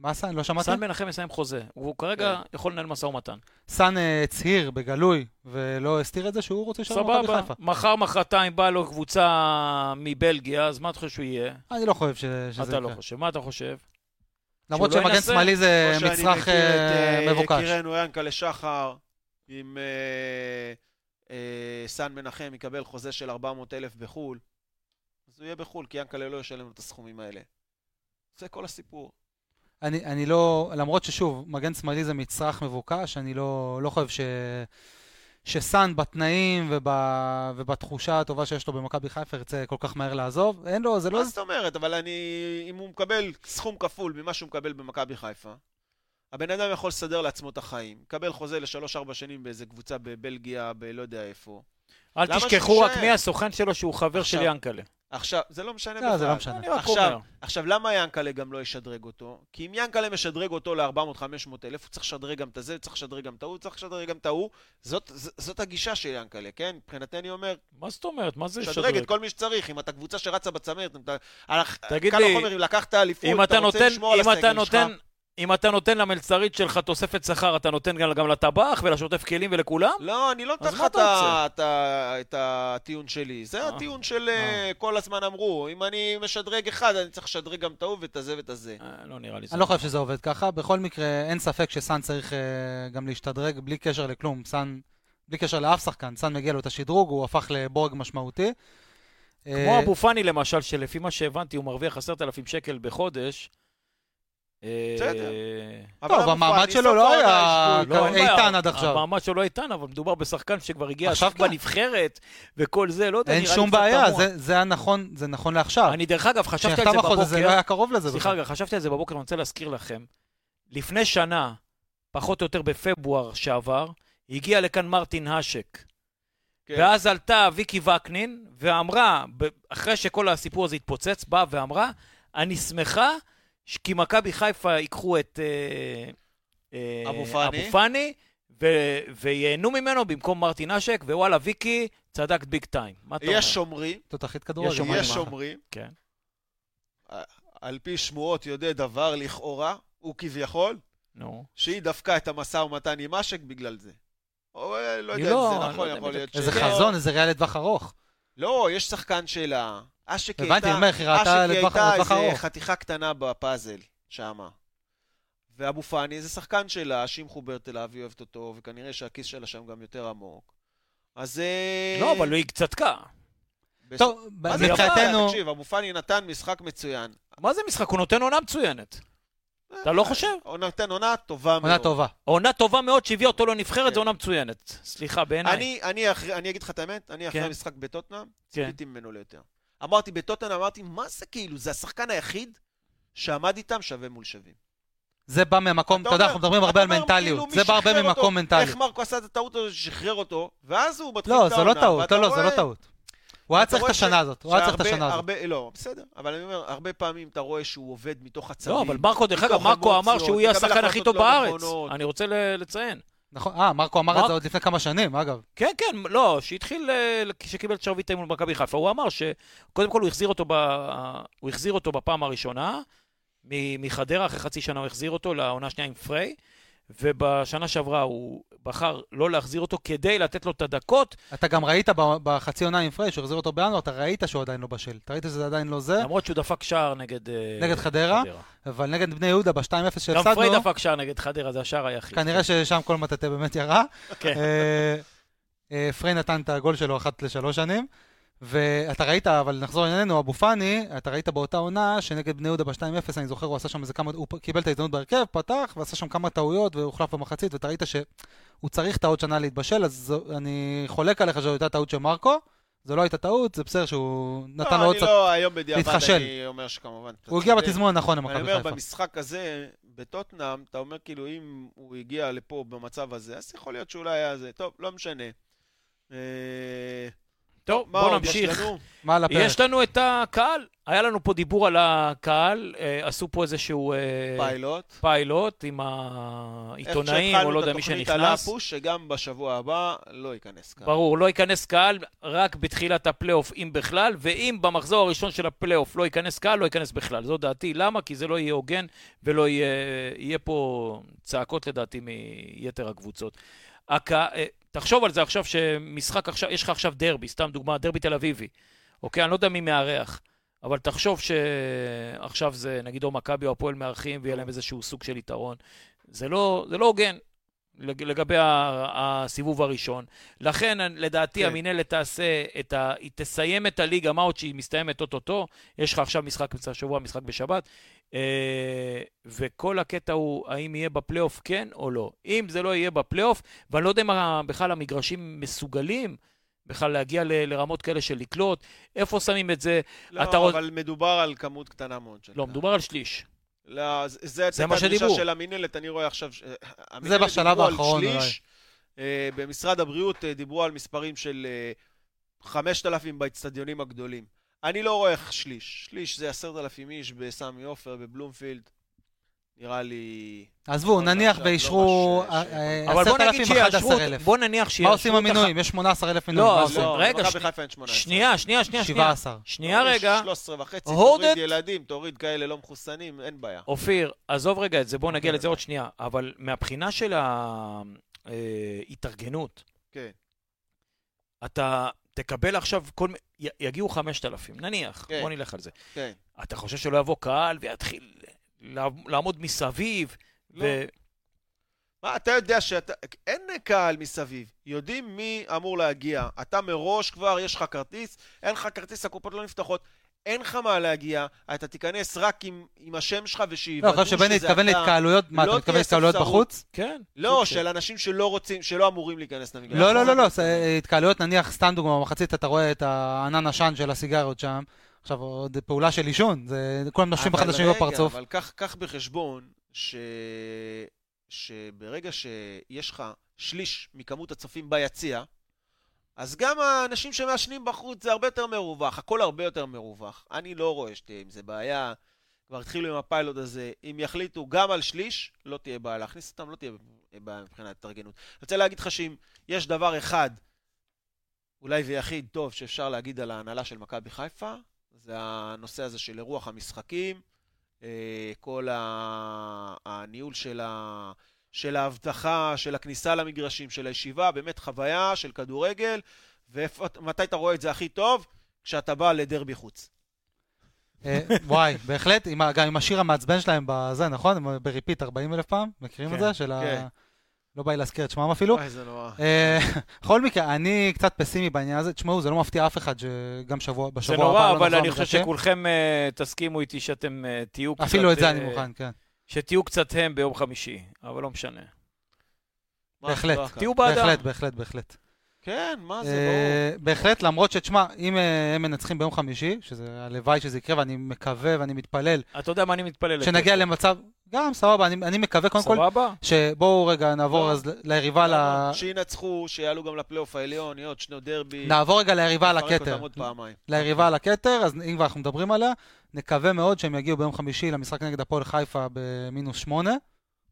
[SPEAKER 3] מה סן? לא שמעת?
[SPEAKER 1] סן מנחם מסיים חוזה, הוא כרגע
[SPEAKER 2] כן.
[SPEAKER 1] יכול לנהל משא ומתן.
[SPEAKER 3] סאן אה, הצהיר בגלוי, ולא הסתיר את זה, שהוא רוצה להישאר במכבי
[SPEAKER 1] סבבה,
[SPEAKER 3] חיפה.
[SPEAKER 1] מחר, מחרתיים באה לו קבוצה מבלגיה, אז מה אתה חושב שהוא יהיה?
[SPEAKER 3] אני לא חושב ש- שזה
[SPEAKER 1] אתה
[SPEAKER 3] יקרה.
[SPEAKER 2] כן.
[SPEAKER 1] לא חושב, מה אתה חושב?
[SPEAKER 3] למרות
[SPEAKER 1] שהוא לא
[SPEAKER 3] שמגן
[SPEAKER 1] ינסה?
[SPEAKER 3] שמאלי זה
[SPEAKER 2] כמו שאני
[SPEAKER 3] מצרך
[SPEAKER 2] מכיר את,
[SPEAKER 3] אה,
[SPEAKER 2] אה,
[SPEAKER 3] מבוקש.
[SPEAKER 2] יקירנו ינקלה שחר עם אה, אה, סאן מנחם יקבל חוזה של 400 אלף בחו"ל, אז הוא יהיה בחו"ל, כי ינקלה לא ישלם לו את הסכומים האלה. זה כל הסיפור.
[SPEAKER 3] אני, אני לא, למרות ששוב, מגן שמאלי זה מצרך מבוקש, אני לא, לא חושב ש, שסאן בתנאים וב, ובתחושה הטובה שיש לו במכבי חיפה ירצה כל כך מהר לעזוב. אין לו, זה לא...
[SPEAKER 2] מה זאת אומרת? אבל אני... אם הוא מקבל סכום כפול ממה שהוא מקבל במכבי חיפה, הבן אדם יכול לסדר לעצמו את החיים, מקבל חוזה לשלוש-ארבע שנים באיזה קבוצה בבלגיה, בלא יודע איפה.
[SPEAKER 1] אל
[SPEAKER 2] למה
[SPEAKER 1] תשכחו
[SPEAKER 2] שהוא
[SPEAKER 1] רק
[SPEAKER 2] יישאר?
[SPEAKER 1] מי הסוכן שלו שהוא חבר של
[SPEAKER 2] עכשיו,
[SPEAKER 1] ינקלה.
[SPEAKER 2] עכשיו, זה לא משנה
[SPEAKER 3] לא, זה לא משנה.
[SPEAKER 1] אני רק
[SPEAKER 2] עכשיו,
[SPEAKER 1] אומר.
[SPEAKER 2] עכשיו, למה ינקלה גם לא ישדרג אותו? כי אם ינקלה משדרג אותו ל-400-500 אלף, הוא צריך לשדרג גם את הזה, צריך לשדרג גם את ההוא, צריך לשדרג גם את ההוא. זאת, ז- זאת הגישה של ינקלה, כן? מבחינתי אני אומר,
[SPEAKER 1] מה זאת אומרת? מה זה
[SPEAKER 2] שדרג
[SPEAKER 1] שדרג?
[SPEAKER 2] את כל מי שצריך. אם אתה קבוצה שרצה בצמרת, אם אתה... הלך-
[SPEAKER 1] תגיד
[SPEAKER 2] קל
[SPEAKER 1] לי,
[SPEAKER 2] וחומר, אם לקחת אליפות,
[SPEAKER 1] אם אתה
[SPEAKER 2] אתה רוצה
[SPEAKER 1] נותן,
[SPEAKER 2] לשמור על
[SPEAKER 1] אם
[SPEAKER 2] הסגל
[SPEAKER 1] אתה
[SPEAKER 2] שלך.
[SPEAKER 1] נותן, אם אתה נותן למלצרית שלך תוספת שכר, אתה נותן גם, גם לטבח ולשוטף כלים ולכולם?
[SPEAKER 2] לא, אני לא נותן
[SPEAKER 1] אז
[SPEAKER 2] לך
[SPEAKER 1] מה
[SPEAKER 2] את
[SPEAKER 1] אתה
[SPEAKER 2] ה-
[SPEAKER 1] רוצה?
[SPEAKER 2] את ה- את הטיעון שלי. זה
[SPEAKER 1] אה.
[SPEAKER 2] הטיעון של אה, כל הזמן אמרו, אם אני משדרג אחד, אני צריך לשדרג גם את ההוא ואת הזה ואת הזה.
[SPEAKER 1] אה, לא נראה לי זה.
[SPEAKER 3] אני לא חושב שזה עובד ככה. בכל מקרה, אין ספק שסאן צריך אה, גם להשתדרג בלי קשר לכלום. סאן, בלי קשר לאף שחקן, סאן מגיע לו את השדרוג, הוא הפך לבורג משמעותי. אה,
[SPEAKER 1] כמו אבו פאני למשל, שלפי מה שהבנתי הוא מרוויח 10,000 שקל בחודש. אה,
[SPEAKER 2] בסדר. אבל
[SPEAKER 3] טוב,
[SPEAKER 2] אבו
[SPEAKER 3] המעמד
[SPEAKER 2] פאני,
[SPEAKER 3] שלו
[SPEAKER 2] סוף
[SPEAKER 3] לא
[SPEAKER 2] העונה
[SPEAKER 3] היה
[SPEAKER 2] ישבו
[SPEAKER 1] לא, אין בעיה,
[SPEAKER 3] איתן עד עכשיו.
[SPEAKER 1] המעמד שלו לא, איתן, אבל מדובר בשחקן שכבר הגיע
[SPEAKER 3] עכשיו
[SPEAKER 1] עכשיו
[SPEAKER 3] כן.
[SPEAKER 1] בנבחרת וכל זה, לא יודע,
[SPEAKER 3] אין
[SPEAKER 1] נראה לי
[SPEAKER 3] שום
[SPEAKER 1] קצת
[SPEAKER 3] בעיה,
[SPEAKER 1] תמוה.
[SPEAKER 3] זה- זה הנכון, זה נכון לעכשיו.
[SPEAKER 1] אני דרך אגב, חשבתי על זה
[SPEAKER 3] כשנחתם החוזה זה לא
[SPEAKER 1] בבוקר,
[SPEAKER 3] היה קרוב לזה
[SPEAKER 1] סליחה
[SPEAKER 3] בכלל.
[SPEAKER 1] רגע, חשבתי על זה בבוקר, אני רוצה להזכיר לכם. לפני שנה, פחות או יותר בפברואר שעבר, הגיע לכאן מרטין השק.
[SPEAKER 2] כן.
[SPEAKER 1] ואז עלתה ויקי וקנין, ואמרה, ב- אחרי שכל הסיפור הזה התפוצץ, באה ואמרה, אני שמחה ש- כי מכבי חיפה ייקחו את אה, אה,
[SPEAKER 2] אבו פאני.
[SPEAKER 1] אבו פאני ו- וייהנו ממנו במקום מרטין אשק, ווואלה, ויקי, צדקת ביג טיים. מה אתה אומר?
[SPEAKER 2] יש שומרי,
[SPEAKER 3] תותחית כדורגל.
[SPEAKER 1] יש שומרים.
[SPEAKER 2] יש שומרי,
[SPEAKER 1] כן.
[SPEAKER 2] על פי שמועות יודע דבר לכאורה, הוא כביכול,
[SPEAKER 1] נו.
[SPEAKER 2] שהיא דפקה את המשא ומתן עם אשק בגלל זה. או, אה, לא
[SPEAKER 1] היא
[SPEAKER 2] יודע
[SPEAKER 1] לא,
[SPEAKER 2] אם
[SPEAKER 1] אני
[SPEAKER 2] זה
[SPEAKER 1] לא
[SPEAKER 2] נכון,
[SPEAKER 1] יודע
[SPEAKER 2] יכול
[SPEAKER 1] בדיוק.
[SPEAKER 2] להיות
[SPEAKER 3] איזה
[SPEAKER 2] שלא.
[SPEAKER 3] חזון, איזה ראייה לטווח ארוך.
[SPEAKER 2] לא, יש שחקן שלה. אשק
[SPEAKER 3] הבנתי, אני אומר, היא ראתה
[SPEAKER 2] אשק היא
[SPEAKER 3] לטווח-
[SPEAKER 2] הייתה
[SPEAKER 3] לטווח
[SPEAKER 2] איזה
[SPEAKER 3] ארוך.
[SPEAKER 2] חתיכה קטנה בפאזל, שמה. ואבו פאני זה שחקן שלה, שהיא מחוברת אליו, היא אוהבת אותו, וכנראה שהכיס שלה שם גם יותר עמוק. אז... אה,
[SPEAKER 1] לא, אבל היא צדקה.
[SPEAKER 2] בס-
[SPEAKER 3] טוב,
[SPEAKER 2] מה זה
[SPEAKER 3] מבחינתנו...
[SPEAKER 2] מבחינתנו... תקשיב, אבו פאני נתן משחק מצוין.
[SPEAKER 1] מה זה משחק? הוא נותן עונה מצוינת. אתה
[SPEAKER 2] אה.
[SPEAKER 1] לא חושב?
[SPEAKER 2] הוא נתן עונה טובה מאוד.
[SPEAKER 3] עונה טובה.
[SPEAKER 1] עונה טובה מאוד שהביאה אותו לנבחרת,
[SPEAKER 2] כן.
[SPEAKER 1] זו עונה מצוינת. סליחה, בעיניי.
[SPEAKER 2] אני, אני, אחרי, אני אגיד לך את האמת, אני אחרי
[SPEAKER 1] כן.
[SPEAKER 2] המשחק בטוטנאם,
[SPEAKER 1] כן.
[SPEAKER 2] ציפיתי ממנו ליותר. אמרתי בטוטנאם, אמרתי, מה זה כאילו, זה השחקן היחיד שעמד איתם שווה מול שווים.
[SPEAKER 3] זה בא מהמקום,
[SPEAKER 2] אתה
[SPEAKER 3] אתה יודע,
[SPEAKER 2] אומר-
[SPEAKER 3] אנחנו מדברים הרבה
[SPEAKER 2] אתה
[SPEAKER 3] על
[SPEAKER 2] אומר,
[SPEAKER 3] מנטליות.
[SPEAKER 2] כאילו, מי
[SPEAKER 3] זה בא הרבה
[SPEAKER 2] שחרר
[SPEAKER 3] ממקום
[SPEAKER 2] אותו,
[SPEAKER 3] מנטלי.
[SPEAKER 2] איך מרקו עשה את הטעות הזו ששחרר אותו, ואז הוא מתחיל את
[SPEAKER 3] לא,
[SPEAKER 2] העונה.
[SPEAKER 3] זו לא טעות,
[SPEAKER 2] ואתה
[SPEAKER 3] לא, לא, זו
[SPEAKER 2] רואה
[SPEAKER 3] לא טעות. הוא היה
[SPEAKER 2] אתה
[SPEAKER 3] צריך את
[SPEAKER 2] רואה ש-
[SPEAKER 3] השנה הזאת, הוא היה צריך את
[SPEAKER 2] שהרבה-
[SPEAKER 3] השנה הזאת.
[SPEAKER 2] הרבה- לא, בסדר, אבל אני אומר, הרבה פעמים אתה רואה שהוא עובד מתוך עצבים.
[SPEAKER 1] לא, אבל מרקו, דרך
[SPEAKER 2] מתוך
[SPEAKER 1] אגב, מרקו אמר
[SPEAKER 2] אמוציות,
[SPEAKER 1] שהוא יהיה
[SPEAKER 2] מקבל
[SPEAKER 1] השחקן הכי
[SPEAKER 2] החלטות
[SPEAKER 1] טוב
[SPEAKER 2] לא
[SPEAKER 1] בארץ.
[SPEAKER 2] נכונות.
[SPEAKER 1] אני רוצה ל- לציין.
[SPEAKER 3] נכון, אה, מרקו אמר את
[SPEAKER 1] מרק-
[SPEAKER 3] זה עוד לפני כמה שנים, אגב.
[SPEAKER 1] כן, כן, לא, שהתחיל, אה, כשקיבל את שרביט האימון במכבי חיפה, הוא אמר שקודם כל הוא החזיר אותו, ב... הוא החזיר אותו בפעם הראשונה, מ- מחדרה, אחרי חצי שנה הוא החזיר אותו לעונה השנייה עם פריי, ובשנה שעברה הוא בחר לא להחזיר אותו כדי לתת לו את הדקות,
[SPEAKER 3] אתה גם ראית ב- בחצי עונה עם פריי, שהוא החזיר אותו בינואר, אתה ראית שהוא עדיין לא בשל. אתה ראית שזה עדיין לא
[SPEAKER 2] אה,
[SPEAKER 3] זה,
[SPEAKER 1] למרות שהוא דפק שער נגד... אה,
[SPEAKER 3] נגד חדרה, אבל נגד בני יהודה ב-2-0
[SPEAKER 1] גם
[SPEAKER 3] שהפסדנו,
[SPEAKER 1] פריי דפק שער נגד חדרה, זה השער היחיד.
[SPEAKER 2] כאילו,
[SPEAKER 3] כנראה
[SPEAKER 2] כן.
[SPEAKER 3] ששם כל מטאטא באמת ירה.
[SPEAKER 1] כן.
[SPEAKER 3] אה, אה, פריי נתן את הגול שלו אחת לשלוש שנים. ואתה ראית, אבל נחזור לענייננו, אבו פאני, אתה ראית באותה עונה שנגד בני יהודה ב-2-0, אני זוכר, הוא עשה שם איזה כמה, הוא פ- קיבל את ההזדמנות בהרכב, פתח, ועשה שם כמה טעויות, והוחלף במחצית, ואתה ראית שהוא צריך את העוד שנה להתבשל, אז זו- אני חולק עליך שזו הייתה טעות של מרקו, זו לא הייתה טעות, זה בסדר שהוא נתן לו
[SPEAKER 2] לא,
[SPEAKER 3] עוד
[SPEAKER 2] אני
[SPEAKER 3] קצת...
[SPEAKER 2] לא, היום בדיעבד
[SPEAKER 3] להתחשל.
[SPEAKER 2] אני אומר שכמובן... אתה
[SPEAKER 3] הוא הגיע
[SPEAKER 2] צודק.
[SPEAKER 3] בתזמון הנכון
[SPEAKER 2] אני
[SPEAKER 3] למכבי
[SPEAKER 2] אומר,
[SPEAKER 3] חיפה.
[SPEAKER 2] במשחק הזה, בטוטנאם, אתה אומר כאילו, אם הוא הגיע לפה במצב הזה, אז יכול להיות שאולי היה זה. טוב, לא משנה. אה,
[SPEAKER 1] טוב,
[SPEAKER 2] מה עוד
[SPEAKER 1] בואו
[SPEAKER 2] יש
[SPEAKER 1] נמשיך.
[SPEAKER 2] לנו?
[SPEAKER 3] מה על הפרק?
[SPEAKER 1] יש לנו את הקהל, היה לנו פה דיבור על הקהל, אה, עשו פה איזשהו אה,
[SPEAKER 2] פיילוט.
[SPEAKER 1] פיילוט עם העיתונאים, או לא יודע מי
[SPEAKER 2] איך שהתחלנו את התוכנית עלה
[SPEAKER 1] שנכנס.
[SPEAKER 2] הפוש, שגם בשבוע הבא לא ייכנס כאן.
[SPEAKER 1] ברור, לא ייכנס קהל רק בתחילת הפלייאוף, אם בכלל, ואם במחזור הראשון של הפלייאוף לא ייכנס קהל, לא ייכנס בכלל. זו דעתי. למה? כי זה לא יהיה הוגן ולא יהיה, יהיה פה צעקות לדעתי מיתר הקבוצות. הק... אה, תחשוב על זה עכשיו, שמשחק עכשיו, יש לך עכשיו דרבי, סתם דוגמה, דרבי תל אביבי. אוקיי? אני לא יודע מי מארח. אבל תחשוב שעכשיו זה, נגיד, או מכבי או הפועל מארחים, ויהיה להם איזשהו סוג של יתרון. זה לא זה לא הוגן לג- לגבי ה- הסיבוב הראשון. לכן, אני- לדעתי,
[SPEAKER 2] כן.
[SPEAKER 1] המינהלת תעשה את ה... היא תסיים את הליגה, מה עוד שהיא מסתיימת אוטוטו, יש לך עכשיו משחק באמצע השבוע, משחק בשבת, אה, וכל הקטע הוא האם יהיה בפלייאוף כן או לא. אם זה לא יהיה בפלייאוף, ואני לא יודע אם ה- בכלל המגרשים מסוגלים בכלל להגיע ל- לרמות כאלה של לקלוט, איפה שמים את זה? אתה
[SPEAKER 2] לא,
[SPEAKER 1] רוצ-
[SPEAKER 2] אבל מדובר על כמות קטנה מאוד. של
[SPEAKER 1] לא,
[SPEAKER 2] קהל.
[SPEAKER 1] מדובר על שליש.
[SPEAKER 2] לא, זה- זה הייתה
[SPEAKER 1] מה
[SPEAKER 2] הדרישה
[SPEAKER 1] שדיברו.
[SPEAKER 2] של המינהלת, אני רואה עכשיו... ש- אה, המינהלת
[SPEAKER 3] זה בשלב
[SPEAKER 2] דיברו על
[SPEAKER 3] האחרון
[SPEAKER 2] שליש. אה, במשרד הבריאות אה, דיברו על מספרים של אה, 5,000 באצטדיונים הגדולים. אני לא רואה איך שליש. שליש זה 10,000 איש בסמי עופר, בבלומפילד. נראה לי...
[SPEAKER 3] עזבו,
[SPEAKER 2] אבל
[SPEAKER 3] נניח
[SPEAKER 2] עכשיו לא
[SPEAKER 3] ואישרו
[SPEAKER 2] משהו ש-
[SPEAKER 3] אה, אה,
[SPEAKER 1] אבל בוא נגיד
[SPEAKER 3] 10,000,
[SPEAKER 1] שיאשרו,
[SPEAKER 3] 11,000.
[SPEAKER 1] בוא נניח שיאשרו...
[SPEAKER 3] מה עושים
[SPEAKER 1] את הח-
[SPEAKER 3] המינויים? יש 18,000
[SPEAKER 1] לא,
[SPEAKER 3] מינויים, מה
[SPEAKER 1] אז
[SPEAKER 3] עושים?
[SPEAKER 1] זה- רגע,
[SPEAKER 2] מכבי
[SPEAKER 1] שני-
[SPEAKER 2] חיפה אין לא, 18.
[SPEAKER 1] שנייה, שנייה, שנייה, שנייה.
[SPEAKER 3] 17.
[SPEAKER 1] שנייה רגע.
[SPEAKER 2] 13 וחצי,
[SPEAKER 1] הורדת?
[SPEAKER 2] תוריד ילדים, תוריד כאלה לא מחוסנים, אין בעיה.
[SPEAKER 1] אופיר, עזוב רגע את זה, בואו
[SPEAKER 3] אוקיי.
[SPEAKER 1] נגיע לזה עוד שנייה. אבל מהבחינה של אה, ההתארגנות,
[SPEAKER 2] כן.
[SPEAKER 1] אתה תקבל עכשיו כל... מ- י- יגיעו 5,000, נניח,
[SPEAKER 2] כן.
[SPEAKER 1] בוא נלך על זה.
[SPEAKER 2] כן.
[SPEAKER 1] אתה חושב שלא יבוא קהל ויתחיל לעב- לעמוד מסביב?
[SPEAKER 2] לא.
[SPEAKER 1] ו-
[SPEAKER 2] מה, אתה יודע שאתה... אין קהל מסביב. יודעים מי אמור להגיע. אתה מראש כבר, יש לך כרטיס, אין לך כרטיס, הקופות לא נפתחות. אין לך מה להגיע, אתה תיכנס רק עם, עם השם שלך
[SPEAKER 3] לא,
[SPEAKER 2] ושיוודאו
[SPEAKER 3] אני חושב שבני התכוון להתקהלויות, מה, אתה
[SPEAKER 2] לא
[SPEAKER 3] מתכוון
[SPEAKER 2] תהיה
[SPEAKER 3] להתקהלויות
[SPEAKER 2] ספסרות.
[SPEAKER 3] בחוץ?
[SPEAKER 1] כן.
[SPEAKER 2] לא, של אנשים שלא רוצים, שלא אמורים להיכנס למגרש.
[SPEAKER 3] לא, לא, לא, לא,
[SPEAKER 2] זה-
[SPEAKER 3] זה התקהלויות, נניח, סתם דוגמה, במחצית אתה רואה את הענן עשן של הסיגריות שם, עכשיו, עוד פעולה של עישון, זה כולם נושמים אחד
[SPEAKER 2] אבל
[SPEAKER 3] לשני
[SPEAKER 2] רגע,
[SPEAKER 3] בפרצוף.
[SPEAKER 2] אבל קח, קח בחשבון ש... שברגע שיש לך שליש מכמות הצופים ביציע, אז גם האנשים שמעשנים בחוץ זה הרבה יותר מרווח, הכל הרבה יותר מרווח. אני לא רואה שתהיה עם זה בעיה. כבר התחילו עם הפיילוט הזה, אם יחליטו גם על שליש, לא תהיה בעיה להכניס אותם, לא תהיה בעיה מבחינת התארגנות. אני רוצה להגיד לך שאם יש דבר אחד, אולי ויחיד טוב, שאפשר להגיד על ההנהלה של מכבי חיפה, זה הנושא הזה של אירוח המשחקים, אה, כל ה- הניהול של, ה... של האבטחה, של הכניסה למגרשים, של הישיבה, באמת חוויה של כדורגל, ומתי אתה רואה את זה הכי טוב? כשאתה בא לדרבי חוץ.
[SPEAKER 3] אה, וואי, בהחלט, עם ה- גם עם השיר המעצבן שלהם בזה, נכון? הם בריפיט 40 אלף פעם, מכירים את
[SPEAKER 1] כן,
[SPEAKER 3] זה? של
[SPEAKER 2] כן.
[SPEAKER 3] ה... לא בא לי להזכיר את שמם אפילו.
[SPEAKER 2] אוי, זה נורא.
[SPEAKER 3] אה, בכל מקרה, אני קצת פסימי בעניין הזה. תשמעו, זה לא מפתיע אף אחד שגם שבוע,
[SPEAKER 1] זה
[SPEAKER 3] בשבוע הבא
[SPEAKER 1] נורא,
[SPEAKER 3] לא
[SPEAKER 1] אבל
[SPEAKER 3] נחזור
[SPEAKER 1] אני חושב
[SPEAKER 3] למגרשים.
[SPEAKER 1] שכולכם אה, תסכימו איתי שאתם אה, תהיו קצת...
[SPEAKER 3] אפילו את זה
[SPEAKER 1] אה,
[SPEAKER 3] אני מוכן, כן.
[SPEAKER 1] שתהיו קצת הם ביום חמישי, אבל לא משנה.
[SPEAKER 2] מה,
[SPEAKER 3] בהחלט.
[SPEAKER 2] לא הקו.
[SPEAKER 1] תהיו בעדם.
[SPEAKER 3] בהחלט, בהחלט, בהחלט.
[SPEAKER 2] כן, מה זה, ברור.
[SPEAKER 3] אה, בהחלט, למרות שתשמע, אם אה, הם מנצחים ביום חמישי, שזה הלוואי שזה יקרה, ואני מקווה ואני מתפלל
[SPEAKER 1] אתה יודע מה אני מתפלל?
[SPEAKER 3] שנגיע למצב, גם סבבה, אני אני מקווה קודם כל,
[SPEAKER 1] סבבה?
[SPEAKER 3] שבואו רגע נעבור
[SPEAKER 2] לא.
[SPEAKER 3] אז ל- ליריבה, ל-
[SPEAKER 2] שינצחו, שיעלו גם לפלייאוף העליון, יהיה עוד שני דרבי.
[SPEAKER 3] נעבור רגע ליריבה על
[SPEAKER 2] נפרק אותם
[SPEAKER 3] הכתר.
[SPEAKER 2] עוד פעמיים.
[SPEAKER 3] ליריבה על הכתר, אז אם כבר אנחנו מדברים עליה, נקווה מאוד שהם יגיעו ביום חמישי למשחק נגד הפועל חיפה במינוס שמונה.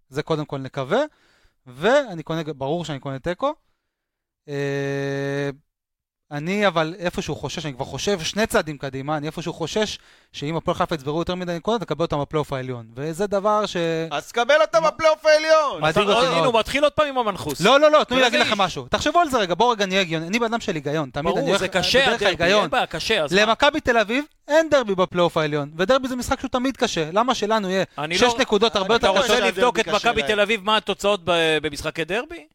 [SPEAKER 3] זה קודם כל נקווה. ואני קונה, ברור שאני קונה תיקו. אה, אני אבל איפשהו חושש, אני כבר חושב שני צעדים קדימה, אני איפשהו חושש שאם הפועל חיפה יצברו יותר מדי נקודות, תקבל אותם בפלייאוף העליון. וזה דבר ש...
[SPEAKER 2] אז קבל אותם בפלייאוף העליון!
[SPEAKER 3] מה- מדאיג אותי
[SPEAKER 1] הנה,
[SPEAKER 3] מאוד.
[SPEAKER 1] הוא מתחיל עוד פעם עם המנחוס.
[SPEAKER 3] לא, לא, לא, תנו לי
[SPEAKER 2] תל אביב.
[SPEAKER 3] להגיד לכם משהו. תחשבו על זה רגע, בואו רגע נהיה הגיוני. אני בן אדם של היגיון, תמיד אני
[SPEAKER 1] ברור,
[SPEAKER 3] הולך
[SPEAKER 1] זה קשה,
[SPEAKER 3] בדרך
[SPEAKER 1] הדרבי,
[SPEAKER 3] ההיגיון.
[SPEAKER 1] אין בעיה, קשה, אז מה?
[SPEAKER 3] למכבי תל אביב אין דרבי בפלייאוף העליון, ודרבי זה משחק שהוא תמיד קשה. למה שלנו יהיה
[SPEAKER 1] אני
[SPEAKER 3] שש
[SPEAKER 1] לא-
[SPEAKER 3] נקודות הרבה
[SPEAKER 2] אני-
[SPEAKER 1] אתה
[SPEAKER 3] יותר קשה?
[SPEAKER 1] רוצה
[SPEAKER 2] שהדרבי
[SPEAKER 1] לבדוק את
[SPEAKER 2] קשה
[SPEAKER 1] מכבי
[SPEAKER 2] להם.
[SPEAKER 1] תל אביב, מה התוצאות ב- במשחקי דרבי?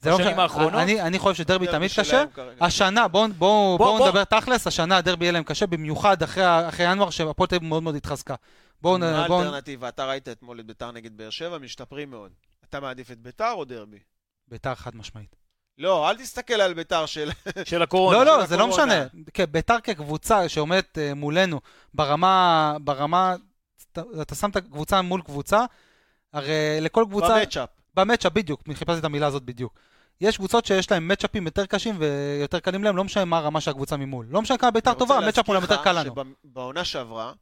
[SPEAKER 3] זה לא
[SPEAKER 1] בשנים
[SPEAKER 3] משנה.
[SPEAKER 1] האחרונות?
[SPEAKER 3] אני- אני חושב שדרבי
[SPEAKER 2] הדרבי
[SPEAKER 3] תמיד
[SPEAKER 2] שלהם
[SPEAKER 3] קשה.
[SPEAKER 2] כרגע.
[SPEAKER 3] השנה, בואו בואו-
[SPEAKER 1] בוא,
[SPEAKER 3] בואו
[SPEAKER 1] בוא.
[SPEAKER 3] נדבר תכלס, השנה הדרבי יהיה להם קשה, במיוחד אחרי ה- אחרי ינואר שהפועל תל אביב מאוד מאוד התחזקה. בואו נ...
[SPEAKER 2] מה
[SPEAKER 3] בואו-
[SPEAKER 2] האלטרנטיבה? אתה ראית אתמול את ביתר נגד באר שבע, משתפרים מאוד. אתה מעדיף את ביתר או דרבי?
[SPEAKER 3] ביתר חד משמעית.
[SPEAKER 2] לא, אל תסתכל על ביתר של...
[SPEAKER 1] של הקורונה.
[SPEAKER 3] לא, לא,
[SPEAKER 2] של
[SPEAKER 3] זה לא
[SPEAKER 2] הקורונה.
[SPEAKER 3] משנה. כן, ביתר כקבוצה שעומדת אה, מולנו ברמה... ברמה... אתה- אתה שם את הקבוצה מול קבוצה, הרי לכל קבוצה...
[SPEAKER 2] במצ'אפ.
[SPEAKER 3] במצ'אפ בדיוק, חיפשתי את המילה הזאת בדיוק. יש קבוצות שיש להן מצ'אפים יותר קשים ויותר קלים להם, לא משנה מה הרמה של הקבוצה ממול. לא משנה כמה ביתר
[SPEAKER 2] אני
[SPEAKER 3] טובה,
[SPEAKER 2] רוצה
[SPEAKER 3] המצ'אפ מולם
[SPEAKER 2] להזכיר
[SPEAKER 3] יותר קל
[SPEAKER 2] לך
[SPEAKER 3] לנו.
[SPEAKER 2] שבעונה שעברה,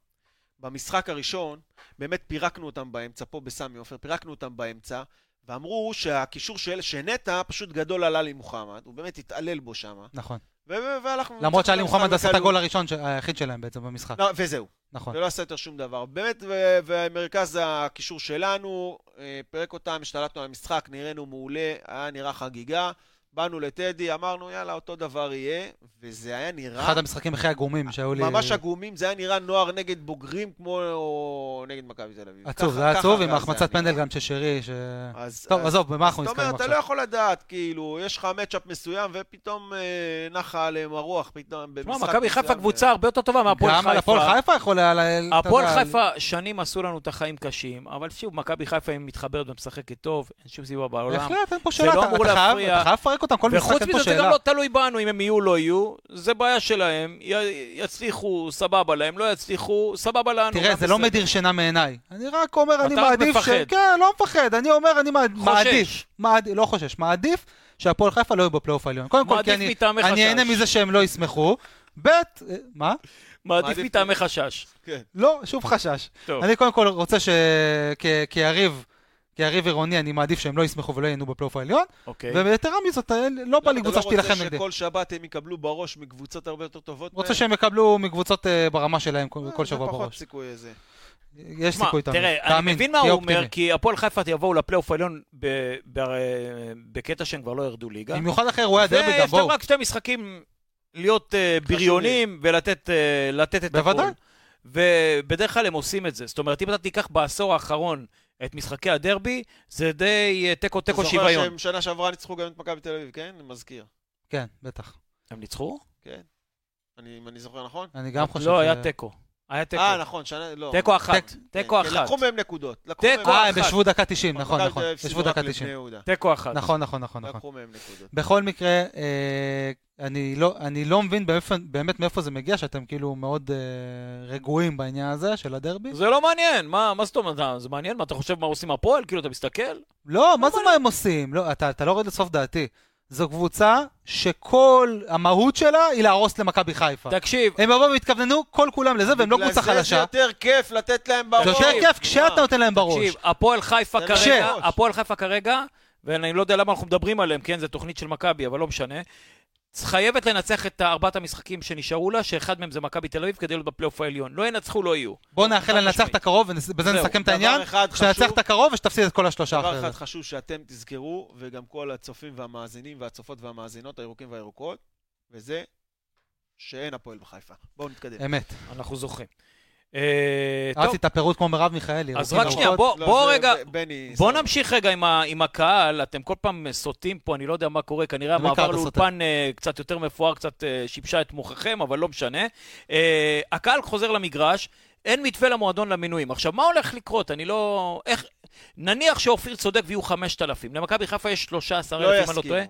[SPEAKER 2] במשחק הראשון, באמת פירקנו אותם באמצע, פה בסמי עופר, פירקנו אותם באמצע, ואמרו שהקישור של שנטע פשוט גדול על עלי מוחמד, הוא באמת התעלל בו שם,
[SPEAKER 3] נכון.
[SPEAKER 2] והלכנו...
[SPEAKER 3] למרות שאלי מוחמד עשה את
[SPEAKER 2] בקלות.
[SPEAKER 3] הגול הראשון, ש- היחיד שלהם בעצם במשחק.
[SPEAKER 2] לא, וזהו,
[SPEAKER 3] נכון.
[SPEAKER 2] ולא עשה יותר שום דבר. באמת, ו- ומרכז הקישור שלנו, אה, פירק אותם, השתלטנו על המשחק, נראינו מעולה, היה נראה חגיגה. באנו לטדי, אמרנו, יאללה, אותו דבר יהיה, וזה היה נראה...
[SPEAKER 3] אחד המשחקים הכי הגרומים שהיו לי.
[SPEAKER 2] לא. אה, ממש עגומים, זה היה נראה נוער נגד בוגרים כמו או נגד מכבי תל אביב.
[SPEAKER 3] עצוב,
[SPEAKER 2] ככה-
[SPEAKER 3] זה היה
[SPEAKER 2] ככה
[SPEAKER 3] עצוב עם
[SPEAKER 2] גם זה
[SPEAKER 3] החמצת
[SPEAKER 2] היה
[SPEAKER 3] פנדל
[SPEAKER 2] נראה.
[SPEAKER 3] גם של שרי, ש...
[SPEAKER 2] אז,
[SPEAKER 3] טוב,
[SPEAKER 2] אז-
[SPEAKER 3] עזוב, במה אנחנו
[SPEAKER 2] זאת
[SPEAKER 3] נזכרים
[SPEAKER 2] אומרת, אתה
[SPEAKER 3] עכשיו?
[SPEAKER 2] לא יכול לדעת, כאילו, יש לך מצ'אפ מסוים, ופתאום אה, נחה עליהם הרוח, פתאום
[SPEAKER 1] תשמע,
[SPEAKER 2] במשחק
[SPEAKER 1] מכבי חיפה
[SPEAKER 2] מסוים,
[SPEAKER 1] קבוצה הרבה יותר טובה מהפועל
[SPEAKER 3] גם על הפועל
[SPEAKER 1] חיפה.
[SPEAKER 3] חיפה יכול היה... ל- אתה
[SPEAKER 1] הפועל
[SPEAKER 3] יודע,
[SPEAKER 1] חיפה שנים עשו לנו את החיים קשים, אבל שוב, מכבי חיפה היא מתחברת ומשחקת טוב, אין שום סיבה בעולם.
[SPEAKER 3] בהחלט, אין פה שאלה,
[SPEAKER 1] לא
[SPEAKER 3] אתה-
[SPEAKER 1] אמור
[SPEAKER 3] אתה חייב-
[SPEAKER 1] להפריע.
[SPEAKER 3] אתה חייב לפרק אותם, כל משחק
[SPEAKER 1] וחוץ
[SPEAKER 3] אין פה
[SPEAKER 1] מזה, זה
[SPEAKER 3] שאלה.
[SPEAKER 1] גם לא תלוי בנו אם הם יהיו לא יהיו, זה בעיה שלהם, י- יצליחו, סבבה להם, לא יצליחו, סבבה לנו.
[SPEAKER 3] תראה,
[SPEAKER 1] גם
[SPEAKER 3] זה לא
[SPEAKER 1] בסדר.
[SPEAKER 3] מדיר שינה מעיניי. אני רק אומר, אני
[SPEAKER 1] רק
[SPEAKER 3] מעדיף ש...
[SPEAKER 1] מפחד.
[SPEAKER 3] כן, לא מפחד. אני אומר, אני מעד-
[SPEAKER 1] חושש.
[SPEAKER 3] מעדיף. מעד- לא חושש. מעדיף שהפועל חיפה לא יהיו בפלייאוף העליון. קודם כל, כי
[SPEAKER 1] מעדיף
[SPEAKER 3] אני-
[SPEAKER 1] מטעמי
[SPEAKER 3] אני אהנה
[SPEAKER 1] חשש.
[SPEAKER 3] מזה שהם לא ישמחו. ב', אה, מה?
[SPEAKER 1] מעדיף
[SPEAKER 2] מעדיף-
[SPEAKER 1] מטעמי חשש.
[SPEAKER 2] כן.
[SPEAKER 3] לא, שוב חשש.
[SPEAKER 1] טוב.
[SPEAKER 3] אני קודם כל רוצה ש... כ- כיריב... כיריב עירוני, אני מעדיף שהם לא ישמחו ולא ייהנו בפלייאוף העליון,
[SPEAKER 1] אוקיי.
[SPEAKER 3] ויתרה מזאת, אה, לא בא לי קבוצה שתילחם
[SPEAKER 2] אתה לא רוצה
[SPEAKER 3] נגדי.
[SPEAKER 2] שכל שבת הם יקבלו בראש מקבוצות הרבה יותר טובות?
[SPEAKER 3] רוצה
[SPEAKER 1] אה.
[SPEAKER 2] מהם?
[SPEAKER 3] שהם יקבלו מקבוצות אה, ברמה שלהם כל
[SPEAKER 2] אה,
[SPEAKER 3] כל שבוע
[SPEAKER 2] זה פחות
[SPEAKER 3] בראש.
[SPEAKER 2] סיכוי איזה.
[SPEAKER 3] יש
[SPEAKER 1] תשמע,
[SPEAKER 3] סיכוי, תאמין.
[SPEAKER 1] תראה, אני
[SPEAKER 3] תאמין,
[SPEAKER 1] מבין מה הוא
[SPEAKER 3] תהיה
[SPEAKER 1] אומר,
[SPEAKER 3] אופטימי.
[SPEAKER 1] כי הפועל חיפה יבואו לפלייאוף העליון ב- ב- בקטע שהם כבר לא ירדו ליגה.
[SPEAKER 3] במיוחד אחרי אירועי הדרבי גם,
[SPEAKER 1] ויש להם
[SPEAKER 3] בואו.
[SPEAKER 1] רק שתי משחקים להיות אה, בריונים ולתת אה, לתת את
[SPEAKER 3] בוודאי.
[SPEAKER 1] הכל. ובדרך כלל הם עושים את זה. זאת אומרת, אם אתה תיקח בעשור האחרון את משחקי הדרבי, זה די אה, תיקו תיקו
[SPEAKER 2] אתה זוכר
[SPEAKER 1] שוויון.
[SPEAKER 2] שהם שנה שעברה ניצחו גם את מכבי תל אביב, כן? אני מזכיר.
[SPEAKER 3] כן, בטח.
[SPEAKER 1] הם ניצחו?
[SPEAKER 2] כן. אני- אם אני זוכר נכון?
[SPEAKER 3] אני גם חושב...
[SPEAKER 1] לא,
[SPEAKER 3] ש-
[SPEAKER 1] היה תיקו. היה תיקו.
[SPEAKER 2] אה, נכון, שנה... לא.
[SPEAKER 1] תיקו אחת.
[SPEAKER 3] תיקו.
[SPEAKER 1] תיקו
[SPEAKER 2] כן,
[SPEAKER 1] אחת.
[SPEAKER 2] לקחו מהם נקודות. לקחו
[SPEAKER 1] תיקו
[SPEAKER 2] מהם-
[SPEAKER 1] אחת. אה,
[SPEAKER 3] אה, הם ישבו דקה 90, נכון,
[SPEAKER 2] מכבי
[SPEAKER 3] נכון.
[SPEAKER 2] תל אביב הפסידו
[SPEAKER 3] ישבו
[SPEAKER 2] רק
[SPEAKER 3] דקה
[SPEAKER 2] לבני
[SPEAKER 3] 90.
[SPEAKER 2] יהודה.
[SPEAKER 1] תיקו אחת.
[SPEAKER 3] נכון, נכון, נכון, נכון.
[SPEAKER 2] לקחו מהם נקודות.
[SPEAKER 3] בכל מקרה, אה, אני לא- אני לא מבין באיפה- באמת מאיפה זה מגיע, שאתם כאילו מאוד אה, רגועים בעניין הזה של הדרבי.
[SPEAKER 1] זה לא מעניין, מה מה זאת אומרת? זה מעניין?
[SPEAKER 3] נכון.
[SPEAKER 1] מה, אתה חושב מה עושים הפועל? כאילו, אתה מסתכל?
[SPEAKER 3] לא, מה זה מה הם עושים? לא, אתה אתה לא יורד לסוף דעתי. זו קבוצה שכל המהות שלה היא להרוס למכבי חיפה.
[SPEAKER 1] תקשיב,
[SPEAKER 3] הם יבואו והתכווננו כל כולם לזה, והם לא
[SPEAKER 2] בגלל
[SPEAKER 3] קבוצה
[SPEAKER 2] זה זה
[SPEAKER 3] חלשה.
[SPEAKER 2] יותר כיף לתת להם בראש. אה.
[SPEAKER 3] זה יותר כיף כשאתה נותן להם בראש.
[SPEAKER 1] לא, תקשיב, הפועל חיפה
[SPEAKER 2] זה
[SPEAKER 1] כרגע,
[SPEAKER 2] מראש.
[SPEAKER 1] הפועל חיפה כרגע, ואני לא יודע למה אנחנו מדברים עליהם, כן, זו תוכנית של מכבי, אבל לא משנה. חייבת לנצח את ארבעת המשחקים שנשארו לה, שאחד מהם זה מכבי תל אביב, כדי להיות בפלייאוף העליון. לא ינצחו, לא יהיו.
[SPEAKER 3] בואו נאחל
[SPEAKER 1] חד
[SPEAKER 3] להם לנצח
[SPEAKER 1] משמעית.
[SPEAKER 3] את הקרוב, ובזה
[SPEAKER 1] זהו,
[SPEAKER 3] נסכם את
[SPEAKER 2] דבר
[SPEAKER 3] העניין.
[SPEAKER 2] אחד
[SPEAKER 3] שננצח
[SPEAKER 2] חשוב-
[SPEAKER 3] את הקרוב ושתפסיד את כל השלושה
[SPEAKER 2] דבר אחד
[SPEAKER 3] האחרים.
[SPEAKER 2] חשוב שאתם תזכרו, וגם כל הצופים והמאזינים והצופות והמאזינות, הירוקים והירוקות, וזה שאין הפועל בחיפה. בואו נתקדם.
[SPEAKER 1] אה,
[SPEAKER 3] אמת.
[SPEAKER 1] אנחנו זוכרים. אה, טוב,
[SPEAKER 3] אהבתי את הפירוט כמו מרב מיכאלי.
[SPEAKER 1] אז
[SPEAKER 3] רוקים
[SPEAKER 1] רק שנייה,
[SPEAKER 3] ארוכות.
[SPEAKER 1] בוא-
[SPEAKER 2] לא,
[SPEAKER 1] בוא
[SPEAKER 2] זה
[SPEAKER 1] רגע,
[SPEAKER 2] ב- בני...
[SPEAKER 1] בוא
[SPEAKER 2] סבבה.
[SPEAKER 1] נמשיך רגע עם, ה, עם הקהל, אתם כל פעם סוטים פה, אני לא יודע מה קורה, כנראה
[SPEAKER 3] בעיקר
[SPEAKER 1] המעבר
[SPEAKER 3] אתה סוטה.
[SPEAKER 1] לאולפן אה, קצת יותר מפואר, קצת אה, שיבשה את מוחכם, אבל לא משנה. אה, הקהל חוזר למגרש, אין מתווה למועדון למינויים. עכשיו, מה הולך לקרות? אני לא... איך... נניח שאופיר צודק ויהיו 5,000, למכבי חיפה יש 13,000,
[SPEAKER 2] לא
[SPEAKER 1] אם אני לא
[SPEAKER 2] יסכימו.
[SPEAKER 1] טועה.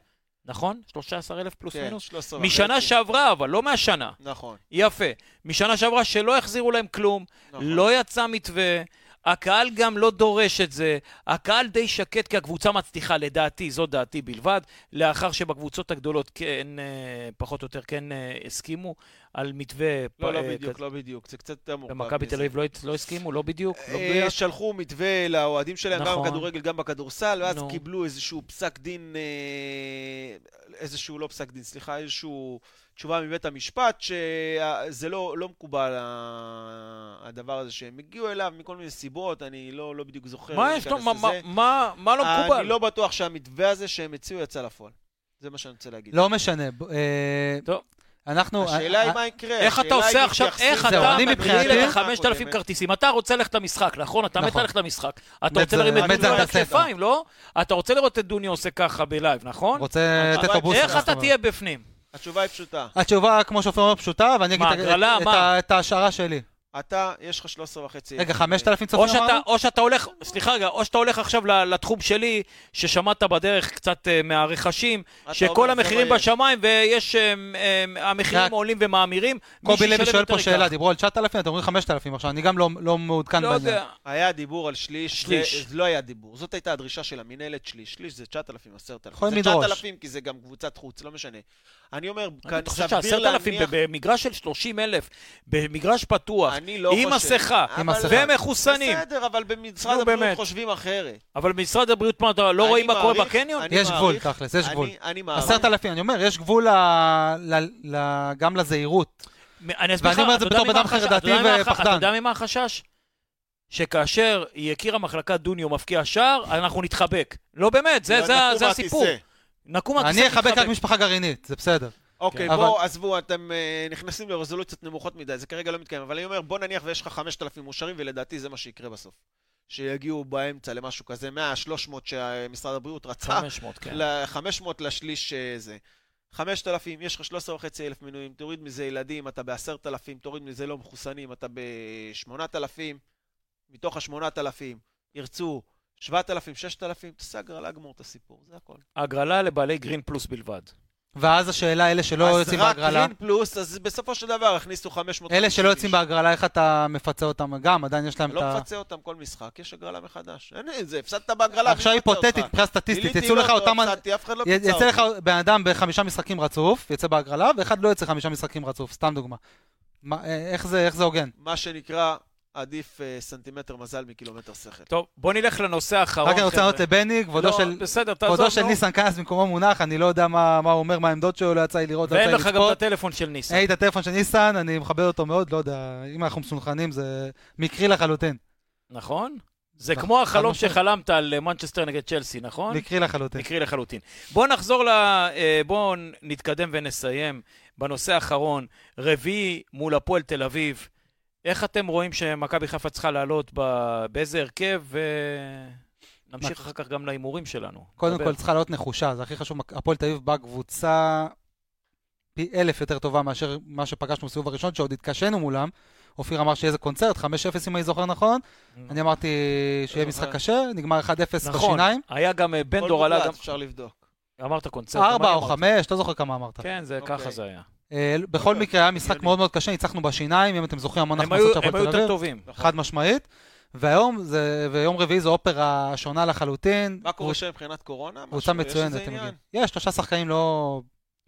[SPEAKER 1] נכון? 13,000 פלוס
[SPEAKER 2] כן,
[SPEAKER 1] מינוס.
[SPEAKER 2] 13 וחצי.
[SPEAKER 1] משנה שעברה, אבל לא מהשנה.
[SPEAKER 2] נכון.
[SPEAKER 1] יפה. משנה שעברה שלא החזירו להם כלום,
[SPEAKER 2] נכון.
[SPEAKER 1] לא יצא מתווה, הקהל גם לא דורש את זה, הקהל די שקט כי הקבוצה מצליחה, לדעתי, זו דעתי בלבד, לאחר שבקבוצות הגדולות כן, אה, פחות או יותר כן אה, הסכימו על מתווה... פ-
[SPEAKER 2] לא, לא
[SPEAKER 1] אה,
[SPEAKER 2] בדיוק,
[SPEAKER 1] כזה.
[SPEAKER 2] לא בדיוק. זה קצת יותר מורכב.
[SPEAKER 1] במכבי
[SPEAKER 2] מזה.
[SPEAKER 1] תל אביב לא הת- לא הסכימו, לא בדיוק, לא
[SPEAKER 2] אה,
[SPEAKER 1] מדויק.
[SPEAKER 2] שלחו מתווה לאוהדים שלהם, גם
[SPEAKER 1] נכון.
[SPEAKER 2] בכדורגל, גם בכדורסל, ואז
[SPEAKER 1] נו.
[SPEAKER 2] קיבלו איזשהו פסק דין, אה, איזשהו, לא פסק דין, סליחה, איזשהו תשובה מבית המשפט, שזה לא, לא מקובל, ה- הדבר הזה שהם הגיעו אליו מכל מיני סיבות, אני לא, לא בדיוק זוכר.
[SPEAKER 1] מה
[SPEAKER 2] לא
[SPEAKER 1] יש לו?
[SPEAKER 2] ניכנס
[SPEAKER 1] מה-
[SPEAKER 2] לזה.
[SPEAKER 1] מה- מה- מה לא מקובל?
[SPEAKER 2] אני לא בטוח שהמתווה הזה שהם הציעו יצא לפועל. זה מה שאני רוצה להגיד.
[SPEAKER 3] לא משנה. ב- אה,
[SPEAKER 1] טוב.
[SPEAKER 3] אנחנו...
[SPEAKER 2] השאלה
[SPEAKER 3] אה,
[SPEAKER 2] היא
[SPEAKER 3] אה,
[SPEAKER 2] מה יקרה.
[SPEAKER 1] איך אתה
[SPEAKER 2] השאלה היא
[SPEAKER 1] עושה עכשיו,
[SPEAKER 2] מתייחסים-
[SPEAKER 1] איך
[SPEAKER 3] זהו,
[SPEAKER 1] אתה
[SPEAKER 3] אני מבחינתי-
[SPEAKER 1] מגדיל את ה-5,000
[SPEAKER 2] הקודמת.
[SPEAKER 1] כרטיסים? אתה רוצה ללכת למשחק, נכון? אתה מת
[SPEAKER 3] נכון.
[SPEAKER 1] ללכת למשחק. אתה
[SPEAKER 3] מת
[SPEAKER 1] רוצה
[SPEAKER 3] זה-
[SPEAKER 1] להרים את
[SPEAKER 2] מת
[SPEAKER 1] דוניו
[SPEAKER 2] זה
[SPEAKER 1] על
[SPEAKER 3] הספר.
[SPEAKER 1] הכתפיים, לא? אתה רוצה לראות את דוניו עושה ככה בלייב, נכון?
[SPEAKER 3] רוצה לתת
[SPEAKER 2] אבל
[SPEAKER 3] לו בוסטר.
[SPEAKER 1] איך
[SPEAKER 3] זאת
[SPEAKER 1] אתה
[SPEAKER 3] אומרת.
[SPEAKER 1] תהיה בפנים?
[SPEAKER 2] התשובה היא פשוטה.
[SPEAKER 3] התשובה, כמו שאופיר אומר, פשוטה, ואני אגיד
[SPEAKER 1] מה,
[SPEAKER 3] את-
[SPEAKER 1] הגרלה?
[SPEAKER 3] את-
[SPEAKER 1] מה? אה,
[SPEAKER 3] את ה- את ההשערה שלי.
[SPEAKER 2] אתה, יש לך 13 וחצי. אה,
[SPEAKER 3] רגע, 5,000
[SPEAKER 1] או
[SPEAKER 3] צופים
[SPEAKER 1] שאתה,
[SPEAKER 3] אמרנו?
[SPEAKER 1] או שאתה הולך, סליחה רגע, או שאתה הולך עכשיו ל- לתחום שלי, ששמעת בדרך קצת אה, מהרכשים,
[SPEAKER 2] אתה
[SPEAKER 1] שכל
[SPEAKER 2] אומר, זה לא
[SPEAKER 1] המחירים
[SPEAKER 2] מה יש.
[SPEAKER 1] בשמיים ויש, אה, אה, המחירים
[SPEAKER 3] רק-
[SPEAKER 1] עולים ומאמירים. מי
[SPEAKER 3] קובי לוי
[SPEAKER 1] שישלם
[SPEAKER 3] שואל
[SPEAKER 1] יותר
[SPEAKER 3] פה שאלה,
[SPEAKER 1] ייקח.
[SPEAKER 3] דיברו על 9,000, אתם אומרים 5,000 עכשיו, אני גם לא- לא מעודכן
[SPEAKER 1] לא
[SPEAKER 3] בעניין.
[SPEAKER 1] יודע.
[SPEAKER 2] היה דיבור על שליש,
[SPEAKER 1] שליש.
[SPEAKER 2] שליש. זה לא היה דיבור, זאת הייתה הדרישה של המינהלת שליש, שליש זה 9,000, 10,000,
[SPEAKER 3] יכולים
[SPEAKER 2] זה
[SPEAKER 3] לדרוש.
[SPEAKER 2] 9,000 כי זה גם קבוצת חוץ, לא משנה. אני אומר, כאן
[SPEAKER 1] אתה חושב
[SPEAKER 2] סביר
[SPEAKER 1] ש-10,000
[SPEAKER 2] להניח,
[SPEAKER 1] במגרש של 30,000, במגרש פתוח,
[SPEAKER 2] אני לא
[SPEAKER 1] עם
[SPEAKER 2] חושב.
[SPEAKER 1] מסכה,
[SPEAKER 2] אבל-
[SPEAKER 3] עם מסכה.
[SPEAKER 1] והם מחוסנים,
[SPEAKER 2] בסדר, אבל במשרד
[SPEAKER 1] נו,
[SPEAKER 2] הבריאות
[SPEAKER 1] באמת.
[SPEAKER 2] חושבים אחרת.
[SPEAKER 1] אבל במשרד הבריאות, מה, אתה לא
[SPEAKER 2] אני
[SPEAKER 1] רואים מה קורה
[SPEAKER 2] מעריך-
[SPEAKER 1] בקניון?
[SPEAKER 2] אני
[SPEAKER 3] יש גבול,
[SPEAKER 2] מעריך-
[SPEAKER 3] תכלס, יש גבול.
[SPEAKER 2] אני- אני מעריך.
[SPEAKER 3] 10,000, אני אומר, יש גבול ל- ל- ל- גם לזהירות.
[SPEAKER 1] אני אסביר לך,
[SPEAKER 3] ואני אומר את זה
[SPEAKER 1] אתה יודע
[SPEAKER 3] בתור
[SPEAKER 1] ממה
[SPEAKER 3] בן אדם
[SPEAKER 1] החשש-
[SPEAKER 3] חרדתי
[SPEAKER 1] אתה יודע ממה-
[SPEAKER 3] ופחדן.
[SPEAKER 1] אתה יודע ממה החשש? שכאשר יקיר המחלקה דוניו מבקיע שער, אנחנו נתחבק. לא באמת, זה-
[SPEAKER 2] לא,
[SPEAKER 1] זה-
[SPEAKER 2] נקום
[SPEAKER 1] זה הסיפור.
[SPEAKER 2] מהכיסא.
[SPEAKER 1] נקום מהכיסא,
[SPEAKER 3] אני אחבק רק
[SPEAKER 1] נתחבק.
[SPEAKER 3] משפחה גרעינית, זה בסדר.
[SPEAKER 2] אוקיי,
[SPEAKER 3] כן.
[SPEAKER 2] בואו, עזבו, אתם אה, נכנסים לרזולוציות נמוכות מדי, זה כרגע לא מתקיים, אבל אני אומר, בוא נניח ויש לך 5,000 מאושרים, ולדעתי זה מה שיקרה בסוף. שיגיעו באמצע למשהו כזה, 100, 300 שמשרד הבריאות רצה,
[SPEAKER 1] 500, כן.
[SPEAKER 3] לא.
[SPEAKER 2] ל- 500 לשליש אה, זה. 5,000, יש לך 13,500 מינויים, תוריד מזה ילדים, אתה ב-10,000, תוריד מזה לא מחוסנים, אתה ב-8,000, מתוך ה-8,000 ירצו 7,000, 6,000, תעשה הגרלה, גמור את הסיפור, זה הכל.
[SPEAKER 1] הגרלה לבעלי גרין פלוס בלבד.
[SPEAKER 3] ואז השאלה, אלה שלא לא יוצאים
[SPEAKER 2] אז
[SPEAKER 3] בהגרלה,
[SPEAKER 2] רק גרין פלוס, אז בסופו של דבר הכניסו 500...
[SPEAKER 3] אלה שלא יוצאים בהגרלה, איך אתה מפצה אותם? גם, עדיין יש להם את
[SPEAKER 2] לא
[SPEAKER 3] ה...
[SPEAKER 2] מפצה אותם כל משחק, יש הגרלה מחדש. אין את זה, הפסדת בהגרלה. מי
[SPEAKER 3] עכשיו
[SPEAKER 2] מפצה אותך?
[SPEAKER 3] היפותטית, מבחינה סטטיסטית,
[SPEAKER 2] גיליתי,
[SPEAKER 3] יצאו
[SPEAKER 2] לא,
[SPEAKER 3] לך
[SPEAKER 2] לא
[SPEAKER 3] אותם...
[SPEAKER 2] הפסדתי, אף אחד לא פיצה
[SPEAKER 3] יצא לך
[SPEAKER 2] אותי.
[SPEAKER 3] בן אדם בחמישה משחקים רצוף, יצא בהגרלה, ואחד לא יצא חמישה משחקים רצוף, סתם דוגמה. מה, אה, איך זה איך זה הוגן?
[SPEAKER 2] מה שנקרא, עדיף אה, סנטימטר מזל מקילומטר שכל.
[SPEAKER 1] טוב, בוא נלך לנושא האחרון.
[SPEAKER 3] רק אני רוצה
[SPEAKER 1] חבר'ה.
[SPEAKER 3] לענות לבני, כבודו
[SPEAKER 1] לא,
[SPEAKER 3] של...
[SPEAKER 1] בסדר, תעזוב.
[SPEAKER 3] כבודו של
[SPEAKER 1] נו.
[SPEAKER 3] ניסן כנס במקומו מונח, אני לא יודע מה מה הוא אומר, מה העמדות שלו, לא יצא לי לראות, לא
[SPEAKER 1] ואין
[SPEAKER 3] יצא לי
[SPEAKER 1] לך גם את
[SPEAKER 3] לצפות.
[SPEAKER 1] הטלפון של ניסן.
[SPEAKER 3] היי, את הטלפון של ניסן, אני מכבד אותו מאוד, לא יודע, אם אנחנו מסונכנים זה מקרי לחלוטין.
[SPEAKER 1] נכון? זה
[SPEAKER 3] נכון,
[SPEAKER 1] כמו
[SPEAKER 3] חד
[SPEAKER 1] החלום
[SPEAKER 3] משמעית.
[SPEAKER 1] שחלמת על אה, מנצ'סטר נגד צ'לסי, נכון?
[SPEAKER 3] מקרי לחלוטין.
[SPEAKER 1] מקרי לחלוטין. בואו נחזור ל... אה, בואו נתקדם ונסיים בנושא האחרון, רביעי מול הפועל תל אביב. איך אתם רואים שמכבי חיפה צריכה לעלות ב... באיזה הרכב? ונמשיך אחר כך גם להימורים שלנו.
[SPEAKER 3] קודם
[SPEAKER 1] דבר.
[SPEAKER 3] כל צריכה להיות נחושה, זה הכי חשוב. הפועל תל אביב באה קבוצה פי אלף יותר טובה מאשר מה שפגשנו בסיבוב הראשון, שעוד התקשינו מולם. אופיר אמר שיהיה איזה קונצרט, 5-0 אם אני זוכר נכון. אני אמרתי שיהיה
[SPEAKER 2] לא זוכר.
[SPEAKER 3] משחק קשה, נגמר 1-0
[SPEAKER 1] נכון,
[SPEAKER 3] בשיניים.
[SPEAKER 1] היה גם אה, בן
[SPEAKER 2] כל
[SPEAKER 1] דור עלה
[SPEAKER 2] מוקלט,
[SPEAKER 1] גם...
[SPEAKER 2] אפשר לבדוק.
[SPEAKER 1] אמרת קונצרט. גם
[SPEAKER 3] 4
[SPEAKER 1] אני
[SPEAKER 3] או
[SPEAKER 1] אמרתי.
[SPEAKER 3] 5, לא זוכר כמה אמרת.
[SPEAKER 1] כן, זה
[SPEAKER 2] אוקיי.
[SPEAKER 1] ככה זה היה.
[SPEAKER 3] אה, בכל
[SPEAKER 2] אוקיי,
[SPEAKER 3] מקרה היה משחק
[SPEAKER 2] הגיוני.
[SPEAKER 3] מאוד מאוד קשה, ניצחנו בשיניים, אם אתם זוכרים המון
[SPEAKER 1] הם
[SPEAKER 3] הכנסות
[SPEAKER 1] היו
[SPEAKER 3] של
[SPEAKER 1] הם
[SPEAKER 3] הפועל
[SPEAKER 1] היו
[SPEAKER 3] תל
[SPEAKER 1] יותר
[SPEAKER 3] אביב.
[SPEAKER 1] טובים.
[SPEAKER 2] נכון.
[SPEAKER 3] חד משמעית. והיום זה, ויום רביעי זו אופרה שונה לחלוטין.
[SPEAKER 2] מה קורה שם מבחינת קורונה?
[SPEAKER 3] קבוצה
[SPEAKER 2] משהו? יש
[SPEAKER 3] מצוינת,
[SPEAKER 2] איזה
[SPEAKER 3] אתם
[SPEAKER 2] עניין?
[SPEAKER 3] יודעים. יש שלושה שחקנים לא...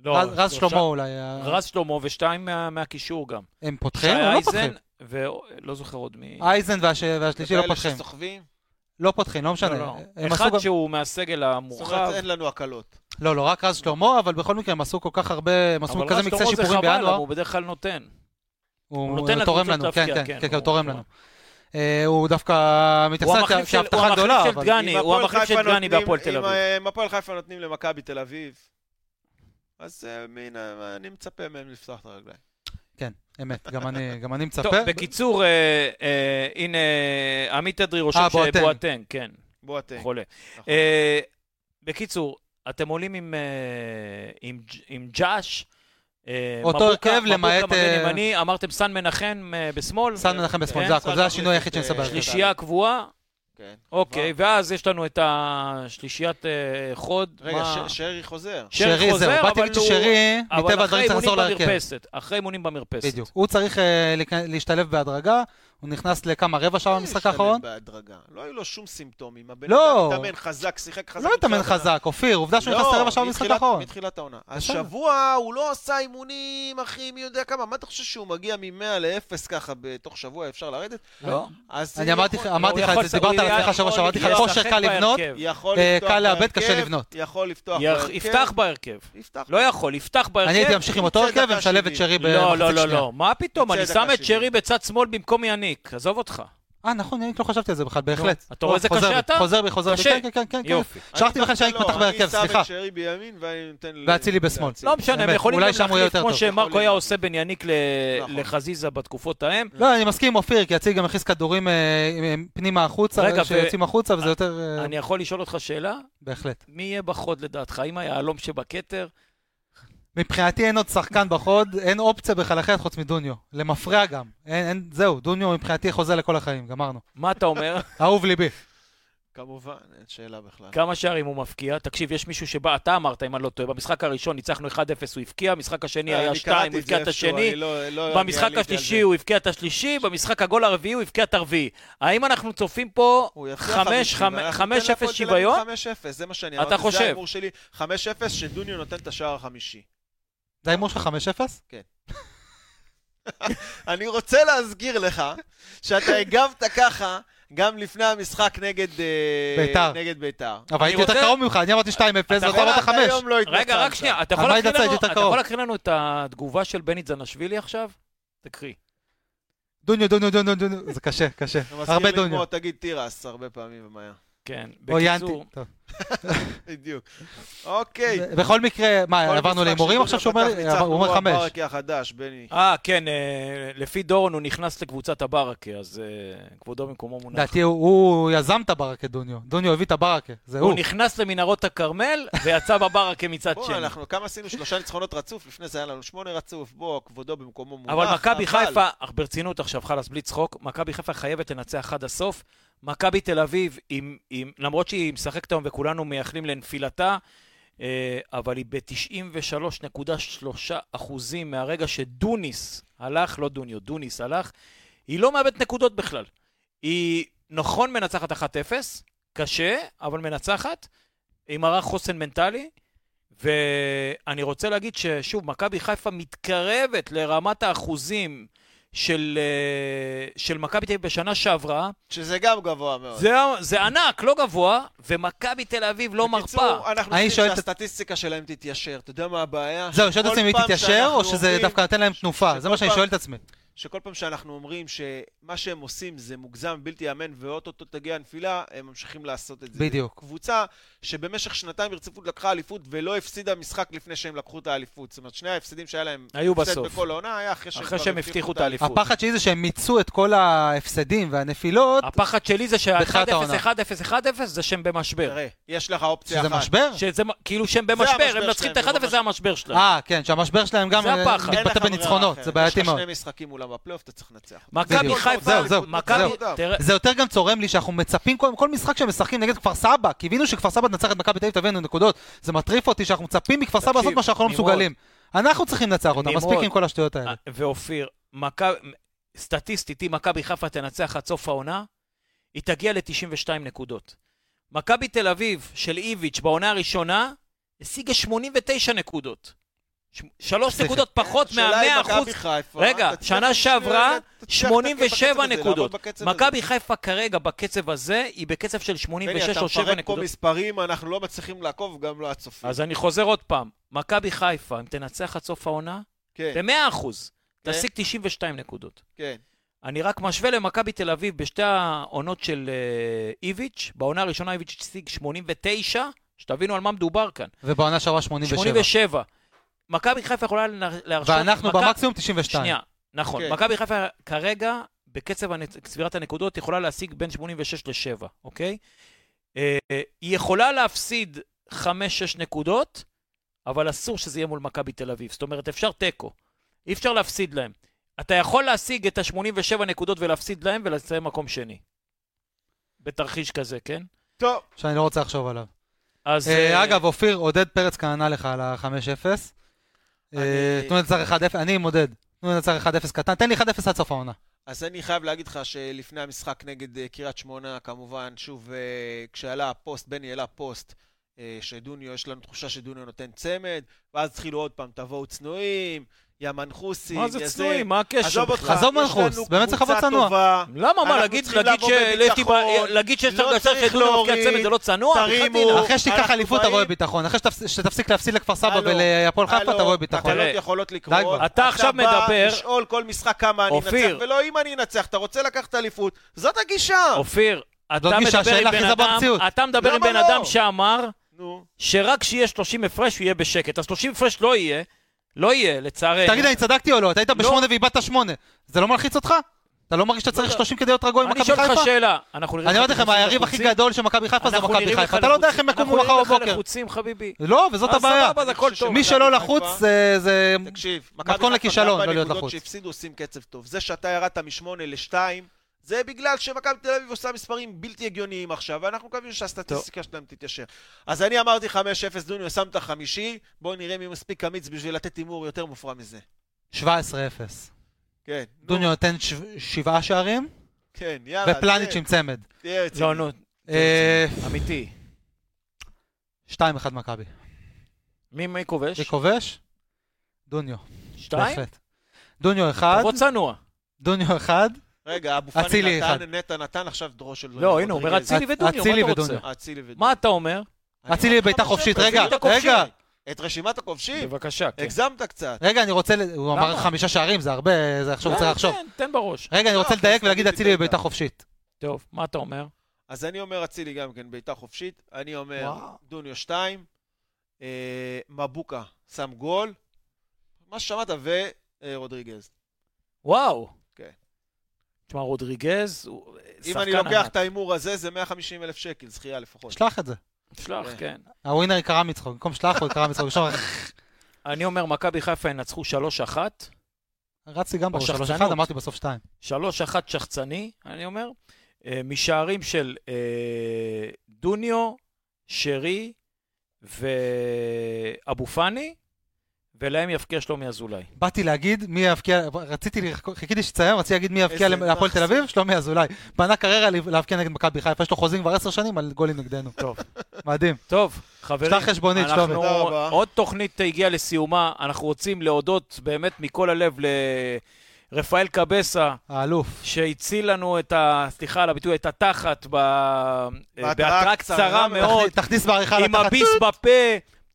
[SPEAKER 1] לא,
[SPEAKER 3] רז- רז
[SPEAKER 1] שלושה-
[SPEAKER 3] שלמה אולי. אה, ה-
[SPEAKER 1] רז שלמה ושתיים מה- מהקישור גם.
[SPEAKER 3] הם פותחים או לא פותחים?
[SPEAKER 1] ולא לא זוכר עוד מי.
[SPEAKER 3] אייזן והש- והשלישי לא
[SPEAKER 2] כאלה
[SPEAKER 3] פותחים.
[SPEAKER 2] שסוחבים?
[SPEAKER 3] לא פותחים, לא משנה.
[SPEAKER 1] לא, לא.
[SPEAKER 3] הם עשו
[SPEAKER 1] אחד
[SPEAKER 3] גם-
[SPEAKER 1] שהוא מהסגל
[SPEAKER 2] זאת אומרת,
[SPEAKER 1] המורחב.
[SPEAKER 2] אין לנו הקלות.
[SPEAKER 3] לא, לא, רק רז שלמה, אבל בכל מקרה הם עשו כל כך הרבה, הם עשו
[SPEAKER 1] אבל
[SPEAKER 3] כזה
[SPEAKER 1] רז
[SPEAKER 3] מקצה
[SPEAKER 1] שלמה זה
[SPEAKER 3] שיפורים
[SPEAKER 1] חבל, אבל
[SPEAKER 3] בינואר.
[SPEAKER 1] הוא בדרך כלל נותן.
[SPEAKER 3] הוא
[SPEAKER 1] נותן
[SPEAKER 3] הוא תורם
[SPEAKER 1] לקבוצות
[SPEAKER 3] לנו, כן,
[SPEAKER 1] להפקיע,
[SPEAKER 3] כן,
[SPEAKER 1] כן,
[SPEAKER 3] כן, כן,
[SPEAKER 1] הוא-
[SPEAKER 3] הוא תורם
[SPEAKER 1] הוא-
[SPEAKER 3] לנו. אה, הוא דווקא
[SPEAKER 1] הוא
[SPEAKER 3] מתייחס
[SPEAKER 1] המחליף
[SPEAKER 3] כ-
[SPEAKER 1] של- הוא
[SPEAKER 3] כהבטחה
[SPEAKER 1] המחליף
[SPEAKER 3] גדולה,
[SPEAKER 1] של
[SPEAKER 3] אבל...
[SPEAKER 1] דגני,
[SPEAKER 2] אם
[SPEAKER 1] הוא
[SPEAKER 2] הפועל
[SPEAKER 1] המחליף
[SPEAKER 2] חיפה
[SPEAKER 1] של דגני
[SPEAKER 2] נותנים-
[SPEAKER 1] בהפועל תל
[SPEAKER 2] אם
[SPEAKER 1] אביב.
[SPEAKER 2] אה, אם הפועל חיפה נותנים למכבי תל אביב, אז אה, מן, ה- אני מצפה מהם לפתוח את הרגליים.
[SPEAKER 3] כן, אמת, גם אני- גם אני
[SPEAKER 1] טוב,
[SPEAKER 3] מצפה.
[SPEAKER 1] בקיצור, אה, אה, הנה, עמית אדרי רושם
[SPEAKER 3] אה, בואטנג.
[SPEAKER 1] שבואטנג, כן,
[SPEAKER 2] בואטנג.
[SPEAKER 1] חולה.
[SPEAKER 2] נכון.
[SPEAKER 1] אה, בקיצור, אתם עולים עם, אה, עם, ג'- עם ג'אש. אה,
[SPEAKER 3] אותו
[SPEAKER 1] מבוקה-
[SPEAKER 3] הרכב
[SPEAKER 1] מבוקה
[SPEAKER 3] למעט,
[SPEAKER 1] מגן
[SPEAKER 3] אה,
[SPEAKER 1] ימני, אמרתם סן מנחם אה, בשמאל.
[SPEAKER 3] סן מנחם בשמאל,
[SPEAKER 1] כן,
[SPEAKER 3] זה הכל,
[SPEAKER 2] סן
[SPEAKER 3] זה השינוי היחיד
[SPEAKER 2] מחליף את,
[SPEAKER 3] שנסבל.
[SPEAKER 2] אה,
[SPEAKER 1] שלישייה קבועה,
[SPEAKER 2] כן.
[SPEAKER 1] אוקיי, ואז יש לנו את השלישיית אה, חוד.
[SPEAKER 2] רגע,
[SPEAKER 1] מה-
[SPEAKER 2] ש- שרי חוזר.
[SPEAKER 3] שרי
[SPEAKER 1] חוזר,
[SPEAKER 3] זהו, באתי
[SPEAKER 1] אבל
[SPEAKER 3] להגיד
[SPEAKER 1] הוא-
[SPEAKER 3] ששרי,
[SPEAKER 1] אבל
[SPEAKER 3] מטבע
[SPEAKER 1] אחרי
[SPEAKER 3] הדברים צריך
[SPEAKER 1] אימונים לא
[SPEAKER 3] לחזור להרכב.
[SPEAKER 1] במרפסת. אחרי אימונים במרפסת.
[SPEAKER 3] בדיוק. הוא צריך אה, להיכנ- להשתלב בהדרגה, הוא נכנס לכמה רבע
[SPEAKER 1] אה,
[SPEAKER 3] שעה במשחק האחרון.
[SPEAKER 2] השתלב בהדרגה. לא היו לו שום סימפטומים. הבן
[SPEAKER 3] לא.
[SPEAKER 2] אדם התאמן חזק, שיחק חזק.
[SPEAKER 3] לא התאמן
[SPEAKER 2] מתחילת העונה.
[SPEAKER 3] חזק, אופיר, עובדה שהוא נכנס
[SPEAKER 2] לא,
[SPEAKER 3] לרבע שעה במשחק
[SPEAKER 2] מתחילת-
[SPEAKER 3] האחרון.
[SPEAKER 2] מתחילת העונה.
[SPEAKER 3] בסדר.
[SPEAKER 2] השבוע הוא לא עשה אימונים, אחי, מי יודע כמה. מה אתה חושב שהוא מגיע מ-100 ל-0 ככה בתוך שבוע אפשר לרדת?
[SPEAKER 3] לא.
[SPEAKER 2] אז
[SPEAKER 3] אני
[SPEAKER 2] הוא
[SPEAKER 3] אמרתי לך- אמ-
[SPEAKER 2] יכול-
[SPEAKER 1] הוא
[SPEAKER 3] אמרתי לך את
[SPEAKER 1] יכול-
[SPEAKER 3] זה, דיברת
[SPEAKER 1] הוא
[SPEAKER 3] על עצמך
[SPEAKER 1] יכול-
[SPEAKER 3] שבוע שעבר, אמרתי לך,
[SPEAKER 1] יכול
[SPEAKER 3] כושר
[SPEAKER 1] לשחק
[SPEAKER 3] קל לבנות,
[SPEAKER 1] בהרכב.
[SPEAKER 2] יכול
[SPEAKER 3] אה,
[SPEAKER 2] לפתוח
[SPEAKER 3] קל לאבד,
[SPEAKER 2] בהרכב,
[SPEAKER 3] קשה לבנות.
[SPEAKER 2] יכול לפתוח
[SPEAKER 1] יח- יפתח בהרכב.
[SPEAKER 2] יפתח.
[SPEAKER 1] לא יכול, יפתח בהרכב.
[SPEAKER 3] אני הייתי ממשיך עם אותו
[SPEAKER 2] יצא
[SPEAKER 3] הרכב
[SPEAKER 2] דקה
[SPEAKER 3] ומשלב
[SPEAKER 2] שבעים.
[SPEAKER 3] את שרי במחצית
[SPEAKER 1] לא,
[SPEAKER 3] שנייה.
[SPEAKER 1] לא, לא, לא. מה פתאום?
[SPEAKER 2] יצא
[SPEAKER 1] אני
[SPEAKER 2] דקה
[SPEAKER 1] שם את
[SPEAKER 2] שבעים.
[SPEAKER 1] שרי בצד שמאל במקום יניק. עזוב אותך.
[SPEAKER 3] אה, נכון, יניק, לא חשבתי על זה בכלל, בהחלט.
[SPEAKER 1] אתה רואה איזה
[SPEAKER 3] חוזר
[SPEAKER 1] קשה
[SPEAKER 3] בי,
[SPEAKER 1] אתה?
[SPEAKER 3] חוזר בי, חוזר בי,
[SPEAKER 1] קשה.
[SPEAKER 3] כן, כן, כן, כן, כן.
[SPEAKER 1] יופי.
[SPEAKER 3] שכחתי
[SPEAKER 2] אני
[SPEAKER 3] בכלל שהיק
[SPEAKER 2] דווקא
[SPEAKER 3] פתח
[SPEAKER 2] לא,
[SPEAKER 3] בהרכב,
[SPEAKER 2] אני שם
[SPEAKER 3] סליחה.
[SPEAKER 2] את שרי בימין ואני נותן... ל-
[SPEAKER 3] ואצילי בשמאל.
[SPEAKER 2] לאצילי.
[SPEAKER 1] לא משנה, הם
[SPEAKER 3] באמת,
[SPEAKER 1] יכולים גם
[SPEAKER 3] אולי שם הוא יהיה
[SPEAKER 1] להחליף
[SPEAKER 3] יותר
[SPEAKER 1] כמו
[SPEAKER 3] טוב.
[SPEAKER 1] שמרקו
[SPEAKER 2] יכולים.
[SPEAKER 1] היה עושה בין יניק ל-
[SPEAKER 2] נכון.
[SPEAKER 1] לחזיזה בתקופות ההם.
[SPEAKER 3] לא, אני מסכים עם אופיר, כי אצילי גם הכניס כדורים אה, אה, פנימה החוצה,
[SPEAKER 1] רגע, ו-
[SPEAKER 3] שיוצאים החוצה, וזה יותר... אה,
[SPEAKER 1] אני יכול לשאול אותך שאלה?
[SPEAKER 3] בהחלט.
[SPEAKER 1] מי יהיה בחוד לדעתך? האם היהלום שבכתר?
[SPEAKER 3] מבחינתי אין עוד שחקן בחוד, אין אופציה בכלל אחרת חוץ מדוניו. למפרע גם. אין, אין, זהו, דוניו מבחינתי חוזה לכל החיים, גמרנו.
[SPEAKER 1] מה אתה אומר?
[SPEAKER 3] אהוב ליבי.
[SPEAKER 2] כמובן, אין שאלה בכלל.
[SPEAKER 1] כמה שערים הוא מפקיע? תקשיב, יש מישהו שבא, אתה אמרת, אם אני לא טועה, במשחק הראשון ניצחנו 1-0, הוא הבקיע, המשחק השני
[SPEAKER 2] אה,
[SPEAKER 1] היה
[SPEAKER 2] אני
[SPEAKER 1] 2,
[SPEAKER 2] קראתי
[SPEAKER 1] הוא
[SPEAKER 2] את זה
[SPEAKER 1] הבקיע את
[SPEAKER 2] איפשהו,
[SPEAKER 1] השני.
[SPEAKER 2] אני לא- לא יודע,
[SPEAKER 1] במשחק
[SPEAKER 2] עליתי על
[SPEAKER 1] השלישי
[SPEAKER 2] זה.
[SPEAKER 1] הוא הבקיע את השלישי, במשחק הגול הרביעי הוא הבקיע את הרביעי. האם אנחנו צופים פה
[SPEAKER 2] הוא יפסיד
[SPEAKER 1] חמש-
[SPEAKER 2] 50, ואנחנו ניתן
[SPEAKER 1] חמש- 0
[SPEAKER 2] להפועל תל אביב
[SPEAKER 1] שוויון?
[SPEAKER 2] 5-0, זה מה שאני
[SPEAKER 1] אתה
[SPEAKER 2] אמרתי.
[SPEAKER 1] חושב?
[SPEAKER 2] זה ההימור שלי, 5-0, שדוניו נותן את השער החמישי.
[SPEAKER 3] זה ההימור שלך 5-0?
[SPEAKER 2] אני רוצה להזכיר לך שאתה הגבת ככה גם לפני המשחק נגד אה,
[SPEAKER 3] בית"ר.
[SPEAKER 2] נגד ביתר.
[SPEAKER 3] אבל הייתי יותר
[SPEAKER 1] רוצה-
[SPEAKER 3] קרוב ממך, אני אמרתי 2-0,
[SPEAKER 1] אתה
[SPEAKER 3] ואתה
[SPEAKER 1] יכול-
[SPEAKER 3] אמרת 5.
[SPEAKER 2] עד היום לא התנצלת.
[SPEAKER 1] רגע, רק שנייה, אתה יכול
[SPEAKER 3] על מה
[SPEAKER 1] להקריא
[SPEAKER 3] התנצלת
[SPEAKER 1] לנו-
[SPEAKER 3] יותר
[SPEAKER 1] אתה
[SPEAKER 3] קרוב?
[SPEAKER 1] יכול להקריא לנו את התגובה של בני תזנשווילי עכשיו? תקריא.
[SPEAKER 3] דוניו, דוניו, דוניו, דוניו, זה קשה, קשה.
[SPEAKER 2] אתה מזכיר
[SPEAKER 3] הרבה
[SPEAKER 2] לי
[SPEAKER 3] דוניו.
[SPEAKER 2] כמו תגיד תירס הרבה פעמים ומה היה.
[SPEAKER 1] כן.
[SPEAKER 3] או ינטי.
[SPEAKER 1] בקיצור,
[SPEAKER 3] טוב.
[SPEAKER 2] בדיוק. אוקיי.
[SPEAKER 3] בכל מקרה,
[SPEAKER 2] כל
[SPEAKER 3] מה, אה, עברנו
[SPEAKER 2] משחק
[SPEAKER 3] להימורים
[SPEAKER 2] שדוניו
[SPEAKER 3] עכשיו שהוא
[SPEAKER 2] פתח,
[SPEAKER 3] אומר?
[SPEAKER 2] ניצחנו,
[SPEAKER 3] הוא אומר
[SPEAKER 2] הוא
[SPEAKER 3] 5.
[SPEAKER 2] הברקי החדש, בני.
[SPEAKER 1] אה, כן, אה, לפי דורון הוא נכנס לקבוצת הברקה, אז אה, כבודו במקומו מונח.
[SPEAKER 3] לדעתי הוא- הוא יזם את הברקה, דוניו. דוניו הביא את הברקה, זה
[SPEAKER 1] הוא
[SPEAKER 3] הוא.
[SPEAKER 1] נכנס למנהרות הכרמל ויצא בברקה מצד
[SPEAKER 2] בוא,
[SPEAKER 1] שני.
[SPEAKER 2] אנחנו כמה עשינו? שלושה ניצחונות רצוף? לפני זה היה לנו שמונה רצוף. בוא, כבודו במקומו מונח.
[SPEAKER 1] אבל מכבי חיפה, אך ברצינות עכשיו, חלאס, בלי צחוק, מכבי חיפה חייבת לנצח עד הסוף. מכבי תל אביב, עם, עם, למרות שהיא משחקת היום וכולנו מייחלים לנפילתה, אה, אבל היא ב-93.3 אחוזים מהרגע שדוניס הלך, לא דוניו, דוניס הלך, היא לא מאבדת נקודות בכלל. היא, נכון, מנצחת 1-0, קשה, אבל מנצחת, היא מראה חוסן מנטלי, ואני רוצה להגיד ששוב, מכבי חיפה מתקרבת לרמת האחוזים של, אה, של מכבי תל אביב בשנה שעברה.
[SPEAKER 2] שזה גם גבוה מאוד.
[SPEAKER 1] זה, זה ענק, לא גבוה, ומכבי תל אביב לא מרפה.
[SPEAKER 2] בקיצור, אנחנו
[SPEAKER 3] אני
[SPEAKER 2] צריכים
[SPEAKER 3] שואל את-
[SPEAKER 2] שהסטטיסטיקה שלהם תתיישר. אתה יודע מה הבעיה?
[SPEAKER 3] זהו, שואל את
[SPEAKER 2] שכל
[SPEAKER 3] עצמי אם היא
[SPEAKER 2] פעם
[SPEAKER 3] תתיישר,
[SPEAKER 2] שאנחנו
[SPEAKER 3] או שזה
[SPEAKER 2] אומרים-
[SPEAKER 3] דווקא נותן להם תנופה, זה
[SPEAKER 2] שכל
[SPEAKER 3] מה שאני
[SPEAKER 2] פעם-
[SPEAKER 3] שואל את עצמי.
[SPEAKER 2] שכל פעם שאנחנו אומרים שמה שהם עושים זה מוגזם, בלתי יאמן, ואו-טו-טו תגיע הנפילה, הם ממשיכים לעשות את זה.
[SPEAKER 3] בדיוק.
[SPEAKER 2] קבוצה שבמשך שנתיים ברציפות לקחה אליפות ולא הפסידה משחק לפני שהם לקחו את האליפות. זאת אומרת, שני ההפסדים שהיה להם...
[SPEAKER 1] היו
[SPEAKER 2] הפסד
[SPEAKER 1] בסוף.
[SPEAKER 2] בכל העונה היה אחרי שהם
[SPEAKER 1] אחרי
[SPEAKER 2] כבר
[SPEAKER 1] שהם הבטיחו את
[SPEAKER 2] האליפות.
[SPEAKER 1] האליפות.
[SPEAKER 3] הפחד שלי זה שהם מיצו את כל ההפסדים והנפילות,
[SPEAKER 1] הפחד שלי זה
[SPEAKER 3] בתחילת העונה.
[SPEAKER 1] שה-1-0, 1-0, 1-0 זה שהם במשבר.
[SPEAKER 2] תראה, יש לך אופציה
[SPEAKER 3] שזה
[SPEAKER 2] אחת.
[SPEAKER 3] משבר?
[SPEAKER 1] שזה מ- כאילו שהם
[SPEAKER 2] המשבר
[SPEAKER 1] במשבר, הם מנצחים
[SPEAKER 2] שלהם,
[SPEAKER 1] את ה-1-0, זה
[SPEAKER 2] זה
[SPEAKER 1] המשבר שלהם.
[SPEAKER 3] אה, כן, שהמשבר שלהם גם
[SPEAKER 1] זה
[SPEAKER 3] אה,
[SPEAKER 1] הפחד.
[SPEAKER 2] אין לך
[SPEAKER 3] מתבטא
[SPEAKER 2] ברירה
[SPEAKER 3] בניצחונות,
[SPEAKER 2] אחרת.
[SPEAKER 3] זה בעייתי
[SPEAKER 2] יש לך
[SPEAKER 3] מאוד.
[SPEAKER 2] שני משחקים מולם בפלייאוף, אתה צריך לנצח.
[SPEAKER 1] מכבי
[SPEAKER 3] בדיוק.
[SPEAKER 1] חיפה,
[SPEAKER 3] זהו, זהו,
[SPEAKER 1] מכבי,
[SPEAKER 2] זהו.
[SPEAKER 1] תראה,
[SPEAKER 3] זה יותר גם צורם לי שאנחנו מצפים, כל, כל משחק שהם משחקים נגד כפר סבא, קיווינו שכפר סבא תנצח את מכבי תל אביב, תביא לנו נקודות. זה מטריף אותי שאנחנו מצפים מכפר סבא
[SPEAKER 1] תקשיב,
[SPEAKER 3] לעשות מה שאנחנו לא
[SPEAKER 1] נמרוד.
[SPEAKER 3] מסוגלים. אנחנו צריכים לנצח אותם,
[SPEAKER 1] נמרוד. אה.
[SPEAKER 3] מספיק עם כל השטויות האלה.
[SPEAKER 1] ואופיר, מכב- סטטיסטית, אם מכבי חיפה תנצח עד סוף העונה, היא תגיע ל-92 נקודות. מכבי תל אביב של איביץ' בעונה הראשונה השיגה 89 נקודות. ש- שלוש
[SPEAKER 3] סליחה.
[SPEAKER 1] נקודות פחות
[SPEAKER 2] השאלה היא
[SPEAKER 1] מה-100 אחוז.
[SPEAKER 2] מכבי חיפה,
[SPEAKER 1] רגע,
[SPEAKER 2] תצליח שנייה
[SPEAKER 1] שנה שעברה,
[SPEAKER 2] תצליח
[SPEAKER 1] 87
[SPEAKER 2] לעמוד בקצב הזה,
[SPEAKER 1] נקודות.
[SPEAKER 2] לעמוד בקצב הזה.
[SPEAKER 1] מכבי חיפה כרגע בקצב הזה היא בקצב של
[SPEAKER 2] בני,
[SPEAKER 1] 86
[SPEAKER 2] אתה
[SPEAKER 1] או 7
[SPEAKER 2] מפרק פה
[SPEAKER 1] נקודות.
[SPEAKER 2] מספרים, אנחנו לא מצליחים לעקוב, גם לא הצופים.
[SPEAKER 1] אז אני חוזר עוד פעם, מכבי חיפה, אם תנצח עד סוף העונה,
[SPEAKER 2] כן,
[SPEAKER 1] ב-100 אחוז,
[SPEAKER 2] כן.
[SPEAKER 1] תשיג 92 נקודות.
[SPEAKER 2] כן.
[SPEAKER 1] אני רק משווה למכבי תל אביב בשתי העונות של אה, איביץ', בעונה הראשונה איביץ' השיג 89, שתבינו על מה מדובר כאן.
[SPEAKER 3] ובעונה שעברה 87.
[SPEAKER 1] 87. מכבי חיפה יכולה לנ- להרשות...
[SPEAKER 3] ואנחנו
[SPEAKER 1] מכבי-
[SPEAKER 3] במקסימום 92.
[SPEAKER 1] שנייה, נכון.
[SPEAKER 2] כן.
[SPEAKER 1] מכבי חיפה כרגע, בקצב הנצ- צבירת הנקודות, יכולה להשיג בין 86 ל-7, אוקיי? אה, אה, היא יכולה להפסיד 5-6 נקודות, אבל אסור שזה יהיה מול מכבי תל אביב. זאת אומרת, אפשר תיקו. אי אפשר להפסיד להם. אתה יכול להשיג את ה-87 נקודות ולהפסיד להם ולסיים מקום שני. בתרחיש כזה, כן?
[SPEAKER 2] טוב,
[SPEAKER 3] שאני לא רוצה לחשוב עליו.
[SPEAKER 1] אז...
[SPEAKER 3] אה,
[SPEAKER 1] אה,
[SPEAKER 3] אגב, אופיר, עודד פרץ כענה לך על ה-5-0. אה,
[SPEAKER 2] אני-
[SPEAKER 3] תנו לנצח 1-0, אני עם עודד. תנו לנצח 1-0 קטן, תן לי 1-0 עד סוף העונה.
[SPEAKER 2] אז אני חייב להגיד לך שלפני המשחק נגד אה, קריית שמונה, כמובן, שוב, אה, כשעלה הפוסט, בני העלה פוסט, אה, שדוניו, יש לנו תחושה שדוניו נותן צמד, ואז התחילו עוד פעם, תבואו צנועים, יא מנחוסי,
[SPEAKER 1] מה זה
[SPEAKER 2] יא
[SPEAKER 1] צנועים? מה הקשר
[SPEAKER 2] עזוב אותך,
[SPEAKER 1] בכלל?
[SPEAKER 3] עזוב
[SPEAKER 2] יש לנו
[SPEAKER 3] מנחוס, באמת צריך לבוא
[SPEAKER 2] קבוצה
[SPEAKER 3] צנוע.
[SPEAKER 2] טובה,
[SPEAKER 1] למה? מה,
[SPEAKER 2] אנחנו
[SPEAKER 1] להגיד
[SPEAKER 2] צריכים
[SPEAKER 1] להגיד
[SPEAKER 2] לבוא
[SPEAKER 1] שהעליתי ב-
[SPEAKER 2] בביטחון,
[SPEAKER 1] להגיד שיש
[SPEAKER 2] לא
[SPEAKER 1] לך הרגשה
[SPEAKER 2] צריך
[SPEAKER 1] שדודו מפקיע
[SPEAKER 2] להוריד,
[SPEAKER 1] צמד זה לא צנוע?
[SPEAKER 2] תרימו.
[SPEAKER 1] בחייתי לה.
[SPEAKER 3] אחרי שתיקח
[SPEAKER 2] אנחנו
[SPEAKER 3] אליפות
[SPEAKER 2] באים-
[SPEAKER 3] תבוא בביטחון, אחרי שתפס- שתפסיק להפסיד לכפר סבא
[SPEAKER 2] הלו,
[SPEAKER 3] ולהפועל חיפה
[SPEAKER 2] הלו, לא
[SPEAKER 3] תבוא בביטחון.
[SPEAKER 1] תראה,
[SPEAKER 2] תקלות יכולות לקרות.
[SPEAKER 3] כבר.
[SPEAKER 1] אתה עכשיו
[SPEAKER 2] אתה בא
[SPEAKER 1] מדבר-
[SPEAKER 2] לשאול כל משחק כמה אני אנצח,
[SPEAKER 1] אופיר.
[SPEAKER 2] ולא אם אני אנצח, אתה רוצה לקחת אליפות, זאת הגישה.
[SPEAKER 1] אופיר, אתה
[SPEAKER 3] זאת גישה
[SPEAKER 1] מדבר
[SPEAKER 3] שאין
[SPEAKER 1] עם
[SPEAKER 3] לה
[SPEAKER 1] בן
[SPEAKER 3] אחיזה
[SPEAKER 1] אדם,
[SPEAKER 3] במציאות.
[SPEAKER 1] אתה מדבר עם
[SPEAKER 2] למה
[SPEAKER 1] בן
[SPEAKER 2] לא?
[SPEAKER 1] אדם שאמר
[SPEAKER 2] נו,
[SPEAKER 1] שרק כשיהיה 30 הפרש הוא יהיה בשקט. אז 30 הפרש לא יהיה, לא יהיה, לצערנו.
[SPEAKER 3] תגיד, אני צדקתי או לא? אתה היית בשמונה ואיבדת שמונה. זה לא מלחיץ אותך? אתה לא מרגיש שאתה צריך
[SPEAKER 1] לא.
[SPEAKER 3] 30 כדי להיות רגוע עם
[SPEAKER 1] אני
[SPEAKER 3] מכבי
[SPEAKER 1] שואל אותך
[SPEAKER 3] חיפה?
[SPEAKER 1] שאלה. אנחנו נראה
[SPEAKER 3] אני אומר לכם,
[SPEAKER 1] לחוצים
[SPEAKER 3] היריב הכי
[SPEAKER 1] לחוצים?
[SPEAKER 3] גדול של מכבי חיפה זה
[SPEAKER 1] אנחנו
[SPEAKER 3] מכבי
[SPEAKER 1] נראים לך
[SPEAKER 3] חיפה. אתה לא יודע איך
[SPEAKER 1] לחוצים.
[SPEAKER 3] הם יקומו מחר
[SPEAKER 1] אנחנו נראים
[SPEAKER 3] בבוקר.
[SPEAKER 1] לך לחוצים, חביבי.
[SPEAKER 3] לא, וזאת
[SPEAKER 1] אה,
[SPEAKER 3] הבעיה.
[SPEAKER 1] סבבה, אז הכל
[SPEAKER 2] אני חושב
[SPEAKER 1] טוב.
[SPEAKER 3] מי שלא
[SPEAKER 2] מכבי
[SPEAKER 3] לחוץ
[SPEAKER 2] חיפה-
[SPEAKER 3] זה... זה-
[SPEAKER 2] תקשיב, מכבי
[SPEAKER 3] מתכון
[SPEAKER 2] חיפה
[SPEAKER 3] לכישלון,
[SPEAKER 2] בארבע
[SPEAKER 3] לא להיות
[SPEAKER 2] נקודות
[SPEAKER 3] לחוץ.
[SPEAKER 2] שהפסידו עושים קצב טוב. זה שאתה ירדת משמונה לשתיים, זה בגלל שמכבי תל אביב עושה מספרים בלתי הגיוניים עכשיו, ואנחנו מקווים שהסטטיסטיקה שלהם תתיישר. אז אני אמרתי 5-0, דוניו שם את החמישי, בואו נראה מי מספיק אמיץ בשביל לתת הימור יותר מופרע מזה.
[SPEAKER 3] 17-0.
[SPEAKER 2] כן, נו,
[SPEAKER 3] דוניו נותן ש- שבעה שערים,
[SPEAKER 2] כן, יאללה.
[SPEAKER 3] ופלניץ'
[SPEAKER 2] תהיה-
[SPEAKER 3] עם צמד.
[SPEAKER 2] תהיה רציני.
[SPEAKER 1] לא, נו,
[SPEAKER 3] אה,
[SPEAKER 1] אמיתי.
[SPEAKER 3] 2-1 מכבי.
[SPEAKER 1] מי מי כובש?
[SPEAKER 3] מי כובש? דוניו.
[SPEAKER 1] שתיים?
[SPEAKER 3] בהחלט. דוניו אחד,
[SPEAKER 1] תבוא צנוע.
[SPEAKER 3] דוניו אחד,
[SPEAKER 2] רגע, אבו
[SPEAKER 3] אצילי
[SPEAKER 2] פאני
[SPEAKER 3] אחד.
[SPEAKER 2] נתן, נטע נתן, עכשיו דרו של...
[SPEAKER 1] לא, הנה, הוא אומר
[SPEAKER 2] רודריגז. אה,
[SPEAKER 1] אצילי ודוניו,
[SPEAKER 3] אצילי
[SPEAKER 1] מה אתה רוצה?
[SPEAKER 3] ודוניו.
[SPEAKER 2] אצילי ודוניו.
[SPEAKER 1] מה אתה אומר?
[SPEAKER 2] אני
[SPEAKER 3] אצילי
[SPEAKER 2] אמרתי
[SPEAKER 3] בעיטה
[SPEAKER 2] 5-0,
[SPEAKER 3] חופשית.
[SPEAKER 2] רשימת
[SPEAKER 3] רגע,
[SPEAKER 2] הכובשים.
[SPEAKER 3] רגע,
[SPEAKER 2] את רשימת הכובשים?
[SPEAKER 1] בבקשה, כן.
[SPEAKER 2] הגזמת קצת.
[SPEAKER 3] רגע, אני רוצה, ל- הוא אמר
[SPEAKER 1] למה?
[SPEAKER 3] חמישה שערים, זה הרבה, זה עכשיו
[SPEAKER 1] לא,
[SPEAKER 3] צריך לחשוב.
[SPEAKER 1] כן, תן בראש.
[SPEAKER 3] רגע, אני
[SPEAKER 2] לא,
[SPEAKER 3] רוצה
[SPEAKER 2] אחרי
[SPEAKER 3] לדייק
[SPEAKER 2] זה
[SPEAKER 3] ולהגיד
[SPEAKER 2] תגיד
[SPEAKER 3] אצילי
[SPEAKER 2] לי
[SPEAKER 3] בביתה
[SPEAKER 2] אתה.
[SPEAKER 3] חופשית.
[SPEAKER 1] טוב, מה אתה אומר?
[SPEAKER 2] אז אני אומר אצילי גם כן, בעיטה חופשית. אני אומר
[SPEAKER 1] וואו.
[SPEAKER 2] דוניו 2, אה, מבוקה שם גול, מה ששמעת, אה, ורודריגז.
[SPEAKER 1] וואו.
[SPEAKER 2] כן.
[SPEAKER 1] תשמע, רודריגז הוא אה,
[SPEAKER 2] אם אני לוקח את ההימור הזה, זה 150 אלף שקל, זכייה לפחות.
[SPEAKER 3] שלח את זה.
[SPEAKER 1] שלח,
[SPEAKER 2] כן.
[SPEAKER 1] כן.
[SPEAKER 3] הווינר יקרא מצחוק, במקום שלח הוא יקרא מצחוק. עכשיו
[SPEAKER 1] אני אומר, מכבי חיפה ינצחו 3-1,
[SPEAKER 3] רצתי גם בראש,
[SPEAKER 1] בשחצנות.
[SPEAKER 3] 3-1, אמרתי בסוף 2.
[SPEAKER 1] 3-1 שחצני, אני אומר, אה, משערים של אה, דוניו, שרי ואבו פאני, ולהם יבקיע שלומי אזולאי.
[SPEAKER 3] באתי להגיד מי יבקיע, רציתי, לחכות- חיכיתי שתסיים, רציתי להגיד מי יבקיע
[SPEAKER 2] איזה
[SPEAKER 3] להפועל תל
[SPEAKER 2] מחזור.
[SPEAKER 3] אביב, שלומי אזולאי. בנה קריירה לה- להבקיע נגד מכבי חיפה, יש לו חוזים כבר עשר שנים על גולים נגדנו.
[SPEAKER 1] טוב.
[SPEAKER 3] מדהים.
[SPEAKER 1] טוב, חברים,
[SPEAKER 3] שלח חשבונית, שלומי.
[SPEAKER 1] אנחנו,
[SPEAKER 2] תודה רבה.
[SPEAKER 1] עוד תוכנית הגיעה לסיומה, אנחנו רוצים להודות באמת מכל הלב לרפאל קבסה,
[SPEAKER 3] האלוף.
[SPEAKER 1] שהציל לנו את ה... סליחה על הביטוי, את התחת ב... בהתראה קצרה
[SPEAKER 2] קצרה
[SPEAKER 1] מאוד,
[SPEAKER 3] תכניס- תכניס בעריכה
[SPEAKER 1] עם
[SPEAKER 3] לתחת.
[SPEAKER 1] הביס בפה.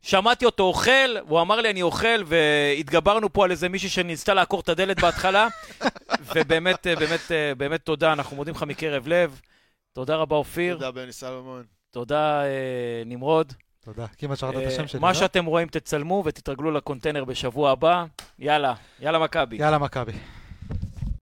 [SPEAKER 1] שמעתי אותו אוכל, הוא אמר לי אני אוכל, והתגברנו פה על איזה מישהי שניסתה לעקור את הדלת בהתחלה, ובאמת, אה, באמת, אה, באמת תודה, אנחנו מודים לך מקרב לב. תודה רבה אופיר, תודה,
[SPEAKER 2] תודה, בני סלומון.
[SPEAKER 1] אה, נמרוד.
[SPEAKER 3] תודה, כמעט שכחת את
[SPEAKER 1] אה,
[SPEAKER 3] השם שלי.
[SPEAKER 1] מה
[SPEAKER 3] לא?
[SPEAKER 1] שאתם רואים תצלמו ותתרגלו לקונטיינר בשבוע הבא. יאללה, יאללה מכבי.
[SPEAKER 3] יאללה מכבי.